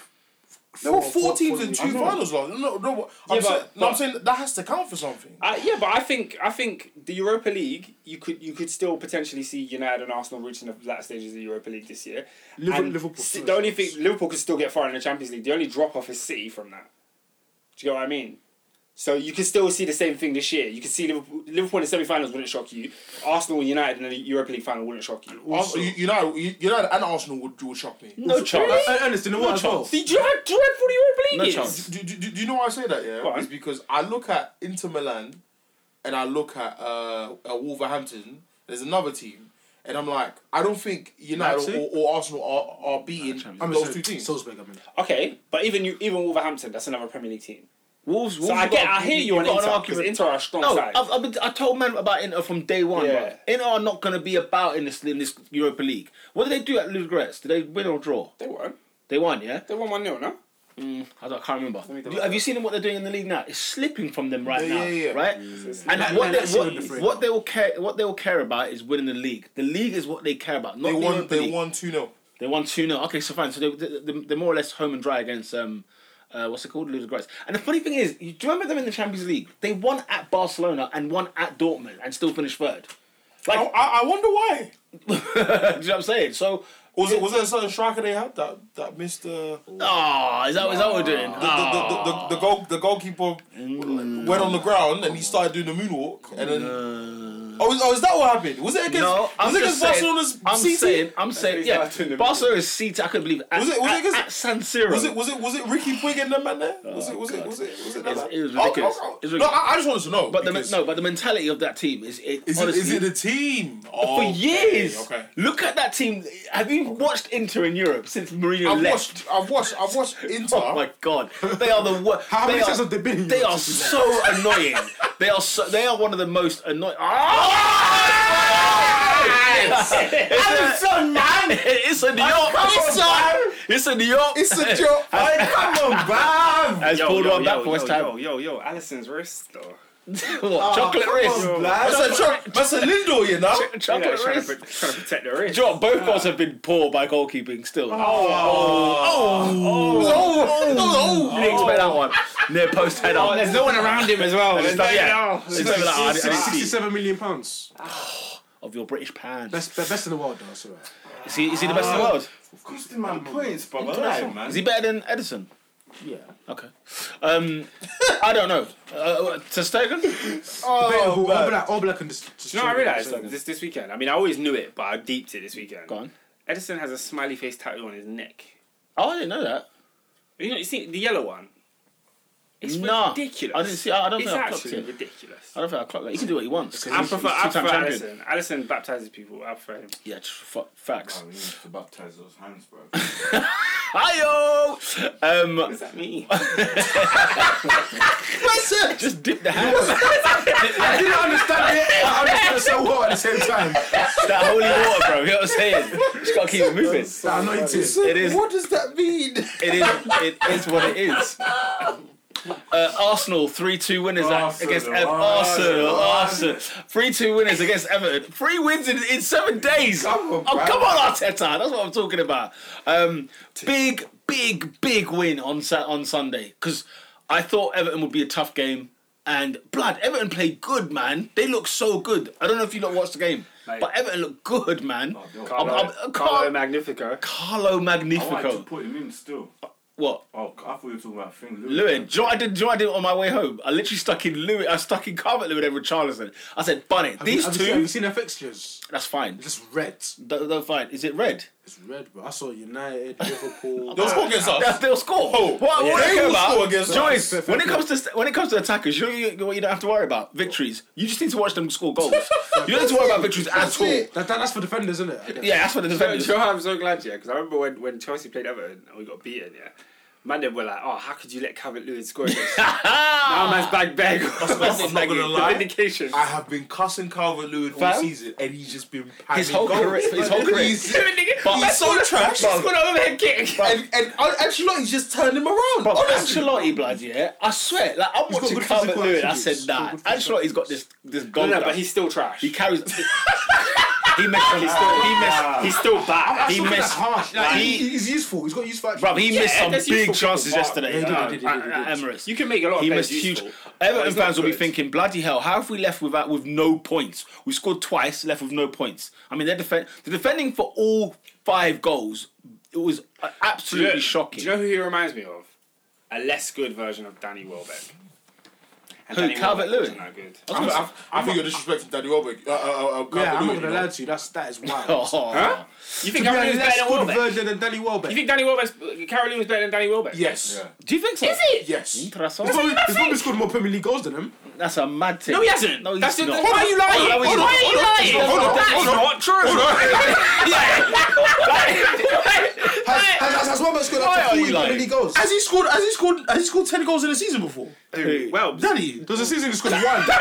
S5: there were four,
S4: four-
S5: teams
S4: four
S5: in
S4: leagues.
S5: two finals last. No, no, I'm,
S3: Yeah,
S5: saying,
S3: but-
S5: no, I'm saying that has to count for something.
S3: Uh, yeah, but I think I think the Europa League you could you could still potentially see United and Arsenal reaching the latter stages of the Europa League this year.
S4: Liver-
S3: And
S4: Liverpool
S3: Si-
S4: first.
S3: the only thing Liverpool could still get far in the Champions League. The only drop off is City from that. Do you get what I mean? So you can still see the same thing this year. You can see Liverpool, Liverpool in the semi-finals wouldn't shock you. Arsenal and United in the Europa League final wouldn't shock you.
S5: Arsenal, you, United, United and Arsenal would, would shock me.
S1: No chance.
S4: Uh, Ernest, you know what? as well?
S3: See, do you know how dreadful the Europa League
S1: No
S3: is?
S1: chance.
S5: Do, do, do, do you know why I say
S3: Go
S5: that? Yeah,
S3: on.
S5: it's because I look at Inter Milan, and I look at uh, at Wolverhampton. There's another team, and I'm like, I don't think United
S4: Leipzig?
S5: or, or Arsenal are, are beating
S1: Champions.
S4: I'm
S5: those
S4: sorry,
S5: two teams.
S4: Salzburg, I mean.
S3: Okay, but even you, even Wolverhampton, that's another Premier League team.
S1: Wolves.
S3: So
S1: Wolves
S3: I
S1: have
S3: get,
S1: got-
S3: I hear you
S1: you've
S3: on
S1: got an
S3: Inter because
S1: argument.
S3: Inter are a strong
S1: No,
S3: side.
S1: I've, I've been, I told man about Inter from day one.
S3: Yeah.
S1: bruv. Inter are not going to be about in this in this Europa League. What did they do at Ludogorets? Did they win or draw?
S3: they won't.
S1: They won, yeah.
S3: They won one 0 no?
S1: Mm, I, don't, I can't remember.
S3: me
S1: Do-
S3: double
S1: have you seen what they're doing in the league now? It's slipping from them right
S5: Yeah,
S1: now,
S5: yeah, yeah.
S1: right? And
S4: Like,
S1: what,
S4: like
S1: they,
S4: Lazio in the
S1: what,
S4: frame.
S1: what they will care what they will care about is winning the league. The league is what they care about. Not
S5: They
S1: the
S5: won.
S1: Europa
S5: They
S1: League.
S5: won two 0
S1: They won two 0 Okay, so fine. So they, they, they, are more or less home and dry against um, uh, what's it called, Ludogorets. And the funny thing is, you, do you remember them in the Champions League? They won at Barcelona and won at Dortmund and still finished third.
S5: I,
S1: Like,
S5: I I wonder why.
S1: do you know what I'm saying? So,
S5: Was it was there a certain striker they had that that missed the the,
S1: ah, is that is that what we're doing?
S5: the, the, the, the goal the goalkeeper
S1: Mm.
S5: went on the ground and he started doing the moonwalk and then oh, is, oh is that what happened? Was it against
S1: No,
S5: was
S1: I'm
S5: it
S1: just
S5: against
S1: saying.
S5: Barcelona's
S1: I'm
S5: CT?
S1: saying. I'm saying.
S3: he's
S1: Yeah,
S3: not in the
S1: Barcelona's seat. I couldn't believe. It. At,
S5: Was it- was it
S1: at,
S5: against-
S1: at San Siro?
S5: Was it was it was it Ricky Puig and them man there? Was it was it was it was it, that
S1: Oh, It's-
S5: man?
S1: it was
S5: Oh, oh,
S1: ridiculous.
S5: oh.
S1: It's
S5: No,
S1: ridiculous.
S5: I, I just wanted to know.
S1: But the men-
S5: because-
S1: no, but the mentality of that team is it.
S5: is it
S1: honestly,
S5: is it a team? Oh,
S1: for
S5: okay,
S1: years.
S5: Okay.
S1: Look at that team. Have you watched Inter in Europe since Mourinho
S5: I've
S1: left?
S5: watched. I've watched. I've watched Inter.
S1: Oh my god, they are the worst.
S4: How
S1: they
S4: many
S1: are,
S4: times have they been in
S1: They
S4: Europe
S1: are
S4: since
S1: so annoying. They are so. They are one of the most Oh! annoying.
S2: I'm so man.
S1: it's a New York.
S2: Come on, man.
S1: It's a New York.
S5: It's a joke.
S2: Hey, come on, bruv.
S1: Has pulled one back for West Ham.
S3: Yo, yo, yo, Allison's wrist though.
S1: What? Chocolate
S2: come
S1: wrist.
S2: on,
S5: That's
S2: blood.
S5: a joke. That's a Lindo, you know.
S3: They're
S1: Chocolate
S3: trying,
S1: wrist.
S3: to, pro- trying to protect their wrist.
S1: Do you know what? Both goals have been poor by goalkeeping still.
S5: Oh, oh,
S1: You didn't expect that one. Near post header. Oh,
S3: There's no one around him as well.
S1: It's
S3: There's
S1: not-
S3: no-
S1: yeah.
S3: no.
S1: It's not like, I didn't- I didn't see it.
S4: Sixty-seven million pounds.
S1: Of your British pants.
S4: Best, be- best in the world, though. Sorry.
S1: Is he, is he the best in the world?
S2: Costing man points, brother. Right, man.
S1: Is he better than Edison?
S4: Yeah.
S1: Okay. Um, I don't know. Uh, to Stegen?
S5: oh,
S4: All
S5: man.
S4: black, all black, and just. just
S3: Do you know what I
S4: straight
S3: realised
S4: up,
S3: this, this weekend? I mean, I always knew it, but I deeped it this weekend.
S1: Go on.
S3: Edison has a smiley face tattoo on his neck.
S1: Oh, I didn't know that.
S3: You know, you see the yellow one. It's
S1: Nah.
S3: ridiculous.
S1: I didn't see- I- I don't
S3: it's
S1: think I clocked
S3: actually
S1: it.
S3: ridiculous.
S1: I don't think I clock that. He can do what he wants.
S3: I
S1: Oh, He's-
S3: prefer,
S1: he's
S3: I
S1: two-time
S3: prefer
S1: champion.
S3: Allison. Allison baptizes people. I prefer him.
S1: Yeah, tr- fa- facts.
S2: Oh, we need to baptize those hands, bro.
S1: Hi-yo! Um,
S3: What's that mean?
S1: just dip the hands.
S4: I didn't understand it. I understood it so well at the same time.
S1: that holy water, bro. You know what I'm saying? Just gotta keep it moving.
S4: I anointed.
S1: It is.
S5: What does that mean?
S1: It is. It is what it is. Uh, Arsenal three two winners at-
S2: Arsenal,
S1: against Ev- Arsenal.
S2: Arsenal,
S1: Arsenal three two winners against Everton. Three wins in, in seven days.
S5: Come on,
S1: oh,
S5: bro.
S1: come on, Arteta. That's what I'm talking about. Um, big, big, big win on Sa- on Sunday because I thought Everton would be a tough game. And blood, Everton played good, man. They look so good. I don't know if you lot watched the game,
S3: Mate.
S1: but Everton looked good, man.
S5: Oh,
S1: I'm-
S3: Carlo,
S1: I'm-
S3: Carlo
S1: Carlo-
S3: Magnifico.
S1: Carlo
S2: I wanted to
S1: Magnifico.
S2: put him in still.
S1: What?
S2: Oh, I thought you were talking about Finn Lewin.
S1: Lewin, do you know what I did? Do you know what I did on my way home? I literally stuck in Lewin. I stuck in Carvet Lewin and Richarlison. I said, "Bun it, these
S4: have
S1: two.
S4: You seen, have you seen their fixtures?
S1: that's fine.
S4: It's just red.
S1: Th- They're fine. Is it red?
S4: It's red, bro. I saw United, Liverpool.
S5: They'll score against us. Oh,
S1: They'll, they'll score. What? What
S5: They
S1: do you care
S5: will score
S1: about?
S5: against us.
S1: Joyce, when it comes to st- when it comes to attackers, you, you, what you don't have to worry about victories. You just need to watch them score goals. you don't need to worry about victories at
S5: That's
S1: all.
S5: it.
S4: That, that, that's for defenders, isn't it?
S1: Yeah, that's what the
S3: Do you
S1: defenders.
S3: know what I'm so glad, yeah? Because I remember when, when Chelsea played Everton and we got beaten, yeah? Man, they were like, oh, how could you let Calvert Lewin score against us? now man's back bag.
S5: That's I'm not gonna lie.
S3: Vindication.
S5: I have been cussing Calvert Lewin all
S1: Fam?
S5: season, and he's just been
S1: His
S5: packing
S1: whole
S5: goals.
S1: career. His whole career.
S5: He's, he's so trash.
S1: Bro.
S3: Put on overhead kick.
S5: And, and Ancelotti's just turned him around.
S1: Bro,
S5: honestly.
S1: Ancelotti, blood, yeah. I swear, like I'm
S4: got
S1: watching
S4: good
S1: Calvert
S4: physical
S1: Lewin. I
S4: attributes.
S1: said,
S4: He's got
S1: nah.
S4: good physical
S1: Ancelotti's got this this goal.
S3: No, no,
S1: blood.
S3: but he's still trash.
S1: He carries. he missed. He, still, he missed.
S3: He's still bad.
S1: He missed.
S4: harsh. Like,
S1: Like,
S4: he,
S1: he-
S4: he's useful. He's got useful.
S1: Bro, he missed some
S3: that's useful
S1: big
S3: people,
S1: chances
S3: but-
S1: yesterday
S4: Yeah, he
S1: uh,
S4: did, he did,
S1: at,
S4: he did, he
S1: at
S4: did.
S1: Emirates.
S3: You can make a lot of
S1: he
S3: players
S1: missed huge.
S3: useful, but
S1: Everton
S3: he's not
S1: fans will be
S3: good.
S1: thinking, bloody hell, how have we left with that with no points? We scored twice, left with no points. I mean, they're defend the defending for all five goals. It was uh,
S3: Do you know-
S1: absolutely shocking.
S3: Do you know who he reminds me of? A less good version of Danny Welbeck. And
S1: Who,
S3: Danny
S1: Calvert-Lewin?
S3: wasn't that good.
S5: I'm, I'm, I, think you're disrespecting Daddy Welbeck. Uh, uh, uh, uh,
S4: yeah,
S5: Calvert-Lewin,
S4: I'm not
S5: you
S4: gonna
S5: know.
S4: lie to you. That's that is wild.
S1: Oh,
S3: Huh? You think
S4: Yeah,
S3: Calvert Lewin's
S4: less
S3: better than
S4: good
S3: Welbeck?
S4: version than Danny Welbeck.
S3: You think Danny Welbeck's Carol Lewin's better than Danny Welbeck?
S5: Yes.
S2: Yeah.
S1: Do you think so? Is it?
S5: Yes.
S4: He's probably, he's probably scored more Premier League goals than him.
S1: That's a mad take.
S3: No, he hasn't.
S1: No, he's
S3: That's the-
S1: not.
S3: why are you lying?
S1: No, he's
S3: Why
S1: not.
S3: are you lying?
S5: Hold on,
S3: That's
S5: hold on.
S3: not true.
S4: Has, has, has, has Welbeck scored
S1: Why
S4: up
S1: are
S4: to
S1: you
S4: 40 Premier
S1: lying?
S4: League goals?
S5: Has he scored? Has he scored? Has he scored ten goals in a season before?
S3: Well,
S4: Danny, there was a season he scored one. there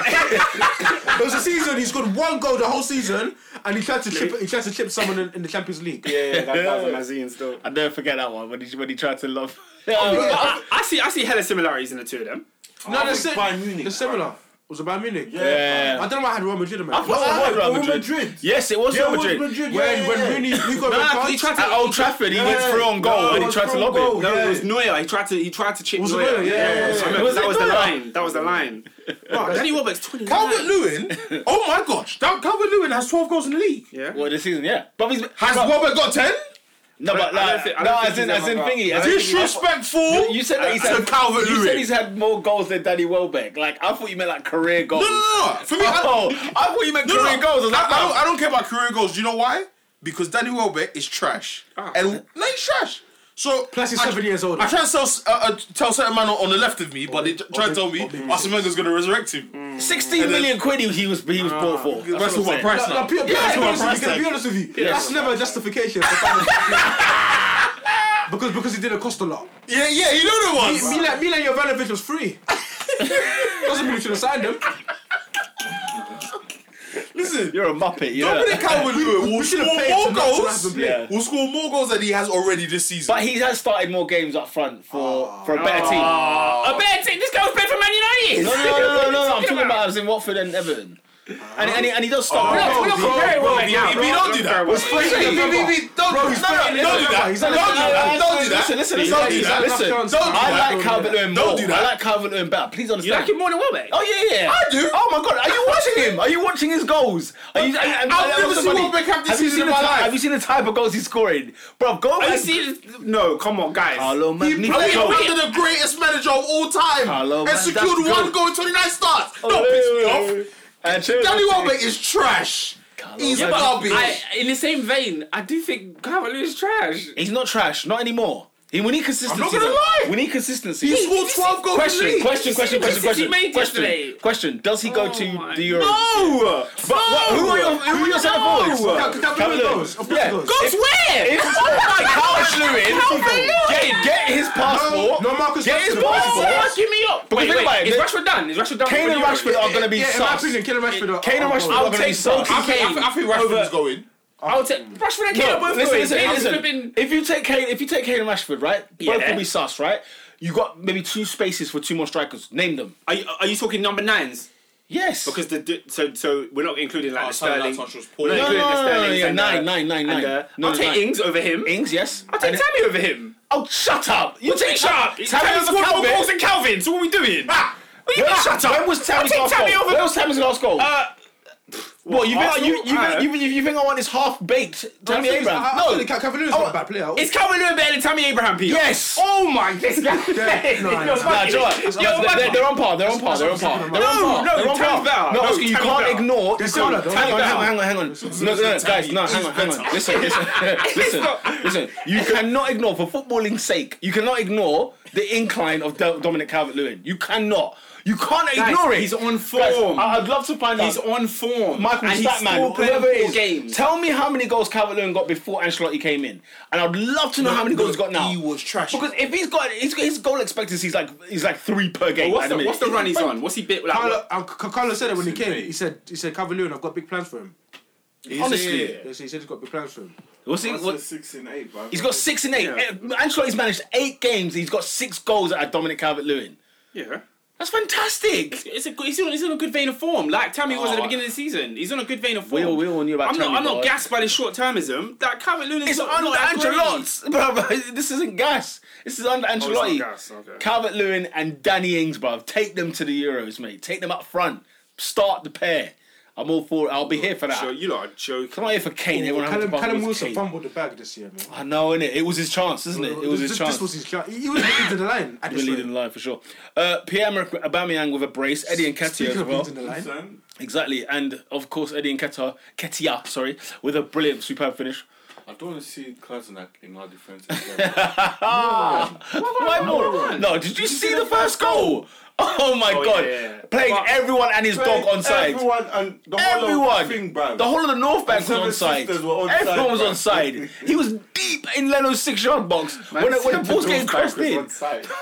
S4: was a season he scored one goal the whole season, and he tried to chip. He tried to chip someone in, in the Champions League.
S3: yeah, that, that was amazing still.
S1: I never forget that one when he when he tried to love.
S3: Oh, I, I see, I see hella similarities in the two of them.
S4: No,
S2: I
S4: that's
S2: think
S4: it.
S2: Bayern Munich,
S4: The similar was it Bayern Munich.
S1: Yeah.
S4: I don't know why I had Real Madrid in my.
S1: thought
S2: Ah,
S1: it was Oh, Real Madrid. Yes, it was Real
S2: it was
S1: Madrid.
S2: Madrid, yeah,
S4: When
S2: yeah,
S4: when
S2: yeah.
S4: Rooney, we
S3: No,
S4: got red
S3: no,
S4: cards.
S3: he tried to.
S1: At Old Trafford, he went
S2: Yeah.
S1: through on goal
S2: No,
S1: and
S2: it
S1: he
S2: was
S1: tried to
S2: through
S1: lob
S2: on
S1: it.
S2: goal.
S3: No, it
S2: Yeah.
S3: was Neuer. He tried to. He tried to chip
S4: Was it
S3: Neuer.
S4: Neuer? Yeah, yeah, yeah.
S3: I remember
S1: Was
S3: that
S1: it
S3: was the
S1: Neuer?
S3: line. That was the line. Bro, Danny Welbeck's twenty.
S5: Calvert Lewin. oh my gosh, that Calvert Lewin has twelve goals in the league.
S3: Yeah.
S1: Well, this season, yeah. But he's
S5: Has Welbeck got ten?
S1: no,
S3: I
S1: but
S3: don't
S1: like,
S3: think- I don't
S1: no,
S3: think
S1: as in
S3: he's
S1: as in
S3: ever-
S1: thingy. as in thingy, I thought-
S5: Disrespectful.
S1: You said that he's
S5: to
S1: had
S5: Calvert
S1: You said
S5: Lewin.
S1: he's had more goals than Danny Welbeck. Like I thought you meant like career goals.
S5: No, no, no. For me, I,
S1: Oh, I thought you meant
S5: no, no,
S1: career goals. I was
S5: I,
S1: like, oh.
S5: I
S1: no.
S5: don't, I don't care about career goals. Do you know why? Because Danny Welbeck is trash.
S3: Ah.
S5: And no, he's trash. So
S4: Plus he's
S5: I-
S4: seven years older.
S5: I try to tell, s- uh, uh, tell certain man on on the left of me, but they j- try to tell me
S4: maybe
S5: Arsenega's going to resurrect him.
S1: Hmm. Sixteen million quid he he was he was bought for. Ah, That's
S5: That's
S1: what I'm
S5: all
S1: saying.
S5: my price
S4: No,
S5: now.
S4: Peter, Peter,
S5: Yeah,
S4: to be honest
S5: yeah,
S4: with you, can I be honest with you? That's never a justification. for Bayern Munich. because because he didn't cost a lot.
S5: Yeah, yeah, you know the ones.
S4: Milan Milan Jovanovic was free. Doesn't mean you should have signed him.
S5: Listen,
S1: You're a muppet.
S5: Dominic
S1: Yeah.
S5: Calvert-Lewin will
S4: We should
S5: score
S4: have paid
S5: more
S4: to not to have him
S5: goals.
S4: play.
S1: Yeah.
S5: Will score more goals than he has already this season.
S1: But he has started more games up front for for a better team.
S3: A better team. Oh, This guy was playing for Man United.
S1: No, no, no, no, no, no. I'm
S3: What are you
S1: talking about I was in Watford and Everton. And, and, he, and he does start.
S3: We're not- we're not
S5: Bro,
S3: comparing
S5: bro,
S3: Welbeck
S5: bro,
S3: now.
S5: we- we don't do that.
S3: We're not comparing
S5: Hey,
S3: Welbeck.
S5: hey, hey, hey, don't
S4: Bro,
S5: do
S4: he's
S5: that.
S4: playing
S5: No, no, don't do
S4: in
S5: that.
S4: He's
S5: Don't do
S4: playing in
S5: that. Don't do that.
S1: Listen, listen, listen.
S5: Don't do that.
S1: Listen,
S4: Don't do
S1: listen. I
S5: that.
S1: like Calvert Lewin more.
S5: Don't do that.
S1: I like Calvert Lewin better. Please
S3: You
S1: understand.
S3: like him more than Welbeck?
S1: Oh yeah, yeah.
S5: I do.
S1: Oh my god, are you watching him? Are you watching his goals? Are you,
S5: I've never seen Welbeck have this
S1: Have you
S5: season
S1: seen
S5: in
S1: the
S5: my
S1: ty-
S5: life.
S1: Have you seen the type of goals he's scoring, bro? Go
S3: Are you
S1: back.
S3: serious? No, come on, guys.
S1: Carlo
S5: He played
S1: Magnifico.
S5: under the greatest manager of all time
S1: Hello, man,
S5: and secured
S1: that's
S5: one
S1: good.
S5: goal in 29 starts. Don't piss me off.
S1: And Chelsea.
S5: Danny Welbeck is trash. He's
S1: Yeah, but
S5: garbage.
S3: I, in the same vein, I do think Calvert Lewin's trash.
S1: He's not trash, not anymore. He, we need consistency.
S5: I'm not gonna
S1: though.
S5: lie.
S1: We need consistency.
S5: He scored 12 goals. in the
S1: Question,
S5: league.
S1: question, question,
S3: Because
S1: question, question,
S3: Oh, he made yesterday.
S1: question, question. Does he go
S3: Oh
S1: to
S3: my-
S1: the Euro?
S3: No!
S1: But what, who are your, who are your centre forwards?
S4: Cap- Cap-
S1: Calvert-Lewin.
S4: goes. Of course
S1: Yeah.
S4: he goes.
S3: Goes where?
S1: If, oh my gosh, Lewin! Get, get his passport.
S4: No, Marcus
S1: get his
S4: Rashford.
S1: passport.
S3: What's
S4: Marcus
S3: me up?
S1: Because
S3: Wait,
S1: think
S3: wait,
S1: about it,
S3: is
S1: they-
S3: Rashford done? Is Rashford done?
S1: Kane and
S3: for the Euro?
S1: Rashford are going to be
S4: Yeah, in my
S1: sus.
S4: opinion, Kane and Rashford are.
S1: Kane and
S4: are-
S1: Rashford
S4: are-
S1: are going to be sus.
S5: I think, I
S3: Kane
S5: think- I think Rashford's
S3: over-
S5: going.
S3: I'll take Rashford and Kane
S1: No,
S3: are both
S1: listen,
S3: going.
S1: listen,
S3: Kane
S1: listen.
S3: would have been.
S1: If you take Kane, if you take Kane and Rashford, right, both
S3: Yeah.
S1: will be sus, right? You got maybe two spaces for two more strikers. Name them.
S3: Are you, are you talking number nines?
S1: Yes.
S3: Because the d- so so we're not including like
S5: Oh,
S3: the
S5: Sterling
S3: Sterling.
S5: Lamptey was poor.
S3: We're not
S1: no, no,
S3: including
S1: no,
S3: the
S1: no, no,
S3: Sterling. uh,
S1: yeah, nine, nine, nine, nine. No, no,
S3: I'll take
S1: nine.
S3: Ings over him.
S1: Ings, yes.
S3: I'll take
S1: And-
S3: Tammy over him.
S1: Oh, shut up! You take
S3: Shut up!
S1: Tammy's
S3: Tammy's
S1: over
S3: scored more
S1: Calvert.
S3: goals than Calvin. So what are we doing?
S1: Ah!
S3: What do you mean,
S1: When-
S3: shut up?
S1: When was Tammy's
S3: I'll
S1: last
S3: take Tammy
S1: goal?
S3: over.
S1: When was Tammy's last goal?
S3: Uh,
S1: what you think?
S3: Arsenal?
S1: you, you, think-
S3: Uh,
S1: you, you, you think I want this half baked Tammy
S4: I-
S1: Abraham?
S4: I- I
S1: No.
S4: think Cap- Cavalier is not a bad player.
S3: Is Calvin Lewin better than Tammy Abraham, Pete?
S1: Yes.
S3: Oh my, this guy.
S4: no, no,
S3: You're
S4: no.
S1: Nah,
S3: fucking-
S1: do you know what?
S3: you're
S1: Yeah, they're-
S3: fucking-
S1: they're, they're on par. They're on par. They're on par. They're on par.
S3: No,
S1: they're on
S3: Tammy's
S1: par.
S3: better.
S1: No,
S3: No,
S1: Oscar, you
S3: Tammy's
S1: can't
S3: better.
S1: ignore.
S4: They're
S1: Listen,
S4: similar, though.
S1: hang on,
S4: Tammy's
S1: hang on, hang on, hang on. No, no, no, guys, no, hang on, hang on. Listen, listen, listen, listen. You cannot ignore, for footballing's sake, you cannot ignore the incline of Do- Dominic Calvert-Lewin. You cannot. You can't ignore it.
S3: he's on
S1: Guys,
S3: form.
S1: I- I'd love to find out.
S3: He's on form.
S1: Michael
S3: and he's
S1: Statman,
S3: still playing
S1: whoever it
S3: four
S1: is,
S3: games.
S1: tell me how many goals Calvert-Lewin got before Ancelotti came in, and I'd love to know how many goals he's got now.
S5: He was trash.
S1: because if he's got, he's got his goal expectancy is like is like three per game.
S3: what's,
S1: at the
S3: the,
S1: minute.
S3: what's the run he's on? What's he bit like?
S4: Carlo, uh, C- Carlo said it when he came. He said, he said, Cavalier, and I've got big plans for him.
S1: Honestly,
S4: He said he's got big plans for him.
S1: what's he, what,
S2: six and eight, bro.
S1: he's got six and eight.
S3: Yeah.
S1: Eh, Ancelotti's managed eight games. He's got six goals at Dominic Calvert-Lewin.
S3: yeah.
S1: That's fantastic.
S3: It's a, good- he's, on, he's on a good vein of form. Like Tammy was at the
S1: Oh,
S3: beginning of the season. He's on a good vein of form.
S1: We all, we all knew about.
S3: I'm not,
S1: Tammy,
S3: I'm
S1: bro.
S3: not gassed by the short termism. That Calvert Lewin
S1: It's
S3: is
S1: under
S3: not that great.
S1: Ancelotti, Oh, bruv. This isn't gas. This is under Ancelotti.
S3: gas, okay.
S1: Calvert Lewin and Danny Ings, bruv. Take them to the Euros, mate. Take them up front. Start the pair. I'm all for it. I'll be here for that.
S3: Sure, you lot are joking.
S1: Come on here for Kane. Everyone
S4: Oh, Callum,
S1: had
S4: Callum Wilson
S1: Kane.
S4: fumbled the bag this year, man.
S1: I know, innit? It was his chance, isn't it? It was his
S4: this,
S1: chance.
S4: This was his chance. He he was leading the line. At
S1: We're
S4: this
S1: leading the
S4: rate.
S1: line for sure. Uh, Pierre Aubameyang with a brace. Eddie and Nketiah
S4: Speaking
S1: as
S4: of
S1: well.
S4: leading the line,
S1: Exactly, and of course Eddie and Nketiah, Ketia, sorry, with a brilliant, superb finish.
S2: I don't want to see Klasenak in our defense.
S1: Why more? No, did you see the first goal? Oh my god!
S3: yeah, yeah.
S1: Playing everyone and his dog on side.
S2: Everyone and the whole
S1: Everyone,
S2: of thing, bro.
S1: the whole of the North Bank was
S2: seven
S1: on side.
S2: sisters were on
S1: Everyone
S2: side,
S1: was
S2: bruv.
S1: on side. he was deep in Leno's six-yard box when the, when the ball's getting crashed in.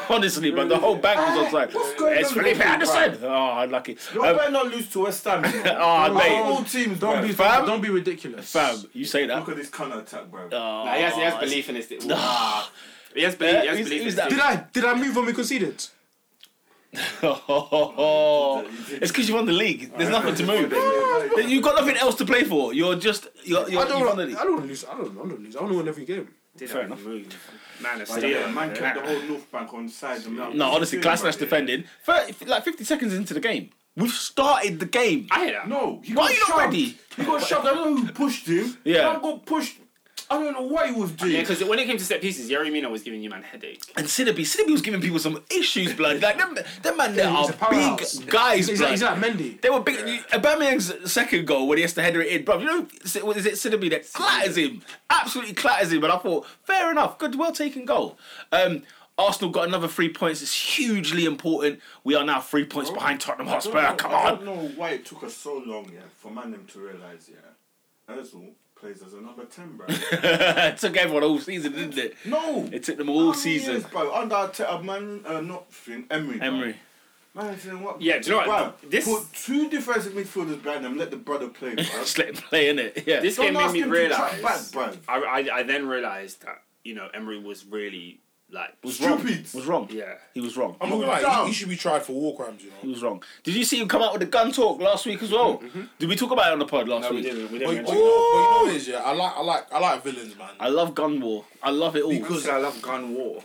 S1: Honestly, but the whole bank was on side.
S2: what's going
S1: It's
S2: on with
S1: Felipe
S2: you,
S1: Anderson. Oh, unlucky.
S2: You
S1: Um,
S2: better not lose to West Ham. you know.
S1: Ah,
S2: All
S1: mate.
S2: All teams,
S4: don't
S2: bro.
S4: be
S1: Fam?
S4: don't be ridiculous.
S1: Fam, you say that.
S2: Look at this counter attack, bro.
S1: Oh,
S3: Nah, he, has, he has belief in this. He has belief,
S1: Yeah,
S3: he has
S1: who's-
S3: belief in
S1: who's
S3: this.
S1: that?
S3: team.
S4: Did I did I move when we conceded?
S1: Ah. it's because you won the league. There's nothing to move. You've got nothing else to play for. You're just you're, you're
S4: I don't
S1: you won
S4: want
S1: the
S4: I
S1: league.
S4: don't want to lose. I don't want to lose. I want to win every game.
S1: Fair enough.
S3: Man of
S2: But
S3: Steel.
S2: yeah, man kept the
S3: man.
S2: whole North Bank on side.
S1: No, honestly, Glasnow's defending. 30, like 50 seconds into the game, we've started the game.
S3: I hear that.
S2: No, he
S1: Why
S2: got
S1: are Oh, you not
S2: shoved.
S1: ready?
S2: He got shoved. I don't know who pushed him.
S1: Yeah.
S2: Man got pushed. I don't know what he was doing.
S3: Yeah, because when it came to set pieces, Yerry Mina was giving you man headache.
S1: And Sidibe, Sidibe was giving people some issues, blood. Like them, them man, there are
S4: He's a powerhouse.
S1: big guys,
S4: He's
S1: blood.
S4: like, he's like Mendy.
S1: They were big. Aubameyang's second goal when he has to header it in, bro. You know, is it Sidibe that clatters him, absolutely clatters him. And I thought, fair enough, good, well taken goal. Um, Arsenal got another three points. It's hugely important. We are now three points
S3: Oh.
S1: behind Tottenham
S2: I don't
S1: Hotspur.
S2: know-
S1: Come
S2: I
S1: on.
S2: don't know why it took us so long, yeah, for man them to realise, yeah, Özil plays as a number ten, bro.
S1: it took everyone all season, didn't it?
S2: no.
S1: It took them
S2: How
S3: Oh,
S1: all
S2: many
S1: season.
S2: years, bro. Under Arteta, man, uh, not Finn, Emery. bro.
S1: Emery.
S2: Man, Finn, what?
S3: Yeah, do you know what?
S2: Bro,
S3: This-
S2: put two defensive midfielders behind them. Let the brother play, bro.
S1: Just let him play, innit? Yeah.
S3: This
S2: Don't
S3: game made
S2: ask
S3: me
S2: him to track
S3: realise.
S2: back, bro.
S3: I, I, I then realised that, you know, Emery was really, like,
S1: was
S2: Stupid.
S1: wrong. Was wrong.
S3: yeah.
S1: He was wrong.
S5: I'm not gonna lie, he, he should be tried for war crimes, you
S1: He
S5: know.
S1: was wrong. Did you see him come out with the gun talk last week as well? Did we talk about it on the pod last
S3: Mm-hmm. No, we
S1: week?
S3: didn't. We
S5: But,
S3: didn't
S5: but
S3: mention
S5: you
S3: it.
S5: know, but you know what it is, yeah. I like, I like, I like villains, man.
S1: I love gun war. I love it all.
S3: Because I love gun war.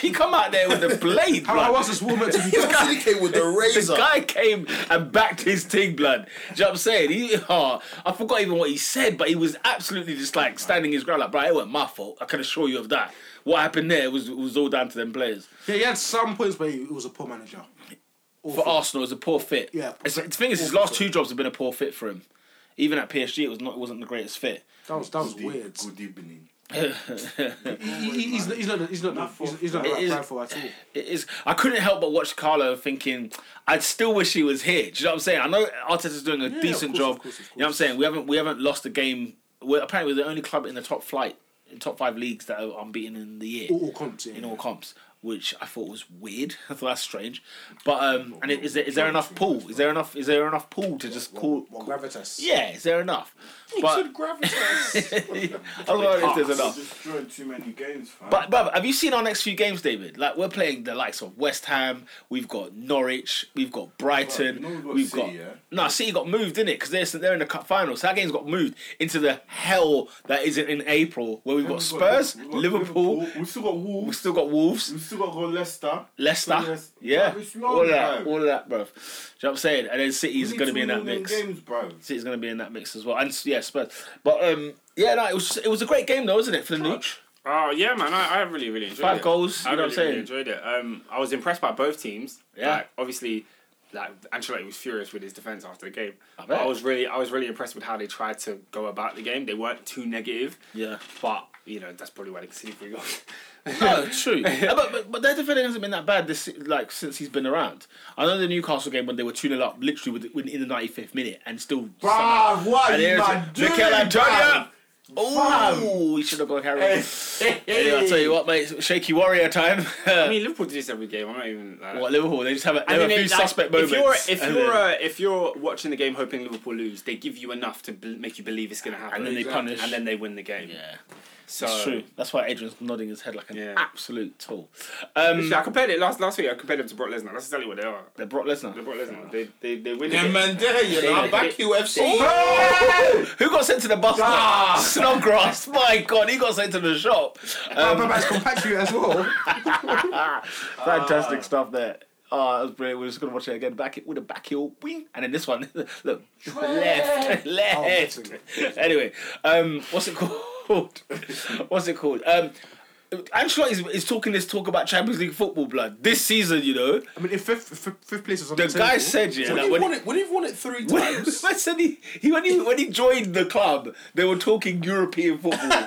S1: he come out there with a blade.
S4: How,
S1: blood.
S4: how was this war meant to be?
S5: He got Sidike with the
S1: the
S5: razor.
S1: guy came and backed his thing, blood. Do you know what I'm saying? He, oh, I forgot even what he said, but he was absolutely just like standing his ground, like, bro, it wasn't my fault. I can assure you of that. What happened there was was all down to them players.
S4: Yeah, he had some points, but he, he was a poor manager.
S1: for Arsenal is a poor fit.
S4: Yeah.
S1: It's- the thing is, his last two jobs have been a poor fit for him. Even at PSG, it was not. It wasn't the greatest fit.
S4: That was that was
S2: Good e-
S4: weird.
S2: Good evening.
S1: it
S4: He, he- he's, he's not he's not the- he's, he's not the
S1: It
S4: right
S1: is-
S4: guy for at all.
S1: is. I couldn't help but watch Carlo, thinking I still wish he was here. Do you know what I'm saying? I know Arteta's doing a decent
S4: course,
S1: job.
S4: of course, of
S1: You know what I'm saying? We haven't we haven't lost a game. We're apparently we're the only club in the top flight, in top five leagues that are unbeaten in the year.
S4: All, all comps
S1: in all comps, which I thought was weird. I thought that's strange. But um, and is there is there enough pool? Is there enough? Is there enough pool to just call?
S4: Well, gravitas.
S1: Yeah, is there enough? But I don't know if there's enough.
S2: Just drawing too many games, fam.
S1: But, but have you seen our next few games, David? Like we're playing the likes of West Ham, we've got Norwich, we've got Brighton,
S2: Bro, you know we've got
S1: we've
S2: City,
S1: got
S2: yeah?
S1: no City got moved in it because they're they're in the cup final, so that game's got moved into the hell that is in April where we've
S2: Then
S1: got
S2: we've got-
S1: Spurs,
S2: we've got
S1: Liverpool,
S2: We've still got
S1: we've
S2: Wolves.
S1: still got Wolves,
S2: We've still got to go Leicester.
S1: Leicester.
S2: Yes.
S1: Yeah.
S2: Bruv, it's long,
S1: All of that,
S2: bruv.
S1: all of that, bro. Do you know what I'm saying? And then City's
S2: We
S1: gonna
S2: need
S1: be
S2: to
S1: in that
S2: win them
S1: mix.
S2: Games, bro.
S1: City's gonna be in that mix as well. And yeah, Spurs. But um yeah, no, it was it was a great game though, wasn't it, for the Nooch?
S3: Oh yeah, man! I, I really, really enjoyed
S1: Five
S3: it.
S1: goals,
S3: I
S1: you know
S3: really,
S1: what I'm
S3: really
S1: saying?
S3: enjoyed it. Um, I was impressed by both teams.
S1: Yeah.
S3: Like, obviously, like Ancelotti was furious with his defense after the game.
S1: I bet.
S3: But I was really, I was really impressed with how they tried to go about the game. They weren't too negative,
S1: Yeah.
S3: but you know that's probably why they conceded three goals.
S1: No, true. Uh, but, but but their defending hasn't been that bad this like since he's been around. I know the Newcastle game when they were 2 0 up literally with, with, in the 95th minute and still.
S2: Bruv, what are
S1: and
S2: you
S1: there's
S2: man doing,
S1: Mikel
S2: bruv?
S1: Antonio. Oh, we should have got carried.
S2: Hey,
S1: Anyway, I'll tell you what, mate, shaky warrior time.
S3: I mean, Liverpool do this every game. I'm not even like.
S1: What Liverpool? They just have a, they
S3: And
S1: have
S3: then
S1: a few
S3: they, like,
S1: suspect moments.
S3: If
S1: and
S3: you're if you're
S1: then,
S3: uh, if you're watching the game hoping Liverpool lose, they give you enough to bel- make you believe it's gonna happen,
S1: and then they punish.
S3: and then they win the game.
S1: yeah,
S3: so
S1: it's true. That's why Adrian's nodding his head like an
S3: Yeah.
S1: absolute tool. Um,
S3: Actually, I compared it last last week. I compared them to Brock Lesnar. That's exactly what they are.
S1: they're Brock
S3: They're
S1: Lesnar.
S3: Brock Lesnar. They they they win. the
S5: Yeah,
S3: game.
S5: man, there you know. I'm back you, FC.
S1: Who got sent to the bus? stop? Snodgrass. My God, he got sent to the shop. Um,
S4: Gravitas compatriot as well.
S1: Fantastic stuff there. Oh, that was brilliant. We're just gonna watch it again. Back it with a back heel wing, and then this one, look, left, left. anyway, um, what's it called? what's it called? Um, Ancelotti is, is talking this talk about Champions League football blood this season. You know,
S4: I mean, if fifth, fifth, fifth place is on
S1: the
S4: the,
S1: guy
S4: table,
S1: said yeah,
S5: When
S1: like,
S5: you've
S1: when,
S5: won it, when you've won it three
S1: when,
S5: times,
S1: I said he, he, when he when he joined the club, they were talking European football.
S5: man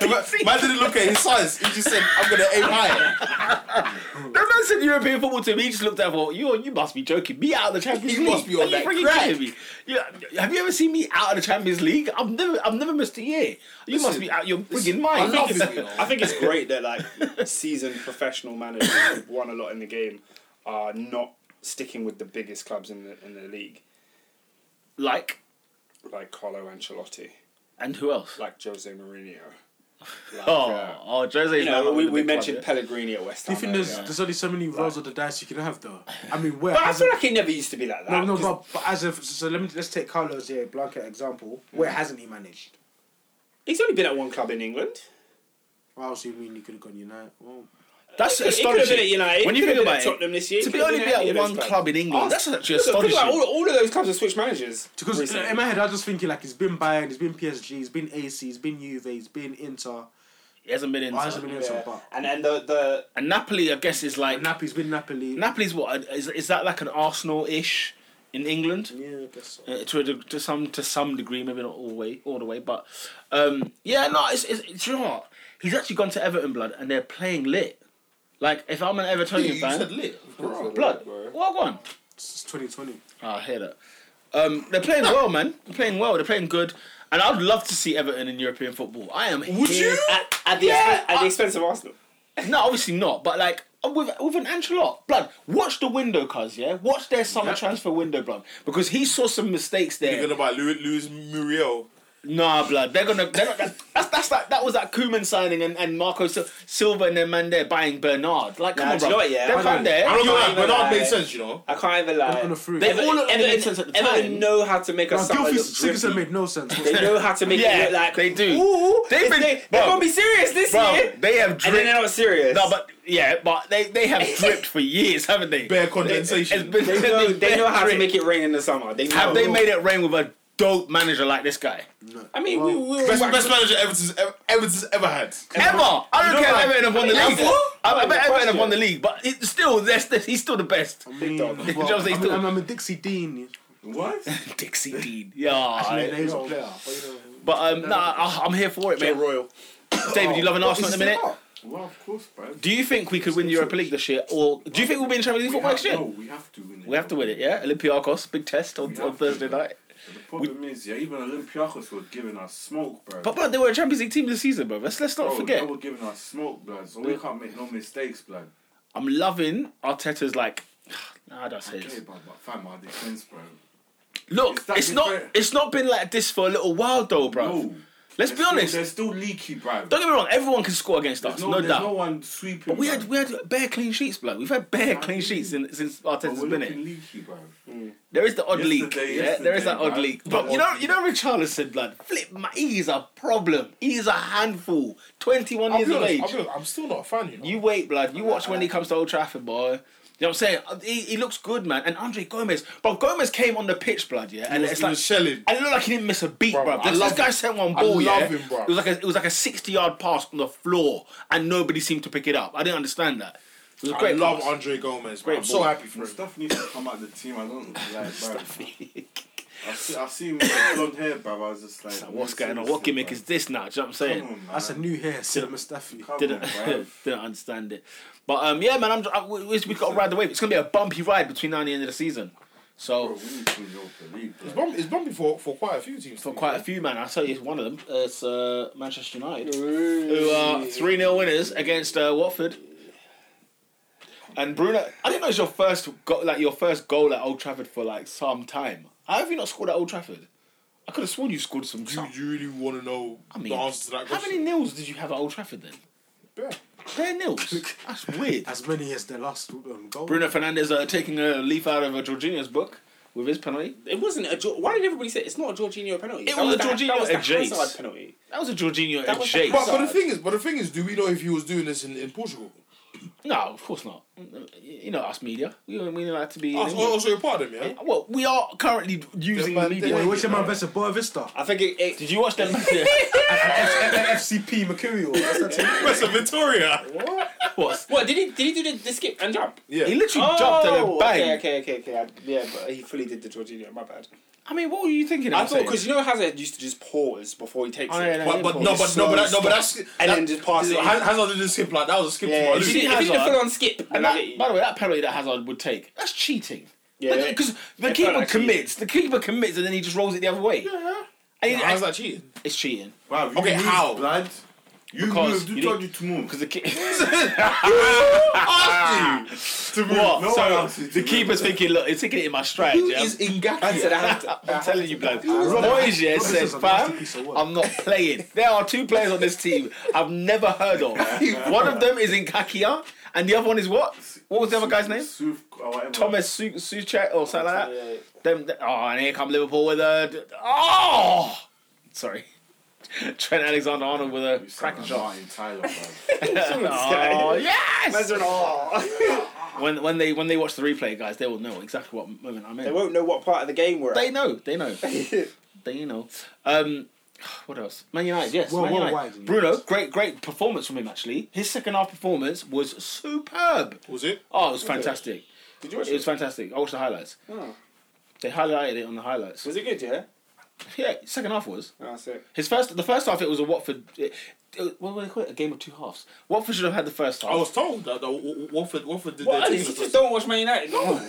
S5: didn't look at his size. He just said, "I'm gonna aim higher."
S1: That man said European football to me. He just looked at me. and thought, You you must be joking. Me out of the Champions
S5: You
S1: League.
S5: must be on
S1: Are you
S5: that
S1: freaking
S5: crack.
S1: kidding me? You- have you ever seen me out of the Champions League? I've never I've never missed a year. You must be out your freaking mind.
S5: I love this, you know.
S3: I think it's great that like seasoned professional managers who've won a lot in the game are not sticking with the biggest clubs in the in the league,
S1: like
S3: like Carlo Ancelotti,
S1: and who else?
S3: like Jose Mourinho. Like,
S1: oh,
S3: uh,
S1: oh, Jose.
S3: you know, we, we mentioned Pellegrini at West
S4: Do
S3: Ham.
S4: you think there's,
S3: earlier.
S4: there's only so many rolls of the dice you can have though? I mean, where
S3: But I
S4: has
S3: feel like it never used to be like that.
S4: no, no,
S3: 'cause
S4: but, but as of so let me let's take Carlos here, blanket example. Where hasn't he managed?
S3: he's only been at one club in England.
S4: Well, obviously, you mean he could have gone United. Well,
S1: That's
S3: He could- he could have been at
S1: astonishing.
S3: United.
S1: When
S3: he
S1: you think
S3: could have been
S1: about
S3: at
S1: it,
S3: Tottenham this year.
S1: To
S3: he
S1: be
S3: could have
S1: only be
S3: any
S1: at
S3: of those
S1: one
S3: clubs.
S1: club in England, that's actually
S3: Look, think about
S1: astonishing. uh,
S3: all, all of those clubs have switched managers.
S4: because
S3: recently.
S4: in my head, I just thinking like he's been Bayern, he's been PSG, he's been AC, he's been Juve, he's been Inter.
S1: He hasn't been in.
S4: Why hasn't he been Inter?
S3: Yeah.
S4: But
S3: and and the the
S1: And Napoli, I guess, is like
S4: Napoli, he's been Napoli.
S1: Napoli's what is, is that like an Arsenal ish in England?
S4: yeah, I guess so.
S1: uh, to a, deg- to some to some degree, maybe not all the way, all the way, but um, yeah, no, it's, it's, it's do you know what? He's actually gone to Everton blood, and they're playing lit. Like if I'm an
S5: You
S1: Evertonian
S5: said
S1: fan,
S5: lit.
S1: blood, what one?
S4: It's 2020.
S1: Oh, I hear that. Um, they're playing well, man. They're playing well. They're playing good, and I'd love to see Everton in European football. I am.
S5: Would
S1: here-
S5: you?
S3: at, at the
S1: Yeah,
S3: expen- at the expense of Arsenal.
S1: No, obviously not. But like with with an Ancelotti, blood. Watch the window, cuz yeah. Watch their summer transfer window, blood, because he saw some mistakes there.
S5: You're gonna buy Louis, Louis Muriel.
S1: Nah, blood. They're gonna. They're not, that's that's that's like that was that Kuman signing and, and Marco Sil- Silva and their man there buying Bernard. Like, come
S3: Nah,
S1: on,
S3: do you
S1: bro.
S3: know what, yeah?
S1: They're
S3: I
S1: man
S4: don't-
S1: there.
S5: I don't know,
S3: You're
S5: but that
S3: right.
S5: made sense, you know.
S3: I can't even lie.
S4: On a fruit.
S1: They-
S4: Now,
S1: all of them
S3: Everton,
S1: made sense at the
S3: Everton
S1: time.
S3: know how to make a summer look
S4: Gilfie's Sigurdsson
S3: drippy.
S4: made no sense.
S3: They know how to make
S1: Yeah,
S3: it look like
S1: they do.
S3: Ooh,
S1: They've
S3: if
S1: been-
S3: they,
S1: bro.
S3: are gonna be serious this
S1: Bro,
S3: year.
S1: they have
S3: and then
S1: dripped.
S3: they're not serious.
S1: No, but yeah, but they they have dripped for years, haven't they?
S5: Bare
S1: It's
S5: condensation.
S1: been-
S3: they know
S1: they've
S3: they know how to
S1: dripped.
S3: make it rain in the summer. They know.
S1: Have they made it rain with a dope manager like this guy?
S3: I mean, we, we were
S5: Best,
S3: whack-
S5: best manager Everton's ever, Everton's ever had.
S1: Ever? I don't care if Everton have won the
S3: Like,
S1: league.
S3: what?
S1: I, I bet
S3: Like,
S1: Everton have
S3: question.
S1: won the league, but it's still, that's, that's, he's still the best.
S4: I mean, well,
S3: dog.
S1: Jose's
S4: I'm,
S1: still-
S4: I'm, I'm a Dixie Dean.
S2: What?
S1: Dixie Dean. Yeah.
S4: Actually, he's a player. but, you know,
S1: But um, nah, I, I'm here for it, mate. Royal. David, you
S2: Oh.
S1: love an Arsenal at the minute.
S2: Well, of course, bro.
S1: Do you think we could win the Europa League this year, or do you think we'll be in Champions League
S2: We
S1: football
S2: have,
S1: next year?
S2: no, we have to win. it.
S1: We have to win it, yeah. Olympiacos, big test on,
S2: We
S1: on
S2: have to.
S1: Thursday night.
S2: The problem is, yeah, even Olympiacos were giving us smoke, bro.
S1: But but they were a Champions League team this season, bro. Let's let's not
S2: Bro,
S1: forget.
S2: They were giving us smoke, blood. So we can't make no mistakes, blood.
S1: I'm loving Arteta's like. Nah, I don't say
S2: Okay,
S1: this.
S2: but, but fam, our defense, bro.
S1: Look,
S2: It's that
S1: it's not
S2: different.
S1: it's not been like this for a little while though, bro.
S2: No.
S1: Let's
S2: They're
S1: be
S2: still-
S1: honest.
S2: they're still leaky, bro.
S1: Don't get me wrong. Everyone can score against us,
S2: There's
S1: no,
S2: no, there's
S1: doubt.
S2: no one sweeping.
S1: but we
S2: bro.
S1: had we had bare clean sheets, bloke. We've had bare clean sheets in, since
S2: But
S1: Arteta's
S2: we're
S1: been
S2: looking
S1: here.
S2: leaky, bro.
S5: Mm.
S1: There is the odd
S2: Yesterday,
S1: leak. Yeah, there is that
S2: yesterday,
S1: odd
S2: man.
S1: leak. But
S2: That
S1: you know,
S2: odd
S1: you know, Richarlison, blood. Flip, my, he's a problem. He's a handful. Twenty-one
S5: I'll
S1: years
S5: be
S1: of age.
S5: honest, I'll be honest, I'm still not a fan, you know.
S1: You wait, blood. You watch when he comes to Old Trafford, boy. You know what I'm saying? Uh, He, he looks good, man. And Andre Gomez, bro. Gomez came on the pitch, blood. Yeah, and
S5: was-
S1: it's
S5: he
S1: like
S5: was shelling.
S1: I look like he didn't miss a beat,
S5: Bro,
S1: bro.
S5: I
S1: This, this
S5: love
S1: guy
S5: him.
S1: sent one
S5: I
S1: ball,
S5: love
S1: yeah.
S5: him, bro.
S1: It was like a, it was like a 60 yard pass on the floor, and nobody seemed to pick it up. I didn't understand that. It was a
S5: I
S1: great
S5: love
S1: pass.
S5: Andre Gomez. Bro.
S1: Great
S5: I'm so
S1: ball.
S5: happy for him.
S2: Mustafi needs to come out the team. I don't like, bro. I see, I see him with the blonde hair, bro. I was just like,
S1: What's going on? What gimmick is this now? Do you know what I'm saying?
S2: Come on, man.
S4: That's a new hair, Sir Mustafi.
S2: Come
S1: didn't
S2: on, bro.
S1: didn't understand it. But um, yeah, man, I'm, I, we, we've got to ride the wave. It's gonna be a bumpy ride between now and the end of the season.
S2: Bro,
S1: So
S2: we need to win the Europa League, bro.
S5: It's bumpy, it's bumpy for, for quite a few teams.
S1: for quite a few, man, I tell you, it's one of them. It's uh, Manchester United, who are three 0 winners against uh, Watford. And Bruno, I didn't know it's your first go- like your first goal at Old Trafford for like some time. How have you not scored at Old Trafford? I could have sworn you scored some.
S5: Do
S1: some-
S5: you, you really want to know
S1: I mean,
S5: the answer to that
S1: how many
S5: question?
S1: nils did you have at Old Trafford then?
S5: Yeah.
S1: Bare nils. That's weird.
S4: As many as the last um, goal.
S1: Bruno Fernandez uh, taking a leaf out of a Jorginho's book with his penalty.
S3: It wasn't a. Geor- Why did everybody say it's not a Jorginho penalty?
S1: It
S3: That
S1: was a
S3: the-
S1: Jorginho
S3: that was the
S1: adjace.
S3: Hazard penalty.
S1: That was a Jorginho
S3: That was the
S1: adjacent.
S5: But,
S3: Hazard.
S5: but the thing is, but the thing is, do we know if he was doing this in, in Portugal?
S1: No, of course not. You know us media. We don't, we don't like to be.
S5: Oh, so- oh, so you're part of them, yeah?
S1: well, we are currently using
S5: Yeah,
S1: the
S5: man,
S1: media.
S5: yeah.
S4: Wait, which of my best of Boa Vista?
S3: I think it. it
S1: Did you watch them?
S4: FCP Mercurial. That's the team.
S5: West of Victoria.
S1: what?
S3: what did he? Did he do the, the skip and jump?
S5: Yeah.
S1: He literally jumped at a bang.
S3: Oh, Okay, okay, okay, okay. I, yeah, but he fully did the Jorginho. My bad.
S1: I mean, what were you thinking?
S3: I
S1: I'm
S3: thought
S1: saying?
S3: because you know Hazard used to just pause before he takes
S1: Oh,
S3: it.
S1: yeah, no.
S5: But, but no, but no, but, that, no, but that's and
S3: then just pass it.
S5: Hazard didn't skip like that was a skip
S3: Yeah,
S5: for a
S3: if he
S5: loop.
S3: did, if he did a
S1: Hazard.
S3: full on skip,
S1: And
S3: penalty.
S1: that, by the way, that penalty that Hazard would take, that's cheating.
S3: Yeah.
S1: Because the
S3: Yeah,
S1: keeper
S3: penalty.
S1: commits, the keeper commits, and then he just rolls it the other way. Yeah.
S5: Nah, How's that cheating?
S1: it's cheating.
S2: Bro, you
S5: Okay,
S2: moved,
S5: how?
S2: Blood. You
S1: Because
S2: moved.
S1: you
S2: You told
S1: didn't-
S2: you to move.
S1: Because the keeper.
S5: Ask you to move.
S1: What?
S2: No one
S1: so
S2: else is
S1: the
S2: doing
S1: keeper's thinking, look, he's taking it in my stride.
S5: Who
S1: yeah?
S5: is Ingaku?
S3: I said I have to.
S1: I'm telling you, blood.
S4: Rob-
S1: Moyes yeah,
S4: Rob is
S1: says,
S4: a nasty
S1: fam,
S4: piece of work."
S1: I'm not playing. There are two players on this team I've never heard of. One of them is in Kakia, and the other one is what? What was the other guy's name?
S2: Suf- or whatever.
S1: Thomas Su- Suchet or something like
S3: Yeah, yeah.
S1: that. Them, th- oh, and here come Liverpool with a. Oh! Sorry. Trent Alexander Arnold with a
S2: You sound
S1: cracking
S2: like
S1: shot.
S2: Martin Tyler, bro.
S1: Oh, yes!
S3: Hazard, oh.
S1: When, when, they, when they watch the replay, guys, they will know exactly what moment I'm in.
S3: They won't know what part of the game we're
S1: They
S3: at.
S1: know. They know. they know. Um, what else? Man United. Yes.
S4: Well,
S1: Man
S4: well,
S1: United.
S4: why didn't you
S1: Bruno,
S4: notice?
S1: great, great performance from him. Actually, his second half performance was superb.
S5: Was it?
S1: Oh, it was fantastic.
S3: Did you watch
S1: It was fantastic. I watched the highlights.
S3: Oh.
S1: They highlighted it on the highlights.
S3: Was it good? Yeah.
S1: Yeah, second half was
S3: Oh, that's it.
S1: his first. The first half it was a Watford. It, it- what do they call it? A game of two halves. Watford should have had the first half.
S5: I was told that the W- W- Watford, Watford did
S3: What?
S5: their
S3: Alex,
S5: thing.
S3: you
S5: in the
S3: just
S5: first-
S3: don't watch Man United. No.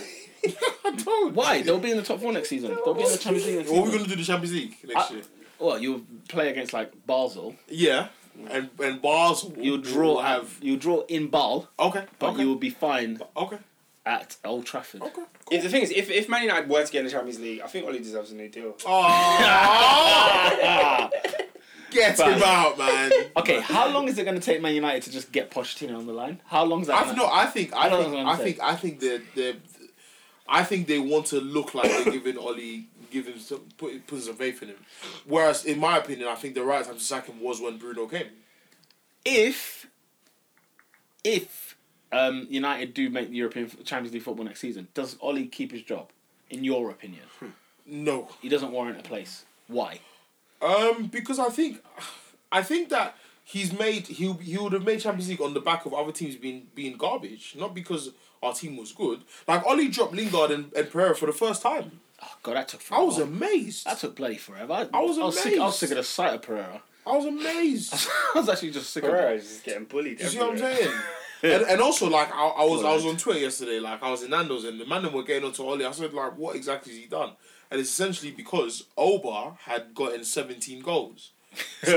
S5: Oh,
S1: Why? They'll be in the top four next season. They'll be in the Champions League next
S5: What are we
S1: season.
S5: gonna do in the Champions League next
S1: I-
S5: year?
S1: Well, you'll play against like Basel.
S5: Yeah, and and Basel.
S1: You'll draw.
S5: will have
S1: You'll draw in Basel,
S5: okay,
S1: but
S5: okay,
S1: you will be fine
S5: okay.
S1: at Old Trafford.
S5: Okay.
S3: If the thing is, if, if Man United were to get in the Champions League, I think Ollie deserves a new deal.
S5: Oh, get
S1: But-
S5: him out, man.
S1: Okay, how long is it going to take Man United to just get Pochettino on the line? How long is that?
S5: I've
S1: gonna-
S5: no. I think. I,
S1: I don't
S5: think.
S1: know
S5: I
S1: what I'm
S5: think. I think they're, they're. I think they want to look like they're giving Oli, giving some, put, putting some faith in him. Whereas, in my opinion, I think the right time to sack him was when Bruno came.
S1: If, if um, United do make the European f- Champions League football next season, does Ollie keep his job? In your opinion,
S5: Hmm. No.
S1: he doesn't warrant a place. Why?
S5: Um, because I think, I think that he's made he he would have made Champions League on the back of other teams being being garbage, not because our team was good. Like Oli dropped Lingard and, and Pereira for the first time.
S1: Oh god, that took.
S5: I
S1: Forever.
S5: was amazed.
S1: That took bloody forever. I,
S5: I was
S1: sick, I was
S5: amazed.
S1: sick of the sight of Pereira.
S5: I was amazed.
S1: I was actually just sick of it.
S3: Pereira's just getting bullied.
S5: You see what I'm
S3: everywhere.
S5: saying? and, and also, like, I, I was I was on Twitter yesterday, like, I was in Nando's and the man them were getting onto Oli. I said, like, what exactly has he done? And it's essentially because Oba had gotten 17 goals. So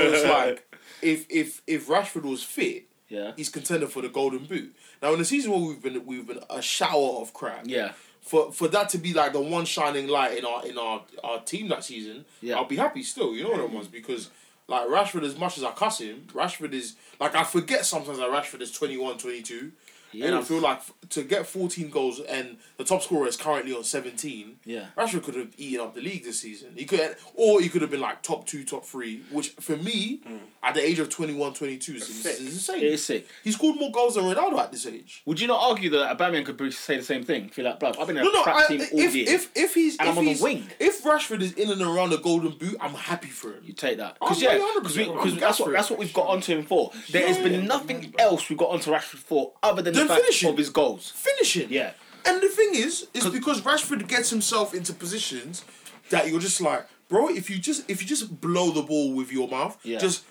S5: it's like, if if if Rashford was fit,
S1: Yeah.
S5: he's contender for the Golden Boot. Now, in the season where we've been we've been a shower of crap.
S1: Yeah.
S5: For for that to be like the one shining light in our in our, our team that season,
S1: Yeah.
S5: I'll be happy still. You know what it was because like Rashford, as much as I cuss him, Rashford is like I forget sometimes that Rashford is 21, 22. And I
S1: is.
S5: feel like f- to get 14 goals and the top scorer is currently on 17.
S1: Yeah.
S5: Rashford could have eaten up the league this season. He could, or he could have been like top two, top three, which for me,
S1: Mm.
S5: at the age of 21, 22, is, is insane.
S1: It is sick.
S5: He scored more goals than Ronaldo at this age.
S1: Would you not argue that Aubameyang could be- say the same thing? Feel like, bruv, I've been in a
S5: No, no.
S1: crap
S5: I,
S1: team all
S5: if,
S1: year.
S5: if if he's
S1: And
S5: if
S1: I'm on the
S5: he's,
S1: wing.
S5: if Rashford is in and around the Golden Boot, I'm happy for him.
S1: you take that
S5: Oh,
S1: because
S5: yeah,
S1: yeah, because
S5: 100%.
S1: that's what that's what we've got onto him for. There has been nothing else we've got onto Rashford for other than the
S5: Then
S1: fact
S5: finish him.
S1: of his goals.
S5: Finishing.
S1: Yeah.
S5: And the thing is, is because Rashford gets himself into positions that you're just like, bro. If you just if you just blow the ball with your mouth,
S1: Yeah.
S5: just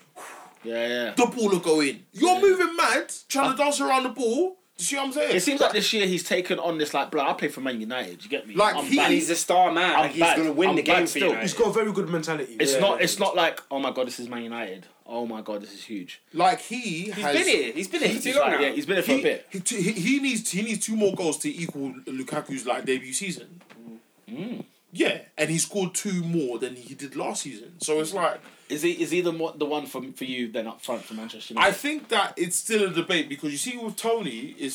S1: Yeah, yeah.
S5: the ball will go in. You're moving mad, trying to
S1: Uh,
S5: dance around the ball. You see what I'm saying?
S1: It seems like this year he's taken on this like, bro, I play for Man United. You get me?
S5: Like,
S1: I'm
S5: he-
S1: back.
S3: And he's a star man.
S1: I'm
S3: Like, he's
S1: bad.
S3: gonna win
S1: I'm
S3: the
S1: bad
S3: game for
S1: still.
S3: United.
S4: He's got a very good mentality.
S1: It's
S4: Yeah.
S1: not. It's not like, oh my god, this is Man United. Oh my god, this is huge.
S5: Like he has
S3: been here. He's been here for too
S1: He's
S3: long
S1: like,
S3: now.
S1: yeah, he's been there for
S5: he,
S1: a bit.
S5: He, t- he, he needs he needs two more goals to equal Lukaku's like debut season. Yeah, and he scored two more than he did last season. So it's like
S1: Is he is he the mo- the one for for you then up front for Manchester
S5: I
S1: United?
S5: think that it's still a debate because you see with Tony is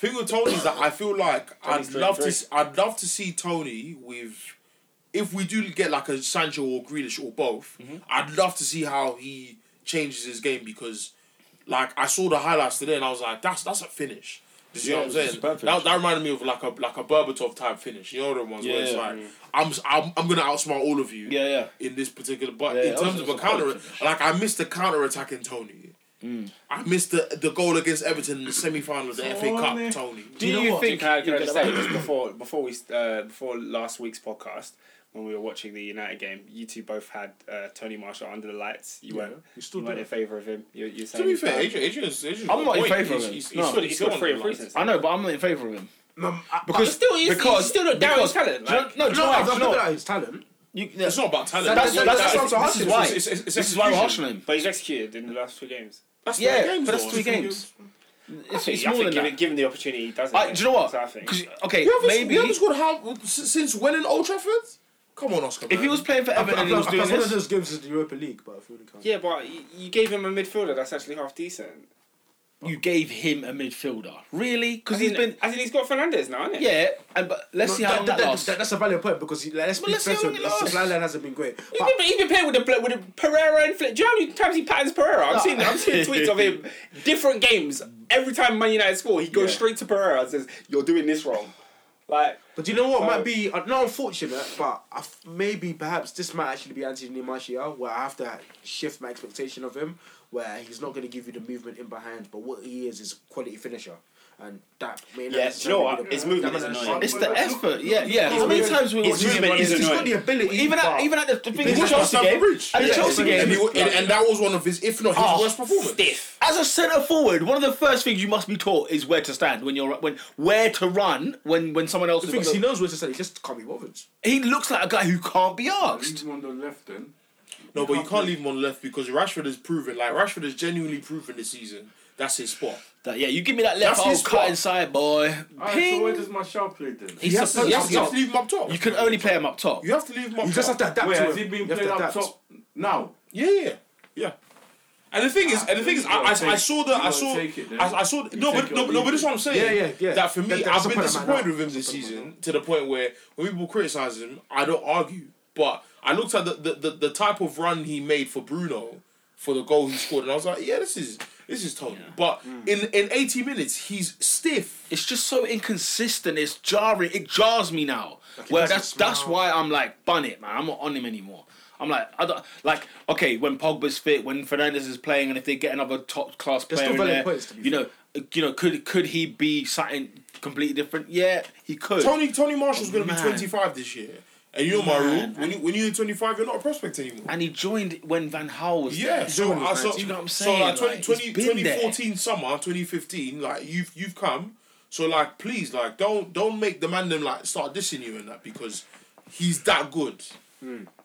S5: thing with Tony is that I feel like I'd
S3: Tony's
S5: love
S3: 23.
S5: to s- I'd love to see Tony with if we do get like a Sancho or Grealish or both.
S1: Mm-hmm.
S5: I'd love to see how he changes his game because like I saw the highlights today and I was like that's that's a finish. You see
S1: Yeah,
S5: what I'm
S1: it's a
S5: saying?
S1: superb finish.
S5: That, that reminded me of like a like a Berbatov type finish. You know the ones where it's
S1: Yeah.
S5: like I'm, s- I'm I'm gonna outsmart all of you
S1: yeah, yeah.
S5: in this particular. But
S1: Yeah,
S5: in
S1: that was-
S5: terms
S1: that
S5: of Mm. a
S1: was a solid
S5: counter, like I missed the counter attacking Tony. I missed the the goal against Everton in the semi final of the FA Cup, Tony.
S1: Do
S3: Do
S1: you,
S3: you,
S1: know what?
S3: think? Can I, can I
S1: You'll
S3: just
S1: get
S3: say
S1: that-
S3: this before before we uh, before last week's podcast when we were watching the United game? You two both had uh, Tony Marshall under the lights. You weren't.
S4: you still
S3: you weren't
S4: do
S3: in favour of him. You, you're saying
S5: To be
S3: he's
S5: fair,
S3: bad.
S5: Adrian, Adrian's, Adrian's
S1: I'm not in
S5: wait,
S1: favour of
S5: he's-
S1: him.
S5: He's,
S1: No.
S5: he's, still-
S3: He's
S5: he's
S3: got
S5: still
S3: free
S5: on the
S3: free
S5: line.
S3: since.
S1: I know, but I'm not in favour of him
S4: No, Um, I-
S1: because
S3: still, he's- he's still not Darren's
S1: because-
S3: talent,
S1: do you
S3: like-
S1: know- no, do you know
S4: I
S1: what- do
S4: don't
S1: you know
S4: know
S1: what-
S4: about his talent.
S1: you-
S5: It's not about talent.
S1: That's,
S4: That's-
S1: that's,
S4: that's what I'm
S1: this
S4: asking.
S1: is why.
S5: It's- it's- it's- it's
S1: this is why we're
S5: execution.
S1: harshing him.
S3: But he's executed in the last two games.
S5: That's
S1: Yeah,
S5: three games,
S1: but that's
S5: though.
S1: three games. It's, it's more than
S3: given,
S1: that.
S3: given the opportunity, he doesn't.
S1: I, do you know what?
S3: That's I think.
S1: 'Cause- okay,
S5: You haven't,
S1: maybe
S5: you haven't scored how s- since when in Old Trafford? Come on, Oscar.
S1: if he
S5: man.
S1: was playing for
S4: I
S1: Everton and he was doing
S4: played one of
S1: this,
S4: those games in the Europa League, but I feel it counts.
S3: Yeah, but y- you gave him a midfielder that's actually half decent.
S1: you gave him a midfielder, really? Because
S3: As
S1: he's
S3: in,
S1: been
S3: as in he's got Fernandez now, isn't
S1: yeah. And but let's
S4: No,
S1: see how long that lasts.
S4: that's a valid point because like, let's be
S1: let's see how
S4: fair
S1: long
S4: to
S1: it
S4: him, his
S1: lasts.
S4: supply line hasn't been great.
S3: He's
S4: But
S3: been, he's been playing with the bl- with the Pereira and Flip. Do you know how many times he patterns Pereira? I'm seeing I'm seeing tweets of him different games. Every time Man United score, he goes
S1: Yeah.
S3: straight to Pereira and says, "You're doing this wrong." Like
S4: But do you know what
S3: So-
S4: might be uh, not unfortunate, but I f- maybe perhaps this might actually be Anthony Martial, where I have to shift my expectation of him, where he's not going to give you the movement in behind, but what he is is a quality finisher, and that may not
S3: Yeah, do you know
S4: necessarily
S3: what?
S4: be the-
S3: His movement
S4: that
S3: is
S4: may not-
S3: annoying.
S1: It's the effort, yeah, yeah. How many
S4: movement-
S1: times we
S3: his
S1: watch him
S3: movement
S1: run
S3: is
S1: into-
S4: He's got
S3: annoying.
S4: the ability,
S1: Even at
S4: but-
S1: even at the, the thing
S5: He
S1: is
S5: was
S1: Chelsea
S5: off the
S1: game,
S5: bridge.
S1: at the
S5: Yeah.
S1: Chelsea
S5: and, he,
S1: game,
S5: wa- and, and that was one of his, if not his
S1: Oh,
S5: worst performance.
S3: stiff.
S1: as a centre forward, one of the first things you must be taught is where to stand when you're when where to run when when someone else.
S4: The
S1: is
S4: thing is, he knows where to stand. He just can't be bothered.
S1: he looks like a guy who can't be
S6: Leave
S1: asked.
S6: him on the left then.
S5: No, but you can't leave him on left because Rashford has proven, like Rashford has genuinely proven this season that's his spot.
S1: That, yeah, you give me that left
S5: That's
S1: oh,
S5: his
S1: cut
S5: spot.
S1: inside, boy.
S6: Alright, so
S1: Ping.
S6: where does Marshall play then?
S1: He's
S5: You have to,
S1: supposed
S5: you have
S1: to.
S5: to leave him up top.
S1: You can only play him up top.
S5: You have to leave him up
S4: You
S5: top.
S4: just have to adapt
S6: Wait,
S4: to him.
S6: has he been
S4: You have to
S6: played up
S4: adapt.
S6: top now?
S5: Yeah, yeah, yeah. And the thing is, and the thing is, I, I, I saw the, I
S6: You
S5: saw,
S6: gotta take it, then.
S5: I, I saw.
S6: You
S5: No,
S6: take it
S5: but no,
S6: or
S5: but- no,
S6: leave
S5: but
S6: it.
S5: that's what I'm saying.
S4: Yeah, yeah, yeah.
S5: That for me,
S4: That- that's
S5: I've
S4: the
S5: been
S4: point of my
S5: disappointed
S4: life.
S5: with him this season to the point where when people criticize him, I don't argue. But I looked at the the, the, the type of run he made for Bruno for the goal he scored, and I was like, yeah, this is this is Tony. But
S6: Mm.
S5: in in eighty minutes, he's stiff.
S1: It's just so inconsistent. It's jarring. It jars me now. well, that's
S4: that's
S1: that's
S4: smile.
S1: why I'm like, bun it, man. I'm not on him anymore. I'm like, I don't, like, okay, when Pogba's fit, when Fernandez is playing, and if they get another top class
S4: There's
S1: player
S4: still
S1: in
S4: valid
S1: there,
S4: points to be
S1: you know, uh, you know, could could he be something completely different? Yeah, he could.
S5: Tony Tony Marshall's going to be
S1: Man.
S5: 25 this year. And you know my rule.
S1: Man.
S5: When you when you're 25, you're not a prospect anymore.
S1: And he joined when Van Gaal was
S5: Yeah,
S1: there.
S5: so, I so,
S1: Do you know what I'm
S5: So
S1: saying?
S5: like, 20,
S1: Like,
S5: 20,
S1: he's been
S5: 2014 summer, 2015, like you've you've come. So like, please, like, don't don't make the man them like start dissing you and that because he's that good.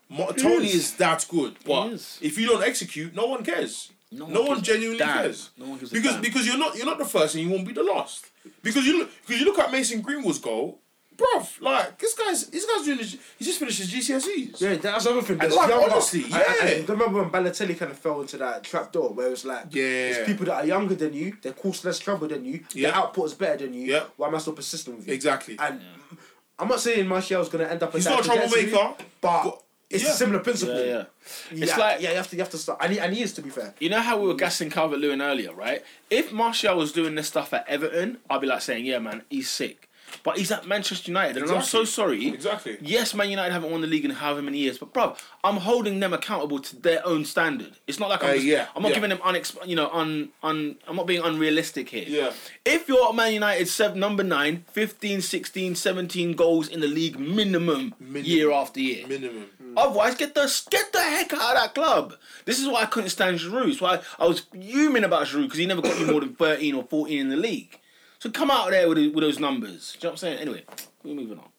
S5: Mo- Tony is. that good, but
S1: is.
S5: if you don't execute, no one cares. No
S1: No
S5: one,
S1: one gives a
S5: genuinely
S1: damn.
S5: cares.
S1: No one gives a
S5: because
S1: damn.
S5: because you're not you're not the first and you won't be the last. Because you look because you look at Mason Greenwood's goal, bruv, like this guy's this guy's doing his, he just finished his GCSEs.
S4: Yeah, that's another thing. There's
S5: like,
S4: younger.
S5: honestly,
S4: I- I- I
S5: yeah.
S4: remember when Balotelli kind of fell into that trapdoor where it was like,
S5: Yeah.
S4: there's people that are younger than you, they're causing less trouble than you, their
S5: Yeah.
S4: output is better than you.
S5: Yeah.
S4: Why am I still persistent with you?
S5: Exactly.
S4: And I'm not saying Martial's going to end up.
S5: He's
S4: in that
S5: not a
S4: trajectory,
S5: troublemaker,
S4: but,
S5: but-
S4: it's
S5: yeah.
S4: a similar principle.
S1: there. Yeah, yeah.
S4: Yeah,
S1: It's like-
S4: yeah, you have to, you have to start. And he, and he is to be fair.
S1: You know how we were gassing Calvert Lewin earlier, right? If Martial was doing this stuff at Everton, I'd be like saying, yeah, man, he's sick. But he's at Manchester United, and I'm so
S5: Exactly.
S1: sorry.
S5: Exactly.
S1: Yes, Man United haven't won the league in however many years, but bruv, I'm holding them accountable to their own standard. It's not like I'm,
S5: Uh,
S1: just,
S5: yeah,
S1: I'm not
S5: yeah.
S1: giving them unexp- you know, un, un, I'm not being unrealistic here.
S5: Yeah.
S1: If you're at Man United seven, number 9, 15, 16, 17 goals in the league minimum,
S5: Minimum.
S1: year after year.
S5: Minimum.
S1: Otherwise, get the get the heck out of that club. This is why I couldn't stand Giroud. It's why I was fuming about Giroud because he never got you more than thirteen or fourteen in the league. So come out there with, with those numbers. Do you know what I'm saying? Anyway, we're moving on.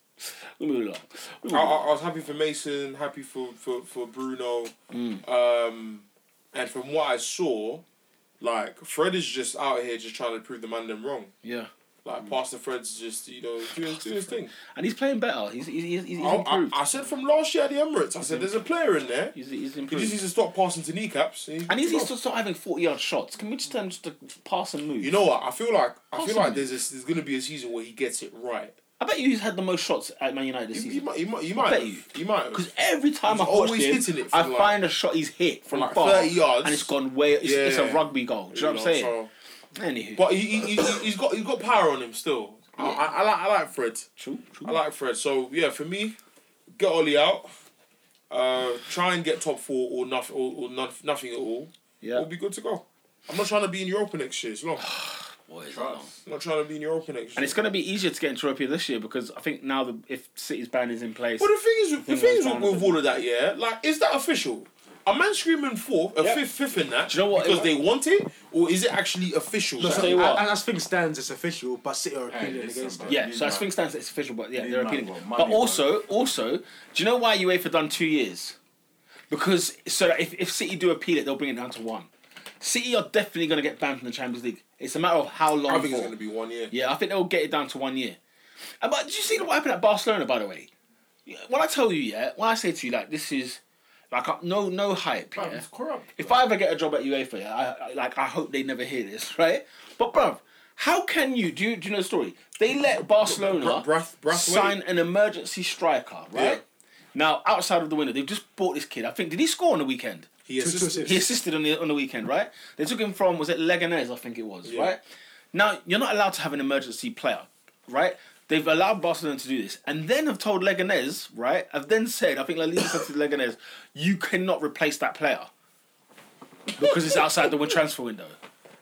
S1: We're moving on. We're
S5: I,
S1: moving
S5: I,
S1: on.
S5: I was happy for Mason, happy for for, for Bruno,
S1: Mm.
S5: um, and from what I saw, like Fred is just out here just trying to prove the man them wrong.
S1: Yeah, Mm.
S5: Like Pastor Fred's just you know doing, doing his thing.
S1: and he's playing better. He's he's, he's, he's
S5: I, Oh, I,
S1: improved. Mm-hmm.
S5: I said from last year at the Emirates, I said there's a player in there.
S1: he's, he's
S5: He
S1: improved.
S5: just needs to stop passing to kneecaps. and he-
S1: and he's, he's still start having forty yard shots. Can we just tell him just to pass and move?
S5: You know what? I feel like I feel
S1: Possibly.
S5: like there's this, there's gonna be a season where he gets it right.
S1: I bet you he's had the most shots at Man United this
S5: He, he
S1: season.
S5: might, he might, he might,
S1: bet
S5: have.
S1: you.
S5: he might. have.
S1: Because every time
S5: He's
S1: I watch
S5: always
S1: him,
S5: hitting it
S1: I
S5: from like-
S1: find a shot he's hit from
S5: like
S1: far,
S5: 30 yards.
S1: and it's gone way. It's, it's a
S5: Yeah.
S1: rugby goal. Do you know what I'm saying?
S5: So-
S1: Anywho,
S5: But he, he, he, he's got he's got power on him still. I, I, I like I like Fred.
S1: true, true.
S5: I like Fred. So yeah, for me, get Ollie out. Uh, try and get top four or nothing or, or noth- nothing at all.
S1: Yeah.
S5: we'll be good to go. I'm not trying to be in Europa next year. It's long.
S1: Boy, is it long.
S6: Trust.
S5: I'm not trying to be in Europa next year.
S1: And it's going to be easier to get into European this year because I think now the if City's ban is in place,
S5: But the thing is, the
S1: Thing
S5: thing is
S1: was
S5: with, with
S1: done.
S5: all of that, yeah, like is that official? A man screaming fourth, a fifth, fifth in that.
S1: you know what?
S5: Because they want it, or is it actually official?
S1: Just
S5: Like,
S1: say- you what.
S4: And as things stands, it's official, but City are appealing
S6: listen,
S4: against
S6: bro.
S4: it.
S1: yeah.
S6: Need
S1: So as
S6: man.
S1: things stands, it's official. But yeah,
S6: Need
S1: they're
S6: man
S1: appealing.
S6: got money,
S1: But also, also, do you know why UEFA done two years? Because so that if if City do appeal it, they'll bring it down to one. City are definitely going to get banned from the Champions League. It's a matter of how long.
S5: I think it's
S1: for.
S5: going to be one year.
S1: Yeah, I think they'll get it down to one year. And, but did you see what happened at Barcelona, by the way? Yeah, When I tell you, yeah, when I say to you, like, this is, like, uh, no no hype,
S6: Bruv,
S1: yeah?
S6: it's corrupt.
S1: If I ever get a job at UEFA, yeah, I, I, like, I hope they never hear this, right? But, bruv, how can you, do you, do you know the story? They let Barcelona
S5: Br- Brath- Brathwaite?
S1: sign an emergency striker, right?
S5: Yeah.
S1: Now, outside of the window, they've just bought this kid. I think, did he score on the weekend?
S5: He assists.
S1: He assisted on the on the weekend, right? They took him from was it Leganés, I think it was,
S5: Yeah.
S1: right? Now you're not allowed to have an emergency player, right? They've allowed Barcelona to do this, and then have told Leganés, right? Have then said, I think La Liga said to Leganés, you cannot replace that player because it's outside the win- transfer window.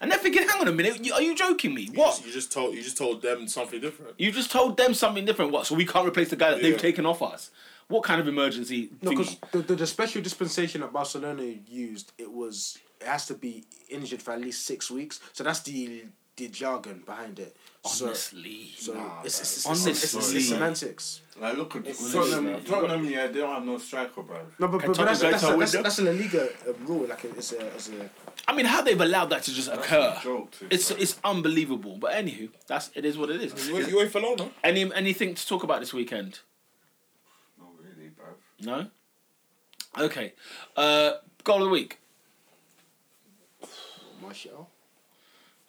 S1: And they're thinking, hang on a minute, you- are you joking me?
S5: You
S1: What?
S5: just, you just told you just told them something different.
S1: You just told them something different. What? So we can't replace the guy that
S5: Yeah.
S1: they've taken off us? What kind of emergency?
S4: No,
S1: thingy?
S4: because the, the, the special dispensation that Barcelona used, it was it has to be injured for at least six weeks. So that's the the jargon behind it. So,
S1: honestly,
S4: so it's, it's, it's,
S1: bro.
S4: it's, it's, it's,
S1: Honestly.
S4: semantics.
S6: Like, look at Tottenham. Tottenham, yeah, they don't have no striker, bro.
S4: No, but, but, but
S1: Tottenham
S4: that's,
S1: go
S4: that's,
S1: to a
S4: that's, that's,
S1: window?
S4: a La Liga uh, rule. Like it's a, it's a
S1: I mean, how they've allowed that to just occur?
S6: joke, too,
S1: it's
S6: bro.
S1: it's unbelievable. But anywho, that's it is what it is.
S5: You, you ain't Lona.
S1: Any anything to talk about this weekend?
S6: Not really, bro.
S1: No. Okay. Uh, goal of the week.
S4: Martial.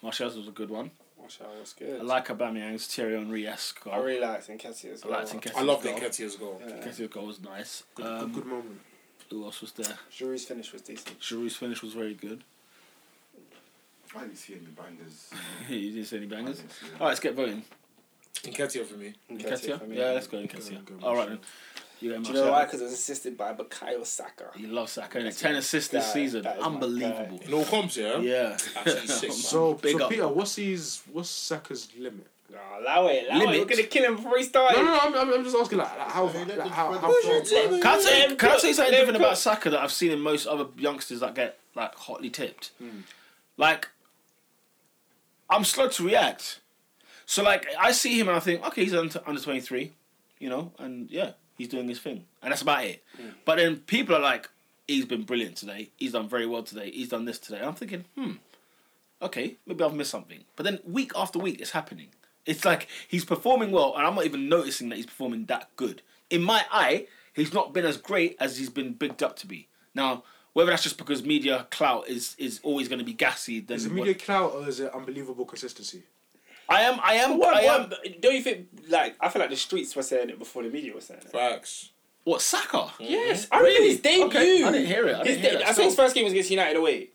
S1: Martial's was a good one.
S3: Martial was good.
S1: I like Aubameyang's Thierry Henry esque.
S3: I really Oh, liked Nketiah as
S1: I
S3: well.
S1: liked Nketiah's
S5: I love
S1: goal.
S5: Nketiah's goal.
S1: Nketiah's goal was nice.
S4: Good, good-
S1: Um,
S4: good moment.
S1: who else was there?
S3: Giroud's finish was decent.
S1: Giroud's finish was very good.
S6: I didn't see any bangers.
S1: you didn't see any bangers.
S6: I didn't see
S1: All
S6: any.
S1: right, let's get voting.
S5: Nketiah for me.
S1: Nketiah.
S3: for me.
S1: Yeah, let's go
S4: Go on,
S1: Nketiah.
S4: go on,
S1: All right
S4: Martial.
S1: then. You go
S3: Do
S1: Martial.
S3: you know why? Because it was assisted by Bukayo Saka.
S1: You love Saka. innit?
S3: That's
S1: Ten
S3: my
S1: assists this
S3: guy.
S1: season.
S3: That is my
S1: Unbelievable.
S5: In all comps, yeah?
S1: Yeah.
S5: Actually, six.
S4: So,
S1: Big
S4: so
S1: up.
S4: Peter, what's his what's Saka's limit?
S3: Nah, allow it. Allow
S1: Limit.
S3: it. You're gonna kill him before he started.
S4: No, no, no. I'm, I'm, I'm just asking like, like how, like, how, how far.
S1: Can I tell you, can I tell you something
S3: Let him
S1: different about
S3: cook.
S1: Saka that I've seen in most other youngsters that get like hotly tipped? Like, I'm slow to react. So like, I see him and I think, okay, he's under, under 23, you know, and yeah, he's doing his thing, and that's about it.
S4: Hmm.
S1: But then people are like, he's been brilliant today. He's done very well today. He's done this today. And I'm thinking, hmm, okay, maybe I've missed something. But then week after week, it's happening. It's like he's performing well, and I'm not even noticing that he's performing that good. In my eye, he's not been as great as he's been bigged up to be. Now, whether that's just because media clout is is always going to be gassy, then
S4: Is it
S1: what-
S4: media clout or is it unbelievable consistency?
S1: I am, I am,
S3: What,
S1: I am.
S3: what, don't you think? Like, I feel like the streets were saying it before the media was saying it.
S5: Facts.
S1: What Saka?
S3: Yes, I remember his debut.
S1: Okay, I didn't hear it. I
S3: His
S1: didn't hear
S3: de-
S1: that.
S3: I think his first game was against United away.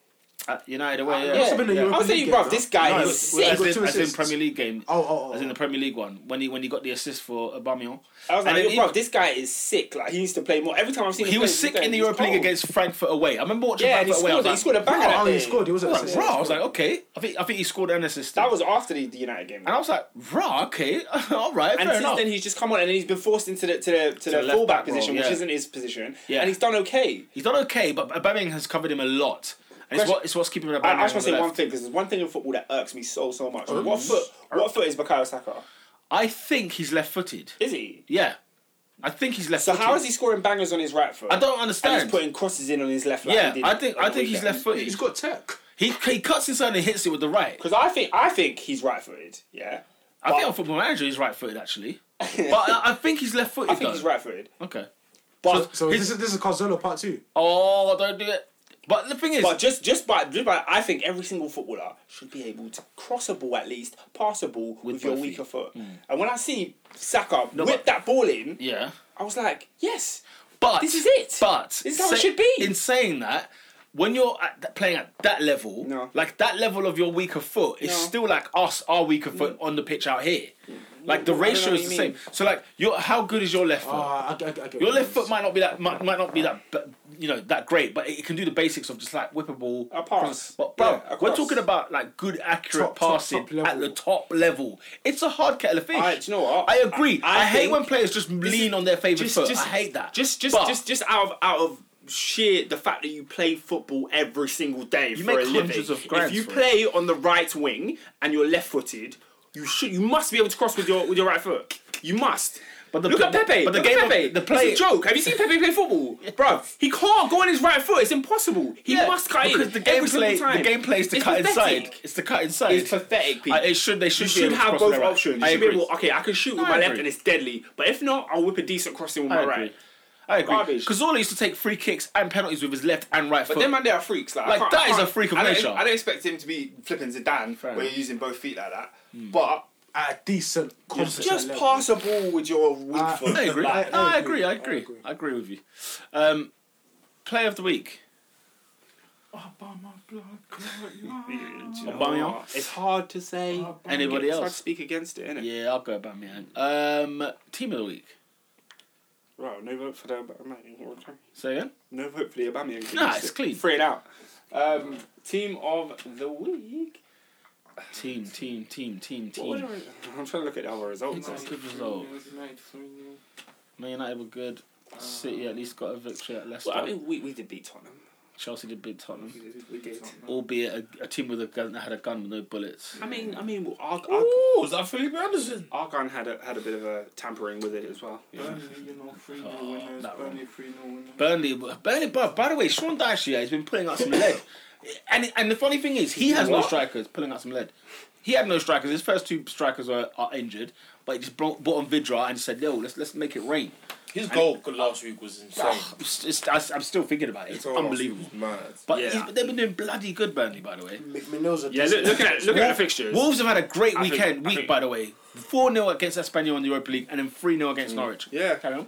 S1: Uh, United away. Yeah.
S4: must have been a
S3: I
S4: Europa
S3: was
S4: League
S3: saying,
S4: game,
S3: bruv,
S4: no?
S3: this guy
S1: No,
S3: is
S1: as, in-
S3: sick.
S1: as, in,
S4: Two
S1: as in
S4: assists.
S1: Premier League game,
S4: Oh, oh, oh.
S1: as in the Premier League one, when he when he got the assist for Aubameyang,
S3: I was
S1: And
S3: like,
S1: then
S3: yo,
S1: he-
S3: bruv, this guy is sick. Like, he needs to play more. Every time I've seen him,
S1: he
S3: play,
S1: was
S3: he's
S1: sick
S3: going,
S1: in the
S3: he's
S1: Europa League
S3: cold.
S1: against Frankfurt away. I remember watching
S3: Yeah, and he
S1: Frankfurt away. I was
S3: scored. He
S1: like,
S3: scored a banger.
S4: Oh,
S3: that
S4: oh, he
S3: day.
S4: scored. It was oh, an
S1: Bruh,
S4: assist.
S1: bruh, I was like, okay. I think I think he scored an assist.
S3: That was after the, the United game.
S1: and I was like, rah, okay, all right,
S3: and
S1: Oh, fair
S3: since
S1: enough.
S3: then he's just come on and he's been forced into the to the to, the
S1: left
S3: fullback
S1: back role,
S3: position,
S1: yeah.
S3: which isn't his position.
S1: Yeah.
S3: And he's done okay.
S1: he's done okay, but Aubameyang has covered him a lot, and it's
S3: Question-
S1: what it's what's keeping him.
S3: I, I just want to say one thing because there's one thing in football that irks me so so much. What foot? What foot is Bakayo Saka?
S1: I think he's left-footed.
S3: Is he?
S1: Yeah, I think he's
S3: So
S1: left-footed.
S3: how is he scoring bangers on his right foot?
S1: I don't
S3: And
S1: understand.
S3: he's putting crosses in on his left.
S1: yeah, I think I think he's
S4: He's
S1: left-footed.
S4: got tech.
S1: He he cuts inside and hits it with the right.
S3: Because I think I think he's right footed. Yeah.
S1: I think on Football Manager he's right-footed actually, but I, I think he's left-footed.
S3: I think
S1: though.
S3: he's right footed.
S1: Okay.
S3: But
S4: So this is this is Carzolo part two.
S1: Oh, don't do it. But the thing is,
S3: But just just by just by, I think every single footballer should be able to cross a ball at least, pass a ball with,
S1: both
S3: your
S1: feet. Mm.
S3: weaker foot. And when I see Saka whip
S1: but-
S3: that ball in,
S1: yeah.
S3: I was like, yes,
S1: But
S3: This is it.
S1: But
S3: This is how it should be.
S1: In saying that, when you're at that, playing at that level,
S3: No.
S1: like that level of your weaker foot is
S3: No. Mm.
S1: still like us, our weaker foot on the pitch out here. Like the
S3: No, no, no,
S1: ratio
S3: no,
S1: is the
S3: you mean-
S1: same. So like, your how good is your left foot?
S4: Oh, I, I, I get what
S1: your left
S4: it
S1: foot
S4: is.
S1: might not be that might, might not be that but, you know that great, but it can do the basics of just like whip a ball,
S3: A pass.
S1: But bro,
S3: Yeah, a
S1: we're
S3: cross.
S1: talking about like good, accurate
S4: Top- top-
S1: passing
S4: top level.
S1: at the top level. It's a hard kettle of fish.
S3: I- do you know what?
S1: I agree.
S3: I- I
S1: I, hate
S3: think-
S1: when players just lean on their favorite
S3: just,
S1: foot.
S3: just-
S1: I hate that.
S3: Just just
S1: But
S3: just just out of out of sheer the fact that you play football every single day for
S1: make
S3: a living.
S1: hundreds of grand
S3: if you
S1: for it.
S3: play on the right wing and you're left footed, you should you must be able to cross with your with your right foot. You must.
S1: But the-
S3: look at
S1: but-
S3: Pepe.
S1: but the
S3: look
S1: game
S3: at
S1: of-
S3: Pepe.
S1: the play-
S3: It's a joke. Have you seen Pepe play football, bro? He can't go on his right foot. It's impossible. He
S1: Yeah,
S3: must cut
S1: because
S3: in
S1: the
S3: every single
S1: gameplay.
S3: time.
S1: The gameplay is to
S3: It's
S1: cut
S3: pathetic.
S1: inside. It's to cut inside.
S3: It's pathetic, people.
S1: I, it should. They should. be
S3: You
S1: able
S3: should
S1: to
S3: have
S1: cross on
S3: both
S1: their right.
S3: options. You
S1: I
S3: should be
S1: agree.
S3: able. Okay, I can shoot with
S1: I
S3: my left
S1: agree.
S3: and it's deadly. But if not, I'll whip a decent crossing with
S1: I
S3: my
S1: agree.
S3: right.
S1: I agree.
S3: Garbage.
S1: Because used to take free kicks and penalties with his left and right
S2: But
S1: foot.
S2: them man, they are freaks. Like, I
S1: Like,
S2: can't-
S1: that
S2: I
S1: is
S2: can't-
S1: a freak of
S2: I don't-
S1: nature.
S2: I don't expect him to be flipping Zidane where
S1: enough.
S2: you're using both feet like that. But
S4: at a decent competent
S2: just
S4: level.
S2: pass a ball with your weak
S4: Uh,
S2: foot.
S1: I agree.
S2: Like,
S1: I,
S4: I
S1: I
S4: agree.
S1: agree. I agree. I agree with you. Um, player of the week. Aubameyang.
S3: It's hard to say.
S1: Anybody
S3: it's Hard to
S1: else?
S3: speak against it, innit? Yeah.
S1: Yeah, I'll go Aubameyang. Um, team of the week.
S3: Right, no vote for the Aubameyang. okay.
S1: Say again.
S3: No vote for the Aubameyang.
S1: Nah, it's clean.
S3: Free it out. Um, team of the week.
S1: Team, team, team, team,
S3: What was
S1: team.
S3: it? I'm trying to look at our results.
S1: That's a good result. Man United were good. City at least got a victory at Leicester.
S3: Well, I mean, we, we did beat Tottenham.
S1: Chelsea did beat
S6: Hmm?
S1: Tottenham.
S3: We did. We did.
S1: Albeit a, a team with a gun that had a gun with no bullets.
S3: I mean, I mean, our, our,
S5: Ooh, is that Philippe Anderson?
S3: our gun had a, had a bit of a tampering with it as well.
S1: Ah, that one. Burnley, Burnley. By, by the way, Sean Dyche yeah, has been pulling out some lead, and and the funny thing is, he has no
S3: What?
S1: strikers pulling out some lead. He had no strikers. His first two strikers are, are injured, but he just brought, brought on Vidra and said, "Yo, let's let's make it rain."
S5: His goal last week was insane.
S1: I'm, s- it's- I'm still thinking about it. It's unbelievable.
S5: Mad.
S1: But
S3: Yeah.
S1: he's, they've been doing bloody good, Burnley. By the way,
S4: McMillan's a
S3: Yeah, look, look at look at the fixtures.
S1: Wolves have had a great
S3: I think-
S1: weekend
S3: I
S1: week.
S3: think-
S1: by the way, four 0 against Espanyol in the Europa League, and then three 0 against Norwich.
S3: Yeah.
S1: Carry on.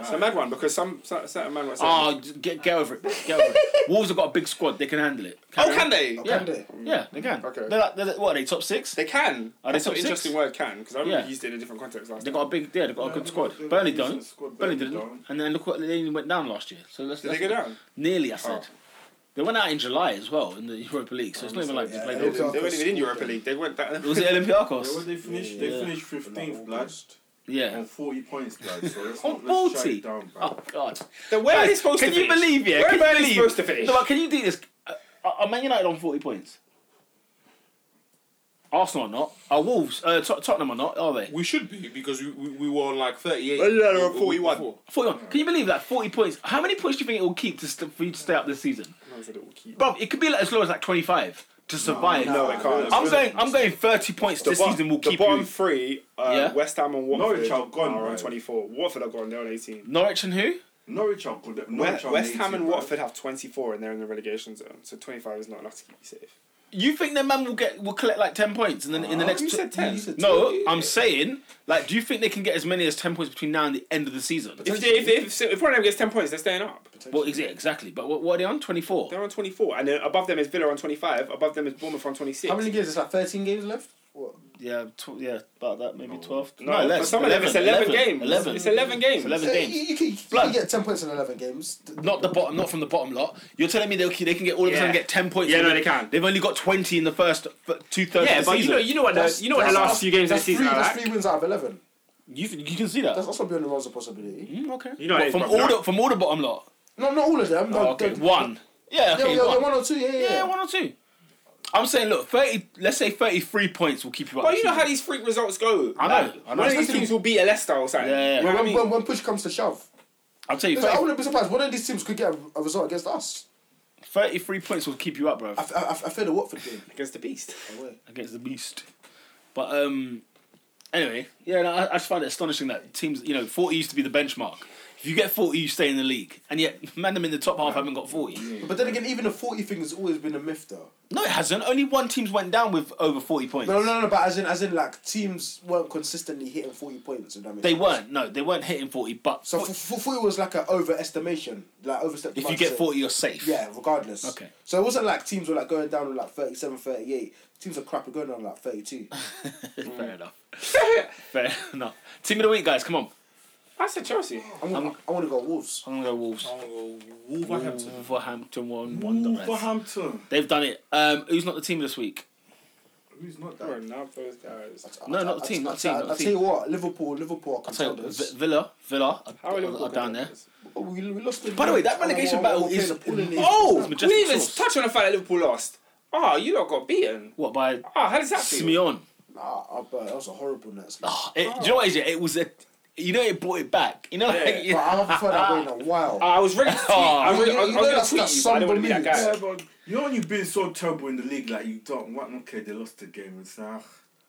S3: It's a mad one because some some- certain man was saying.
S1: Oh, j- get get over it. Get over it. Wolves have got a big squad. They can handle it. Carry
S2: Oh,
S1: on.
S2: can they?
S1: Yeah.
S4: Can they?
S1: Yeah, they can.
S2: Okay.
S1: They're like, they're, like- what are they top six?
S2: They can.
S1: Are they
S3: That's an
S1: top six?
S3: interesting word, can, because I remember
S1: Yeah.
S3: you used it in a different context last
S1: They
S3: time.
S1: got a big, yeah, they got a good squad.
S6: they've got
S1: Burnley
S6: a decent
S1: don't.
S6: squad,
S1: Burnley
S6: Burnley
S1: didn't.
S6: don't.
S1: And then look what they only went down last year. So let's,
S2: Did they
S1: let's
S2: go down?
S1: nearly. I said They went out in July as well in the Europa League, so it's not even like they played.
S3: They
S1: over-
S3: weren't even in Europa League. They went down.
S1: Was it
S6: Yeah, well,
S1: Olympiacos?
S6: they finished.
S1: Yeah.
S6: They finished fifteenth, blood.
S1: Yeah.
S6: On forty points, blood. So let's
S1: On
S6: not let's shut
S1: 40?
S6: it down, bruv.
S1: Oh God.
S3: Then where are they
S1: Guys,
S3: supposed
S1: can
S3: to
S1: you
S3: finish?
S1: believe? Yeah,
S3: Where
S1: can you
S3: are they
S1: believe?
S3: supposed to finish?
S1: No, but can you do this? Uh, Are Man United on forty points? Arsenal are not. Are Wolves? Uh, Tot- Tottenham are not. Are they?
S5: We should be because we, we, we were on like 38.
S3: Well, yeah, they were
S5: Before.
S3: 41.
S1: Forty-one. Can you believe that? Forty points. How many points do you think it will keep to st- for you to stay up this season, bro? It could be like as low as like twenty-five to survive.
S3: No, it can't.
S6: uh,
S1: I'm going. I'm going thirty points
S3: The
S1: this
S3: bo-
S1: season. Will
S3: the
S1: keep
S3: bottom
S1: you.
S3: three. Uh,
S1: Yeah.
S3: West Ham and Watford
S6: Norwich are gone,
S3: are on
S6: bro.
S3: twenty four. Watford are gone. They're on eighteen.
S1: Norwich and who?
S6: Norwich are good. Norwich
S3: West,
S6: are
S3: West Ham
S6: 18,
S3: and
S6: bruv.
S3: Watford have twenty four, and they're in the relegation zone. So twenty five is not enough to keep you safe.
S1: You think their man will get will collect like ten points and then in the next
S3: you
S1: tw-
S3: said 10. You said
S1: No, I'm saying like, do you think they can get as many as ten points between now and the end of the season?
S3: If, they, if, they, if, if one of them gets ten points, they're staying up.
S1: Well, exa- exactly. But what, what are they on? Twenty four.
S3: They're on twenty four, and then above them is Villa on twenty five. Above them is Bournemouth on twenty six.
S4: How many games? It's like 13 games left? What?
S1: Yeah, tw- yeah, about that. Maybe twelve.
S3: No, for some of them it's 11 games.
S1: Eleven.
S3: It's 11 games.
S1: It's Eleven
S4: So you,
S1: games.
S4: you, can, you
S1: Blood.
S4: can get 10 points in 11 games. Th-
S1: Not the bottom. Not from the bottom lot. You're telling me they they can get all of a
S3: Yeah.
S1: sudden get ten points.
S3: Yeah,
S1: from
S3: no,
S1: the-
S3: they can.
S1: They've only got twenty in the first f- two thirds.
S3: Yeah,
S1: of the
S3: but you
S1: season.
S3: know, you know what, the, you know what the
S4: that's-
S3: last few games
S4: that's
S3: this season
S4: three,
S3: are
S4: That's
S3: like.
S4: three wins out of 11.
S1: you, you can see that.
S4: That's also beyond the realms of possibility.
S1: Mm, okay.
S3: You know
S1: What,
S3: it is,
S1: from
S3: bro.
S1: all
S3: No.
S1: the from all the bottom lot.
S4: No, not all of them.
S1: Oh,
S4: no,
S1: okay,
S4: don't-
S1: one. Yeah,
S4: Yeah,
S1: okay,
S4: yeah,
S1: one.
S4: one or two. Yeah, yeah.
S1: Yeah, one or two. I'm saying, look, thirty. Let's say thirty-three points will keep you up.
S3: But
S1: this
S3: you know
S1: season.
S3: how these freak results go.
S1: I know,
S3: Like,
S1: I know.
S3: One of these teams will beat a Leicester or something.
S1: Yeah, yeah, yeah.
S3: You know what I
S4: When,
S3: mean?
S4: when, when push comes to shove,
S1: I'll tell you,
S4: Listen, I
S1: 30,
S4: wouldn't be surprised. One of these teams could get a, a result against us.
S1: thirty-three points will keep you up, bro,
S4: I, I, I fear the Watford game.
S3: Against the Beast.
S1: against the beast. But um, anyway, yeah, no, I, I just find it astonishing that teams, you know, forty used to be the benchmark. If you get forty, you stay in the league, and yet man them in the top half haven't got forty.
S4: But then again, even the 40 thing has always been a myth, though.
S1: No, it hasn't. Only one team's went down with over forty points.
S4: No, no, no, but as in, as in, like, teams weren't consistently hitting 40 points. If that makes
S1: They
S4: sense.
S1: weren't. No, they weren't hitting forty. But
S4: So for, for 40 was like an overestimation, like overstep. the
S1: if you
S4: mark,
S1: get
S4: so-
S1: forty, you're safe.
S4: Yeah, regardless.
S1: Okay.
S4: So it wasn't like teams were like going down on like 37, 38. Teams are crap, are going down like 32.
S1: Fair enough. Fair enough. Team of the week, guys. Come on.
S3: I said Chelsea.
S4: I'm, gonna- I want to go Wolves.
S1: I'm gonna go Wolves.
S5: Wolverhampton.
S1: Wolverhampton won. Wanderers.
S6: Wolverhampton.
S1: They've done it. Um, who's not the team this week?
S6: Who's not
S3: Bro,
S6: that?
S3: not those guys.
S1: No, not the team, not the team, not the
S4: I'll tell you what, Liverpool, Liverpool are
S1: I'll tell you, what,
S4: contenders.
S1: Vi- Villa. Villa are,
S3: How are
S1: are,
S3: Liverpool
S1: are down there.
S3: contenders?
S4: Oh, we, we lost the-
S1: By the way, that
S4: Oh,
S1: relegation
S4: oh,
S1: battle
S4: oh, we're
S1: is-
S4: playing the Pulling League.
S3: Oh, we
S1: Majestic
S3: didn't even
S1: sauce.
S3: touch on the fact that Liverpool lost. Oh, you lot got beaten.
S1: What by
S3: Oh, how does that feel?
S1: Simeon?
S4: Nah, oh, bro, that was a horrible net. slip.
S1: Oh, it, Do you know what is it? It was a. You know, it brought it back. You know, like,
S3: Yeah.
S1: you-
S4: Bro, I haven't felt that way in a while.
S3: Oh, I was ready to tweet. I was,
S4: Oh,
S3: ready, I was,
S4: you
S3: I was
S4: know
S3: gonna
S4: that's-
S3: tweet
S4: that's
S3: you, but I didn't want to be that
S4: somebody
S3: guy.
S6: Yeah, but you know when you've been so terrible in the league, like you don't want. Okay, they lost the game and say, ah,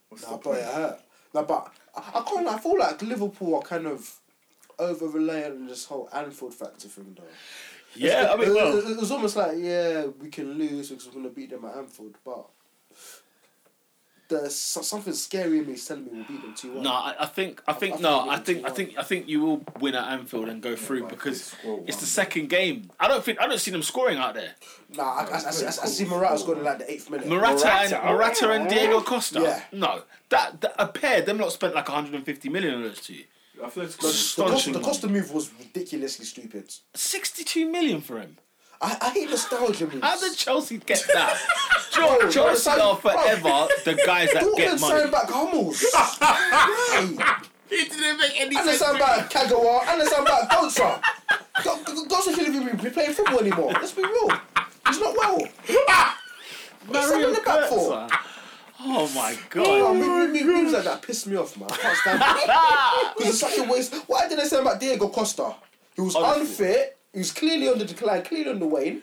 S6: what's
S4: nah,
S6: the
S4: bro,
S6: point?
S4: it hurt. Nah, but I, I can't. lie, I feel like Liverpool are kind of over reliant on this whole Anfield factor thing, though.
S1: yeah. I
S4: it,
S1: mean, well,
S4: it- it was almost like yeah, we can lose because we're gonna beat them at Anfield, but there's so- something scary in me is telling me we'll beat them two one.
S1: no, I, I think, I think,
S4: I
S1: no,
S4: think
S1: I
S4: it's
S1: think, I
S4: one.
S1: think, I think you will win at Anfield and go through
S6: but if
S1: because
S6: they score
S1: it's the
S6: one-
S1: second game. I don't think, I don't see them scoring out there.
S4: nah, I, I, I, I, see- I see Morata's going in like the eighth minute.
S1: Morata,
S3: Morata,
S1: and Morata
S3: yeah.
S1: and Diego Costa.
S4: Yeah.
S1: No, that, that a pair. Them lot spent like 150 million on those two.
S6: Atletico.
S4: the cost,
S1: astonishing
S4: the
S1: money.
S4: cost of move was ridiculously stupid.
S1: 62 million for him.
S4: I, I hate nostalgia moves.
S1: How did Chelsea get that? Chel-
S4: Bro,
S1: Chelsea
S4: bro,
S1: are forever the guys that
S4: Dortmund
S1: get money.
S4: signed back Hummels. right.
S5: It didn't make any
S4: And they
S5: sense.
S4: signed back Kagawa. And they signed back Gotra. Go- go- Gotra shouldn't even be playing football anymore. Let's be real. He's not well. What's
S1: Ah! Mario
S4: signing them back for?
S1: Götze. Oh my
S4: Oh,
S1: god.
S4: me- me- me- Moves like that piss me off, man. I can't stand it. It's such a waste. Why did they say about Diego Costa? He was unfit. He was clearly on the decline, clearly on the wane.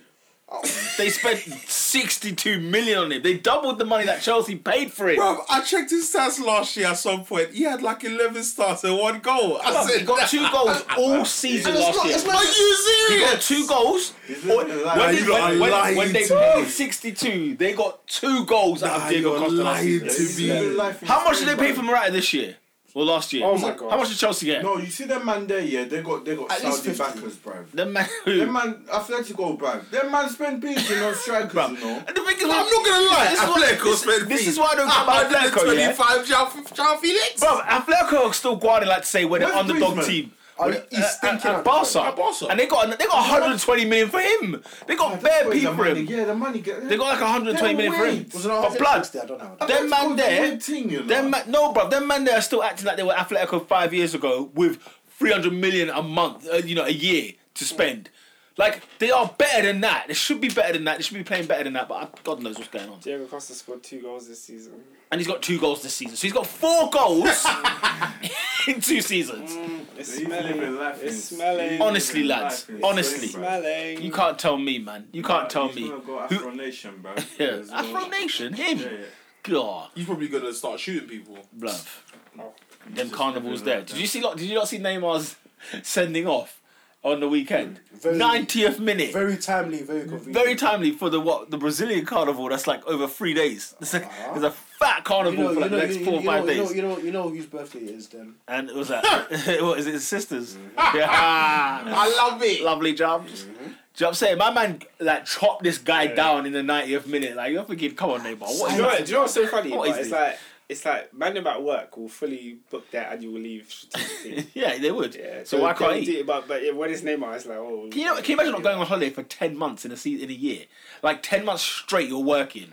S1: they spent 62 million on him. They doubled the money that Chelsea paid for him.
S5: Bro, I checked his stats last year at some point. He had like 11 starts and one goal. I
S1: He
S5: said,
S1: got two goals all season
S4: And it's
S1: last
S4: not,
S1: year.
S4: it's
S5: Are
S4: not,
S5: you
S1: He
S5: serious?
S1: got two goals. Or-
S6: When,
S1: When,
S5: you
S1: they-
S5: lot
S1: when,
S5: are
S1: when-
S5: lying
S1: when they
S5: to
S1: paid
S5: me.
S1: 62, they got two goals out
S5: Nah,
S1: of Diego
S5: you're
S1: Costa last
S5: lying
S1: season.
S5: to me.
S1: How much did they pay for Morata this year? Or last year?
S3: Oh my God.
S1: How much did Chelsea get?
S6: No, you see them man there, yeah, they got they got
S4: At least
S6: Saudi
S4: 50.
S6: backers, bruv.
S1: Them man
S6: Them man Atletico, bruv. Them man spend billions on strikers, you know.
S1: And the thing is,
S5: I'm not gonna lie.
S1: This is what-
S5: Atletico
S1: this-
S5: spent
S1: this
S5: fees.
S1: is why I don't
S5: How
S1: get about
S5: did the
S1: Atletico, yeah?
S5: 25 Jao Felix.
S1: Bro, Atletico are still guarding like to say we're the
S6: Where's
S1: underdog
S6: Griezmann?
S1: team.
S4: Oh, he's stinking.
S1: at,
S4: at
S1: at
S4: the
S1: uh, Barca.
S5: At Barca.
S1: and they got they got 120 million for him. They got bare
S6: Wait,
S1: people
S6: the
S1: for
S6: money,
S1: him.
S6: yeah, the money. Get,
S1: They got like 120 million for him.
S6: Wait.
S4: Was it not
S1: But blood,
S4: I don't know.
S1: them man there,
S6: Team, you know?
S1: them man, no, bro, them man there are still acting like they were Atletico five years ago with 300 million a month, uh, you know, a year to spend. Like they are better than that. They should be better than that. They should be playing better than that. But I, God knows what's going on.
S3: Diego Costa scored two goals this season.
S1: And he's got two goals this season. So he's got four goals in two seasons.
S4: Mm.
S3: It's
S6: He's living life.
S3: It's
S6: in-
S3: smelling.
S1: Honestly,
S6: Life
S1: lads.
S6: is
S1: Honestly.
S6: sweet, bro.
S3: Smelling.
S1: You can't tell me, man. You can't tell
S6: He's
S1: me.
S6: gonna go
S1: Who-
S6: Afro Nation, bro.
S1: Yeah.
S6: There's no-
S1: Afro Nation, him.
S6: Yeah, yeah.
S1: God,
S5: He's probably gonna start shooting people.
S1: bruv.
S6: He's
S1: Them
S6: just
S1: carnivals
S6: living
S1: there.
S6: life,
S1: Did
S6: man.
S1: you see? Did you not see Neymar's sending off on the weekend?
S4: Very-
S1: Ninetieth minute. Very,
S4: Very timely, very convenient.
S1: timely for the what the Brazilian carnival. That's like over three days. It's like, there's a fat
S4: Uh-huh. You
S1: carnival
S4: know,
S1: for
S4: you
S1: like
S4: know,
S1: the next
S4: you,
S1: four or
S4: you
S1: five
S4: know,
S1: days,
S4: You know, you know, you know whose birthday it is then.
S1: and it was like, what is it? His sisters.
S3: Mm-hmm.
S1: Yeah.
S5: I love it.
S1: Lovely jobs. Do you know what I'm saying? My man like chopped this guy down in the 90th minute. Like you're thinking, come on, Neymar, what?
S3: Do
S1: Is
S3: you know,
S1: that?
S3: what- do you know what's so funny?
S1: What
S3: But
S1: is
S3: it's
S1: this?
S3: like it's like man about work will fully book their annual leave. strategically.
S1: Yeah, they would.
S3: yeah.
S1: so, why
S3: they
S1: can't
S3: would
S1: he?
S3: do it, But but yeah, when it's Neymar, it's like oh.
S1: Can you, can you imagine not going on holiday for 10 months in a, se- in a year? Like 10 months straight you're working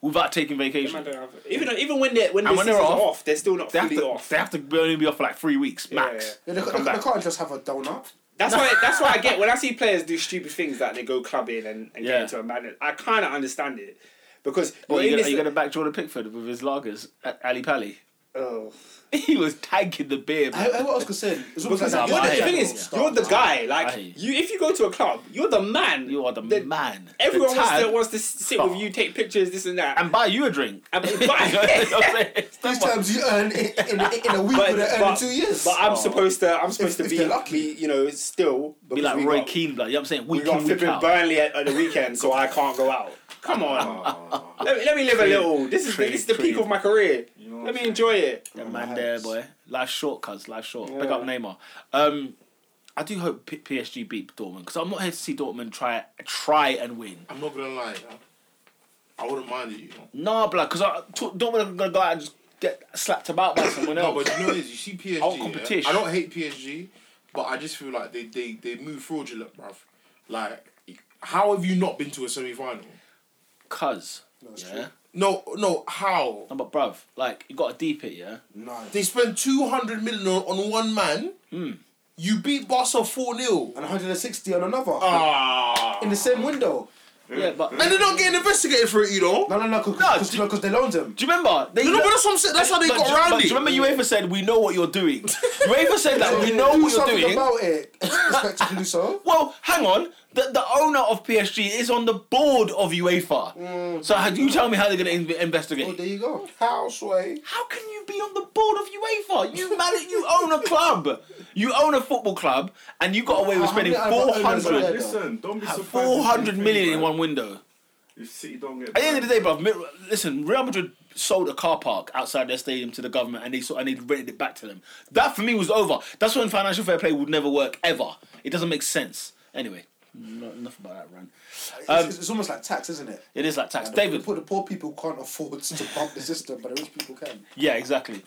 S1: without taking
S3: Them man
S1: vacation.
S3: don't have, even though- even when they when,
S1: And when
S3: when they're
S1: they're
S3: off,
S1: off,
S3: they're still not
S1: They have,
S3: fully
S1: to,
S3: off.
S1: they have to only be off for like three weeks
S3: Yeah,
S1: max.
S4: They, they,
S1: Come
S4: they
S1: back.
S4: can't just have a donut.
S3: That's why. That's why I get when I see players do stupid things like they go clubbing and, and
S1: Yeah.
S3: get into a madness. I kind of understand it because
S1: What,
S3: you're
S1: are, you
S3: in
S1: gonna,
S3: this-
S1: are you gonna back Jordan Pickford with his lagers at Ali Pali?
S3: oh.
S1: He was tanking the beer,
S4: I,
S1: man.
S4: I, what I was gonna say, it's almost
S3: Because
S4: like
S1: I'm
S3: you're the,
S1: lying.
S3: the thing
S4: Yeah.
S3: is, you're the guy. Like
S1: Lying.
S3: you, if you go to a club, you're the man.
S1: You are the,
S3: The-
S1: man.
S3: Everyone
S1: The
S3: wants to
S1: time-
S3: wants to sit with you, take pictures, this and that.
S1: and buy you a drink.
S3: And- but,
S1: You know what I'm
S3: but,
S1: saying?
S4: These times you earn in, in, a- in a week, but, earn in
S3: but-
S4: two years. Oh,
S3: but I'm supposed to. I'm supposed to
S4: If- if
S3: be,
S4: they're lucky.
S3: be, you know, still
S1: Be
S3: because
S1: like
S3: we
S1: Roy
S3: got-
S1: Keane, like, you know what I'm saying?
S3: We
S1: Week
S3: got
S1: in, week
S3: flipping
S1: out.
S3: Burnley at, at the weekend, so I can't go out. Come on,
S6: Oh,
S3: let me, let me live a little. This is
S1: True,
S3: this is the peak
S1: true.
S3: of my career.
S6: you know what
S3: Let me
S6: I'm
S3: enjoy it.
S1: That man there, boy. Life short, cuz. Life short.
S3: Yeah.
S1: Pick up Neymar. Um, I do hope P- PSG beat Dortmund because I'm not here to see Dortmund try try and win.
S5: I'm not gonna lie. yeah. I wouldn't mind it, you know.
S1: Nah, blood, because Dortmund are going to go out and just get slapped about by someone
S5: No,
S1: else.
S5: but you know what it is you see PSG.
S1: Out
S5: yeah?
S1: competition.
S5: I don't hate PSG, but I just feel like they they they move fraudulent, bruv. Like, how have you not been to a semi final?
S1: Cuz.
S4: That's
S1: Yeah.
S4: true.
S5: No, no, how?
S1: No, but bruv, like, you got to deep it, yeah?
S4: No.
S5: They spend two hundred million on, on one man. You beat Barca four 0
S4: And 160 on another.
S5: Ah.
S4: in the same window.
S1: Yeah, but.
S5: And they're not getting investigated for it, you know.
S4: No, no, no,
S1: No,
S4: because
S1: do-
S4: they loaned him.
S1: Do you remember? They
S5: You know, but that's what I'm saying. That's how they
S1: But
S5: got
S1: do-
S5: around
S1: but do
S5: it.
S1: you remember UEFA said, we know what you're doing? UEFA said that, we know
S4: Do
S1: what you're
S4: something
S1: doing.
S4: about it. Expect to do so.
S1: Well, hang on. The, the owner of PSG is on the board of UEFA. So how do you tell me how they're going to in-
S4: Mm. Oh,
S1: investigate?
S4: there you go.
S5: Houseway.
S1: how can you be on the board of UEFA? You man, you own a club. You own a football club, and you got away with
S4: How
S1: spending
S4: many other
S1: four
S4: owners are
S6: saying?
S4: there?
S1: hundred.
S6: Listen, don't be surprised.
S1: Four hundred
S6: if
S1: million in
S6: anything,
S1: one window.
S6: bro. If City don't get.
S1: At the end of the day, bruv, Mi- listen, Real Madrid sold a car park outside their stadium to the government and they saw, and they rented it back to them. That for me was over. That's when financial fair play would never work ever. It doesn't make sense. Anyway, not enough about that run.
S4: It's,
S1: Um,
S4: it's- it's almost like tax, isn't it?
S1: It is like tax.
S4: Like,
S1: David,
S4: The, poor- the poor people can't afford to pump the system, but the rich people can.
S1: Yeah, exactly.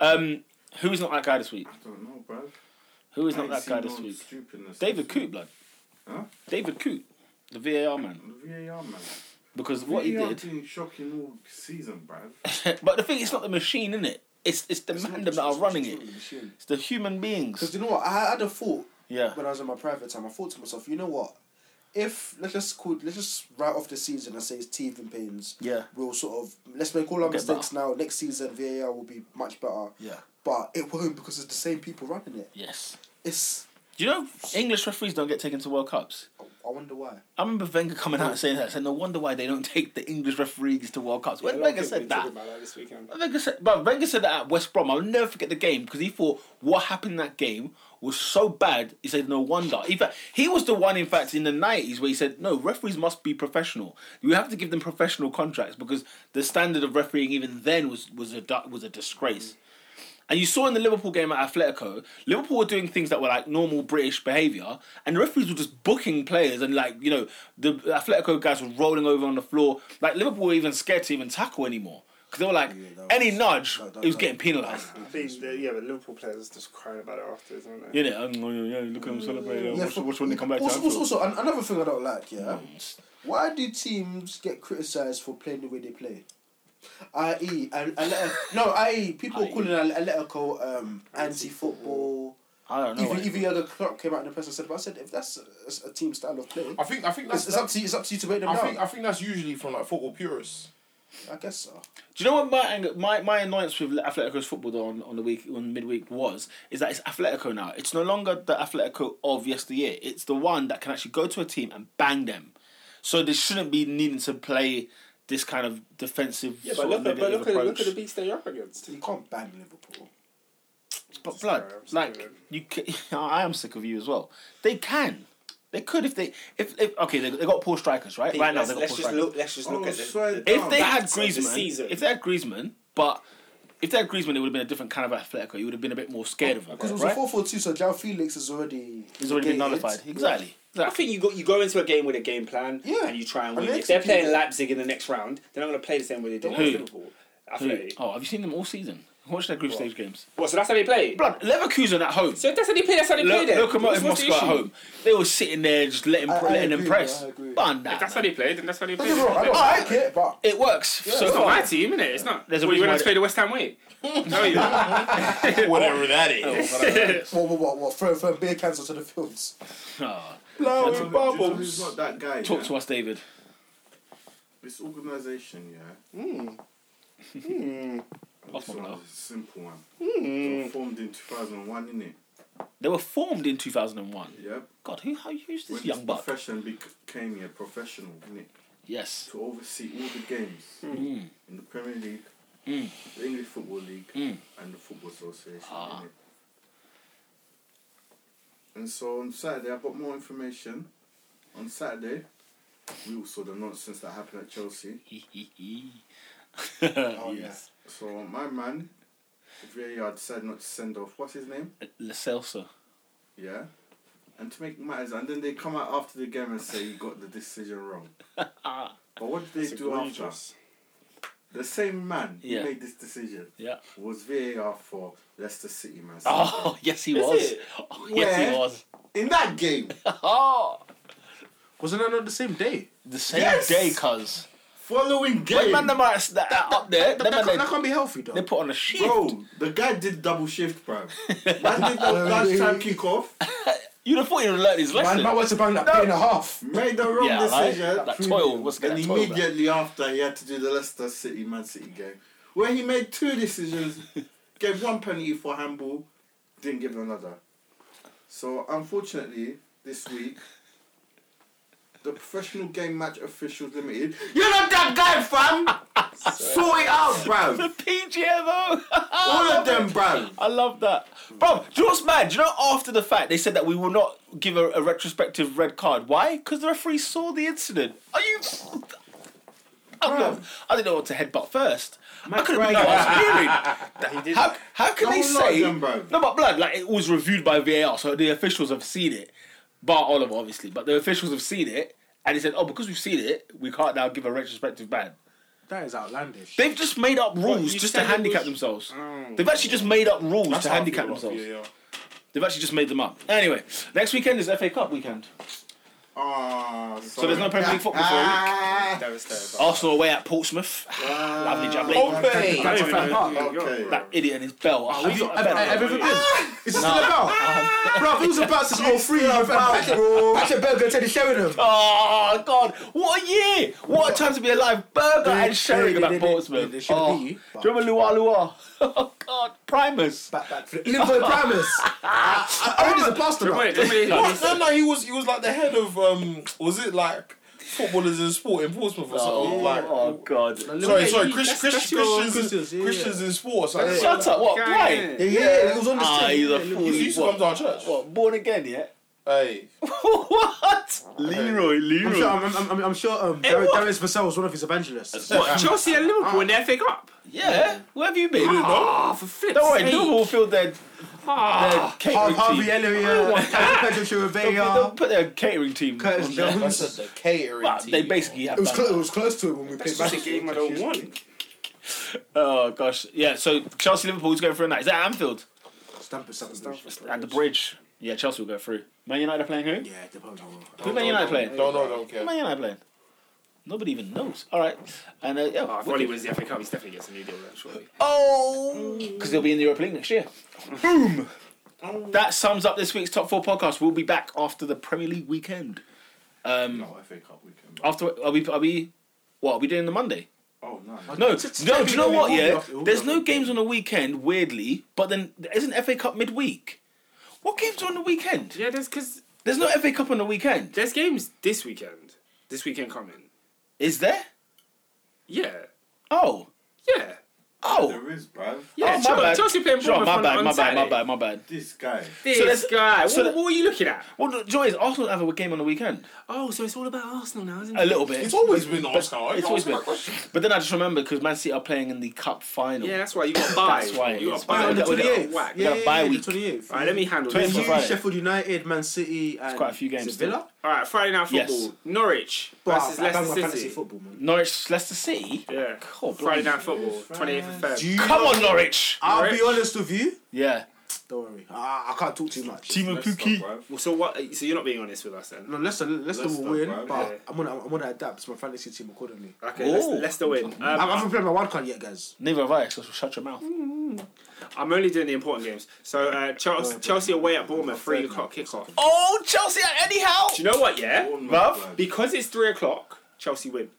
S1: Um, who is not that guy this week?
S6: I don't know, bro.
S1: Who is
S6: I
S1: not
S6: ain't
S1: that
S6: seen
S1: guy this
S6: no
S1: week?
S6: stupidness.
S1: David Coote, blood.
S6: Huh?
S1: David Coote, the VAR man,
S6: VAR man.
S1: because what he
S6: VAR
S1: did.
S6: Been shocking all season, bro.
S1: but the thing, it's not the machine, in it. It's it's the man them that are running it.
S4: Because
S1: It's the human beings.
S4: you know what? I had a thought
S1: Yeah.
S4: when I was in my private time. I thought to myself, you know what? If let's just call, let's just write off the season and say it's teething pains.
S1: Yeah.
S4: We'll sort of let's make all our
S1: Get
S4: mistakes now. Next season, VAR will be much better.
S1: Yeah.
S4: But it won't because it's the same people running it.
S1: Yes.
S4: It's
S1: Do you know English referees don't get taken to World Cups?
S4: I wonder why.
S1: I remember Wenger coming out and saying that. I said, no wonder why they don't take the English referees to World Cups. When
S3: Yeah, a lot of
S1: Wenger
S3: people
S1: said
S3: been
S1: that,
S3: talking about that this weekend.
S1: Wenger said, but Wenger said that at West Brom. I'll never forget the game because he thought what happened in that game was so bad. He said, no wonder. In fact, he was the one, in fact, in the 90s where he said, no, referees must be professional. You have to give them professional contracts because the standard of refereeing even then was, was, a, du- was a disgrace. And you saw in the Liverpool game at Atletico, Liverpool were doing things that were like normal British behaviour, and the referees were just booking players, and like you know, the Atletico guys were rolling over on the floor. Like Liverpool were even scared to even tackle anymore because they were like
S6: Yeah, that
S1: any
S6: was-
S1: nudge,
S6: that- that-
S1: it was
S6: that-
S1: getting penalised.
S6: that-
S3: I think the, yeah, the Liverpool players are just crying about it afterwards, aren't they?
S1: You know, um, yeah, look at them celebrating.
S6: Yeah,
S1: watch,
S6: for-
S1: watch when they come back
S4: Also,
S1: to
S4: also,
S1: Anfield.
S4: also, an- another thing I don't like, yeah. Why do teams get criticised for playing the way they play? E, I.e., Ale- Ale- no, i.e., people
S1: I.e..
S4: calling Ale- Atletico um, anti-football.
S1: I don't know.
S4: Even
S1: like-
S4: even Jurgen Klopp came out in the press and said, "But I said if that's a, a team style of play,
S5: I think I think
S4: it's,
S5: that's
S4: it's up to you, it's up to you to break them
S5: I
S4: down."
S5: think I think that's usually from like football purists.
S4: I guess so.
S1: Do you know what my anger, my my annoyance with Atletico's football though on, on the week on midweek was is that it's Atletico now. It's no longer the Atletico of yesteryear. It's the one that can actually go to a team and bang them. So they shouldn't be needing to play this kind of defensive
S3: Yeah, but
S1: sort
S3: look
S1: of
S3: at but
S1: negative
S3: look at
S1: approach.
S3: look at the beast they're up against.
S4: You can't ban Liverpool.
S1: But blood,
S3: Sorry, I'm just
S1: like
S3: kidding.
S1: you, ca- I am sick of you as well. They can, they could if they if, if okay they they got poor strikers right right now
S3: let's,
S1: they got poor
S3: let's just
S1: strikers.
S3: look. Let's just look
S6: Oh,
S3: at the,
S6: so
S3: the-
S6: dumb.
S1: If they had
S3: That's the
S1: Griezmann,
S3: season.
S1: if they had Griezmann, but if they had Griezmann, it would have been a different kind of Atletico. You would have been a bit more scared
S3: Oh,
S1: of him,
S4: Because it was
S1: right?
S4: a 4 4 2, so Jao Felix is already.
S1: He's already been
S4: negated.
S1: nullified. Exactly.
S3: I
S1: exactly.
S3: think you go you go into a game with a game plan
S4: Yeah.
S3: and you try and
S4: And
S3: win.
S4: they
S3: If they're
S4: execute
S3: playing
S4: it.
S3: Leipzig in the next round, they're not going to play the same way they did
S1: Who?
S3: against Liverpool. Athletic.
S1: Oh, have you seen them all season? Watch their group stage games.
S3: What? So that's how they play.
S1: Blood, Leverkusen at home.
S3: So if that's how they play. That's how they play.
S1: Look,
S3: Then
S1: Locomotive
S3: What's the
S1: Moscow at
S3: issue?
S1: home. They were sitting there just letting,
S4: I- I
S1: letting them
S4: agree,
S1: press.
S4: I agree.
S1: Bun that,
S3: If that's how
S1: man.
S3: they play, then that's how they
S4: Don't
S3: play.
S4: get me wrong, I don't like it, but.
S1: It works so
S3: It's not my
S1: far.
S3: team, innit? It's not.
S1: There's a
S3: well, you
S1: reason
S3: want
S1: why
S3: to play the West Ham way. No, you don't.
S5: Whatever that is.
S4: What, what, what, what? Throw, throw beer cans onto the fields.
S1: Oh,
S6: Do you know-
S5: Blowing
S6: do you know who's not
S5: bubbles.
S6: that guy.
S1: talk
S6: yeah?
S1: to us, David.
S6: This organisation, yeah.
S1: Hmm.
S6: Mm.
S1: Off
S6: This
S1: my
S6: one
S1: blow.
S6: was a simple one.
S1: Hmm.
S6: It was formed in 2001, innit?
S1: They were formed in 2001.
S6: Yep.
S1: God, who how who's
S6: When
S1: this young
S6: this
S1: buck?
S6: profession became yeah, professional, innit?
S1: Yes.
S6: To oversee all the games in the Premier League, the English Football League, and the Football Association,
S1: Ah.
S6: innit? And so on Saturday, I got more information. On Saturday, we all saw the nonsense that happened at Chelsea.
S1: oh,
S4: yes.
S6: So my man, VAR decided not to send off. What's his name?
S1: Lo Celso.
S6: Yeah. And to make matters, and then they come out after the game and say he got the decision wrong.
S1: Ah.
S6: but what did they
S3: It's
S6: do after?
S3: egregious.
S6: The same man
S1: Yeah.
S6: who made this decision
S1: Yeah.
S6: was VAR for Leicester City, man.
S1: Oh, yes, he was.
S3: it?
S1: Oh, yes, he
S6: Where?
S1: was.
S6: In that game,
S1: Oh,
S4: Wasn't that on the same day?
S1: the same
S6: Yes!
S1: day, cuz.
S6: following
S1: When
S6: game,
S1: man them are that, are up there,
S4: That,
S1: them
S4: that,
S1: man
S4: can't, that can't be healthy, though.
S1: they, they put on a shift.
S6: bro, the guy did double shift, bro. Man did that lunchtime kickoff,
S1: You'd have thought he'd have learned his
S4: Man,
S1: lesson.
S4: man wants to bang that no. and a half.
S6: made the wrong
S1: yeah, like,
S6: decision,
S1: that, toil. What's
S6: and
S1: going on?
S6: immediately after he had to do the Leicester City Man City game, where he made two decisions, gave one penalty for handball, didn't give another. So unfortunately, this week, the Professional Game Match Officials Limited, you're not that guy, fam. Sort it out, bro.
S1: The PGMO.
S6: All of them, bro.
S1: I love that, bro. Do you know what's mad? Do you know after the fact they said that we will not give a, a retrospective red card? Why? Because the referee saw the incident. Are you? I'm not, I didn't know what to headbutt first. I couldn't believe what I was hearing. how, how can
S6: Don't
S1: they
S6: lie
S1: say?
S6: then, bro.
S1: No, but blood. Like it was reviewed by VAR, so the officials have seen it. Bar Oliver, obviously, but the officials have seen it, and they said, "Oh, because we've seen it, we can't now give a retrospective ban."
S4: That is outlandish.
S1: They've just made up rules
S3: you
S1: just to
S3: said it
S1: handicap
S3: was-
S1: themselves. They've actually just made up rules to
S5: how I
S1: handicap
S5: feel about
S1: themselves.
S5: VAR.
S1: They've actually just made them up. Anyway, next weekend is FA Cup weekend.
S6: Ah,
S1: So there's no Premier League football for a week.
S3: That was terrible.
S1: Arsenal away at Portsmouth. Lovely jubbly.
S5: Open.
S3: That's
S4: Fran Park.
S6: Okay.
S1: That idiot and his bell. Oh, have you got a bell?
S4: Have you ever been? Is it still about? Bro, it was about since 03. Patrick Bell going to the Sheringham.
S1: Oh, God. What a year. What a time to be alive. Burger and Sherry about
S4: They
S1: Portsmouth.
S4: should
S1: Oh,
S4: be.
S1: do you remember Lua Lua? Oh, God. Primus.
S4: Back, back, flip. Limbo Primus. I I read this a pastor. now.
S3: Wait, don't really-
S5: What? No, no, he was he was like the head of um was it like footballers in sport in Portsmouth or something like.
S1: Oh, God.
S5: Sorry, sorry, Chris, Chris,
S4: that's your-
S5: Christians,
S4: Christians, yeah, yeah.
S5: Christians in sports. Like,
S1: Shut up. What?
S3: Yeah,
S1: Right.
S4: Yeah, yeah, it was on the
S1: Ah,
S4: same.
S1: he's a
S5: He used to
S1: fool.
S5: come to
S1: What?
S5: our church.
S1: What, Born again yet?
S5: Hey,
S1: what? Leroy,
S4: I'm
S1: Leroy.
S4: sure, I'm, I'm, I'm, I'm sure um, Dar-
S3: what?
S4: Darius Vassell was one of his evangelists.
S3: What? Chelsea and Liverpool in the FA Cup.
S1: Yeah, where have you been?
S3: Oh, for flip's
S1: Don't worry,
S3: sake.
S1: Liverpool filled their, their
S5: Ah.
S1: catering
S4: Har-
S1: team.
S4: Harvey Elliott, Pedro
S1: They- They'll
S4: Chirivella,
S1: put their catering team.
S4: Curtis
S1: on there.
S4: Jones.
S5: that's a, the catering
S1: Well,
S5: team.
S1: they basically have
S4: It was,
S1: that.
S4: clo- it was close to it when we played
S3: It's just a
S4: back.
S3: game I don't want.
S1: Oh gosh, yeah. So Chelsea Liverpool's going through a night. Is that Anfield
S4: Stamford, Stamford. Stamford.
S1: at the bridge? Yeah, Chelsea will go through. Man United are playing who?
S4: Yeah, they probably will.
S1: Who Man United playing?
S5: Don't know, don't care.
S1: Who Man United playing? Nobody even knows. All right, and uh, yeah,
S5: Ah,
S3: Oh, if Ollie wins the FA Cup, he definitely gets a new deal with that, surely.
S1: Oh. because they'll be in the Europa League next year. Boom. That sums up this week's top four podcast. We'll be back after the Premier League weekend. Um,
S6: No, FA Cup weekend.
S1: after are we are we what are we doing the Monday?
S6: Oh, no.
S1: No,
S4: It's- it's
S1: no. Do
S4: technically
S1: you know what?
S4: all
S1: Yeah,
S4: off- all
S1: there's
S4: off.
S1: no games on the weekend. Weirdly, but then isn't FA Cup midweek? What games are on the weekend?
S3: Yeah, there's because
S1: There's no FA Cup on the weekend.
S3: there's games this weekend. This weekend coming.
S1: Is there?
S3: Yeah,
S1: Oh,
S3: yeah,
S1: oh.
S6: There is, bruv.
S3: yeah.
S1: my bad.
S3: Chelsea, Chelsea playing
S1: Sure,
S3: Bournemouth
S1: my
S3: on-
S1: bad, my
S3: on
S1: bad, my
S3: Saturday.
S1: bad, my bad.
S6: This guy.
S3: This
S1: So that's-
S3: guy.
S1: so
S3: what,
S1: that-
S3: what were you looking at?
S1: Well, the joy is Arsenal have a game on the weekend.
S3: Oh, so it's all about Arsenal now, isn't it?
S1: A little bit.
S5: It's always been Arsenal.
S1: It's always been. But then I just remember because Man City are playing in the cup final.
S3: Yeah, that's why you got buy.
S1: That's why
S3: you
S1: it's
S3: got buy
S1: bad.
S3: on the
S1: That was-
S3: 28th. Whack.
S1: Yeah, bye
S4: the
S1: week.
S4: 28th.
S3: All right, let me handle
S1: Twenty-
S3: this.
S1: for
S4: You,
S1: Friday.
S4: Sheffield United, Man City, and
S1: quite a few games
S4: is it Villa.
S3: All right, Friday night
S1: Yes.
S3: football. Norwich
S4: Wow,
S3: versus
S4: I bang my
S3: Leicester
S4: fantasy
S3: City.
S4: football, man.
S1: Norwich, Leicester City.
S3: Yeah,
S1: God,
S3: Friday
S1: bloody-
S3: night football, 28th of
S4: Do
S3: Feb.
S4: you
S1: Come
S4: know-
S1: on, Norwich.
S4: I'll
S3: Rich.
S4: be honest with you.
S1: Yeah.
S4: Don't worry, I, I can't talk too much.
S1: Team
S6: Messed up, bruv.
S3: Well, so what? So you're not being honest with us then?
S4: No, Leicester, Leicester
S6: Leicester,
S4: will win,
S6: bro.
S4: but
S3: Yeah.
S4: I'm gonna I'm gonna adapt my fantasy team accordingly.
S3: Okay, let's
S1: Oh.
S3: Leicester win.
S4: I
S3: Um,
S4: haven't played my wild card yet, guys.
S1: Neither have I. So shut your mouth.
S3: I'm only doing the important games. So uh, Chelsea, Chelsea away at Bournemouth, three o'clock kickoff.
S1: Oh, Chelsea! Anyhow.
S3: Do you know what? Yeah,
S6: Oh, my
S1: Bruv.
S6: God.
S3: because it's three o'clock, Chelsea win.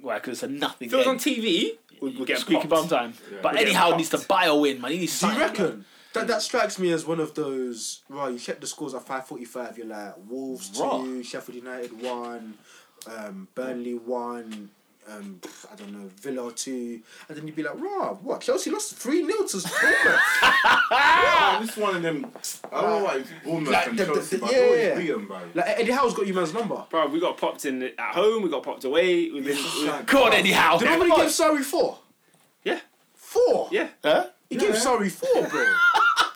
S1: Well, because it's a nothing.
S3: If it was
S1: game.
S3: on TV, we'll, we'll get
S1: Squeaky bum
S3: popped.
S1: time. But
S3: We're getting
S1: anyhow,
S3: popped.
S1: needs to buy a win, man. He needs
S4: Do you
S1: something.
S4: reckon that that strikes me as one of those? Right, you check the scores at five forty five. You're like Wolves
S1: Raw.
S4: two, Sheffield United one, um, Burnley one. Um, I don't know Villa two, and then you'd be like, "Raw, what? Chelsea lost three 0 to Bournemouth."
S6: Ah, this one of them. I don't know why it's Bournemouth
S4: Like
S6: and
S4: the- the-
S6: Chelsea,
S4: the-
S6: but they always
S4: yeah.
S6: beat 'em, bruv.
S4: like Eddie Howe's got you man's number.
S3: Bro, we got popped in at home. We got popped away. We've been.
S6: Like,
S1: Go on, anyhow.
S4: Did nobody give Surrey four?
S3: Yeah.
S4: Four.
S3: Yeah.
S1: Huh?
S4: he gave Surrey four, bro.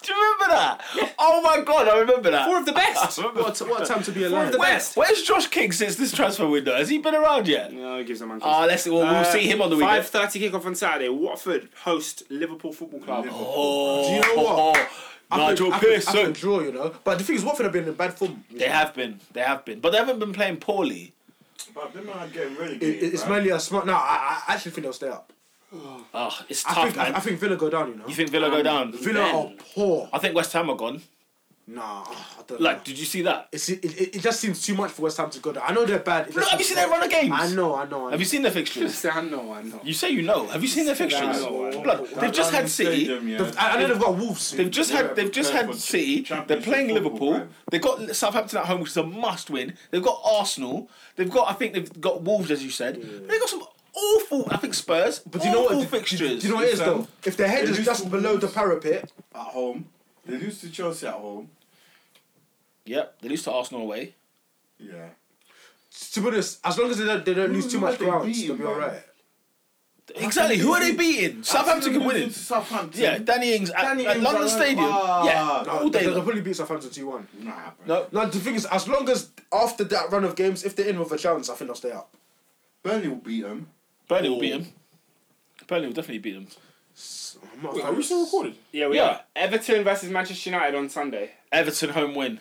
S1: Do you remember that? Oh my god, I remember that.
S3: Four of the best.
S4: what, a- what a time to be alive?
S3: the best.
S1: Where's Josh King since this transfer window? Has he been around yet?
S3: No, it gives a monkey.
S1: Ah, let's. Well, we'll
S4: Uh,
S1: see him on the weekend.
S3: Five thirty kickoff on Saturday. Watford host Liverpool Football Club.
S1: Oh,
S4: Do you know what?
S1: Oh,
S4: I
S1: Nigel
S4: can, I can- I can
S1: Pearson.
S4: draw, you know. But the thing is, Watford have been in bad form.
S1: They have been. They have been. But they haven't been playing poorly.
S6: Bruv, them are getting
S4: It,
S6: relegated.
S4: it- it's
S6: bruv.
S4: mainly a smart. No, I, I actually think they'll stay up.
S1: Oh, it's
S4: I
S1: tough,
S4: think
S1: man.
S4: I, I think Villa go down. You know,
S1: you think Villa go down?
S4: Villa are poor.
S1: I think West Ham are gone.
S4: Nah, I don't
S1: Like,
S4: know.
S1: did you see that?
S4: It's, it, it, it just seems too much for West Ham to go down. I know they're bad.
S1: No,
S4: It just
S1: have you
S4: seems
S1: seen their
S4: bad.
S1: run of games?
S4: I know, I know. I know.
S1: Have you seen their fixtures?
S3: I know, I know.
S1: You say you know. Have you seen their fixtures?
S3: No, I know.
S1: Blood. They've just had
S6: London
S1: City.
S6: Stadium, yeah.
S4: They've- I, I know they've got Wolves.
S1: They've just
S6: Yeah,
S1: had. They've just
S6: they're
S1: had
S6: for
S1: City. They're
S6: Championship
S1: playing
S6: football,
S1: Liverpool.
S6: bruv.
S1: They've got Southampton at home, which is a must-win. They've got Arsenal. They've got. I think they've got Wolves, as you said. They've got some awful. I think Spurs.
S4: But do you know
S1: awful
S4: what? Do,
S1: Fixtures.
S4: do you know what it is
S6: Um,
S4: though? If their head
S6: they
S4: is
S6: lose
S4: just
S6: to
S4: below the
S6: Wolves.
S4: parapet,
S6: at home. They lose to Chelsea at home.
S1: Yep. They lose to Arsenal away.
S6: Yeah.
S4: to be honest, as long as they don't, they don't
S6: Who-
S4: lose too
S6: who
S4: much
S6: have they
S4: ground,
S6: beaten,
S4: they'll be
S6: man?
S4: alright.
S1: Exactly. Who are they beating? Southampton can win it.
S6: Southampton.
S1: Yeah, Danny Ings uh, at,
S6: Danny
S1: at
S6: Ings
S1: London
S6: at-
S1: Stadium.
S6: Ah.
S1: yeah,
S4: No,
S1: all day
S4: they'll, they'll
S1: long.
S4: probably beat Southampton two one.
S6: Nah, bro.
S1: No,
S4: No, the thing is, as long as after that run of games, if they're in with a chance, I think they'll stay up.
S6: Burnley will beat them.
S1: Burnley will beat them. Burnley will definitely beat them.
S4: I'm not a
S5: Wait,
S4: fan
S5: are we
S4: of-
S5: still recording?
S3: Yeah, we
S1: Yeah.
S3: are. Everton versus Manchester United on Sunday.
S1: Everton home win.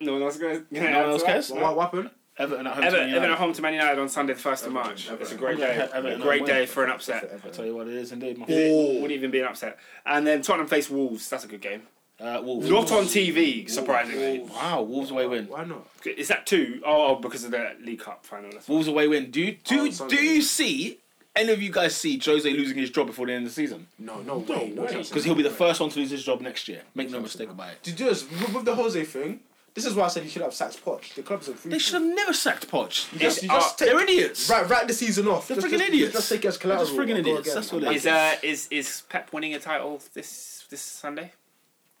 S3: No one else gonna.
S1: No one else cares.
S4: What, what happened?
S1: Everton at home. to Man
S3: Everton, Everton
S1: United.
S3: at home to Man United on Sunday, the first of March.
S6: Everton,
S3: It's a
S6: Everton.
S3: great day.
S1: Everton
S3: a great
S1: win.
S3: day for an upset.
S1: I tell you what it is indeed. My
S3: It Wouldn't even be an upset. And then Tottenham face Wolves. That's a good game.
S1: uh, Wolves.
S3: Not on TV, surprisingly.
S1: Wow, Wolves away win.
S4: Why not?
S3: Is that two? Oh, because of the League Cup final. That's
S1: Wolves away win. Do you, do
S4: Oh,
S1: you-
S4: Sunday.
S1: do you see any of you guys see Jose losing his job before the end of the season?
S4: No, no way. No chance.
S1: Because he'll be the first one to lose his job next year. Make no mistake about it.
S4: Did you just with, with the Jose thing? This is why I said you should have sacked Poch. The club's a free.
S1: They should have never sacked Poch.
S4: You just, you just take,
S1: uh, They're idiots.
S4: Right, right the season off.
S1: They're
S4: just,
S1: friggin'
S4: just,
S1: idiots.
S4: Just take it as
S1: They're
S4: collateral.
S1: just friggin'
S4: and go
S1: idiots,
S4: again.
S1: that's what it
S4: Like,
S3: Is uh is is Pep winning a title this this Sunday?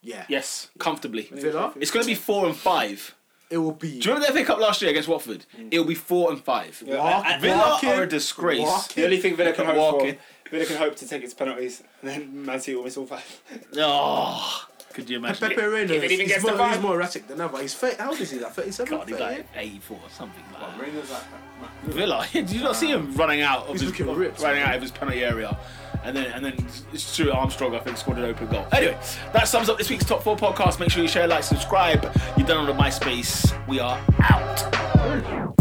S4: Yeah.
S1: Yes, comfortably.
S4: Villa.
S1: It's going to be four and five.
S4: It will be. Mm.
S1: Do you remember their pick up last year against Watford? It'll be four and five.
S4: Walk-
S1: and Villa
S4: walking-
S1: are a disgrace.
S4: walking.
S3: The only thing Villa can
S1: Look at
S3: hope
S1: Walker.
S3: for, Villa can hope to take its penalties, and then Man City will miss all five.
S1: Oh, Could you imagine?
S4: Pepe Reina
S3: If it even
S4: is
S3: gets
S4: more,
S3: the
S4: he's
S3: vibe.
S4: more erratic than ever. He's fa- how old is he? Like thirty-seven.
S1: God, he's
S4: 38?
S1: like 84 or something like that.
S6: Reina's like,
S1: Villa. Did you not see him running out of
S4: He's
S1: his
S4: looking ripped.
S1: running out of his penalty area? And then and then Stuart Armstrong, I think, scored an open goal. Anyway, that sums up this week's top four podcast. Make sure you share, like, subscribe. You're done on the MySpace. We are out.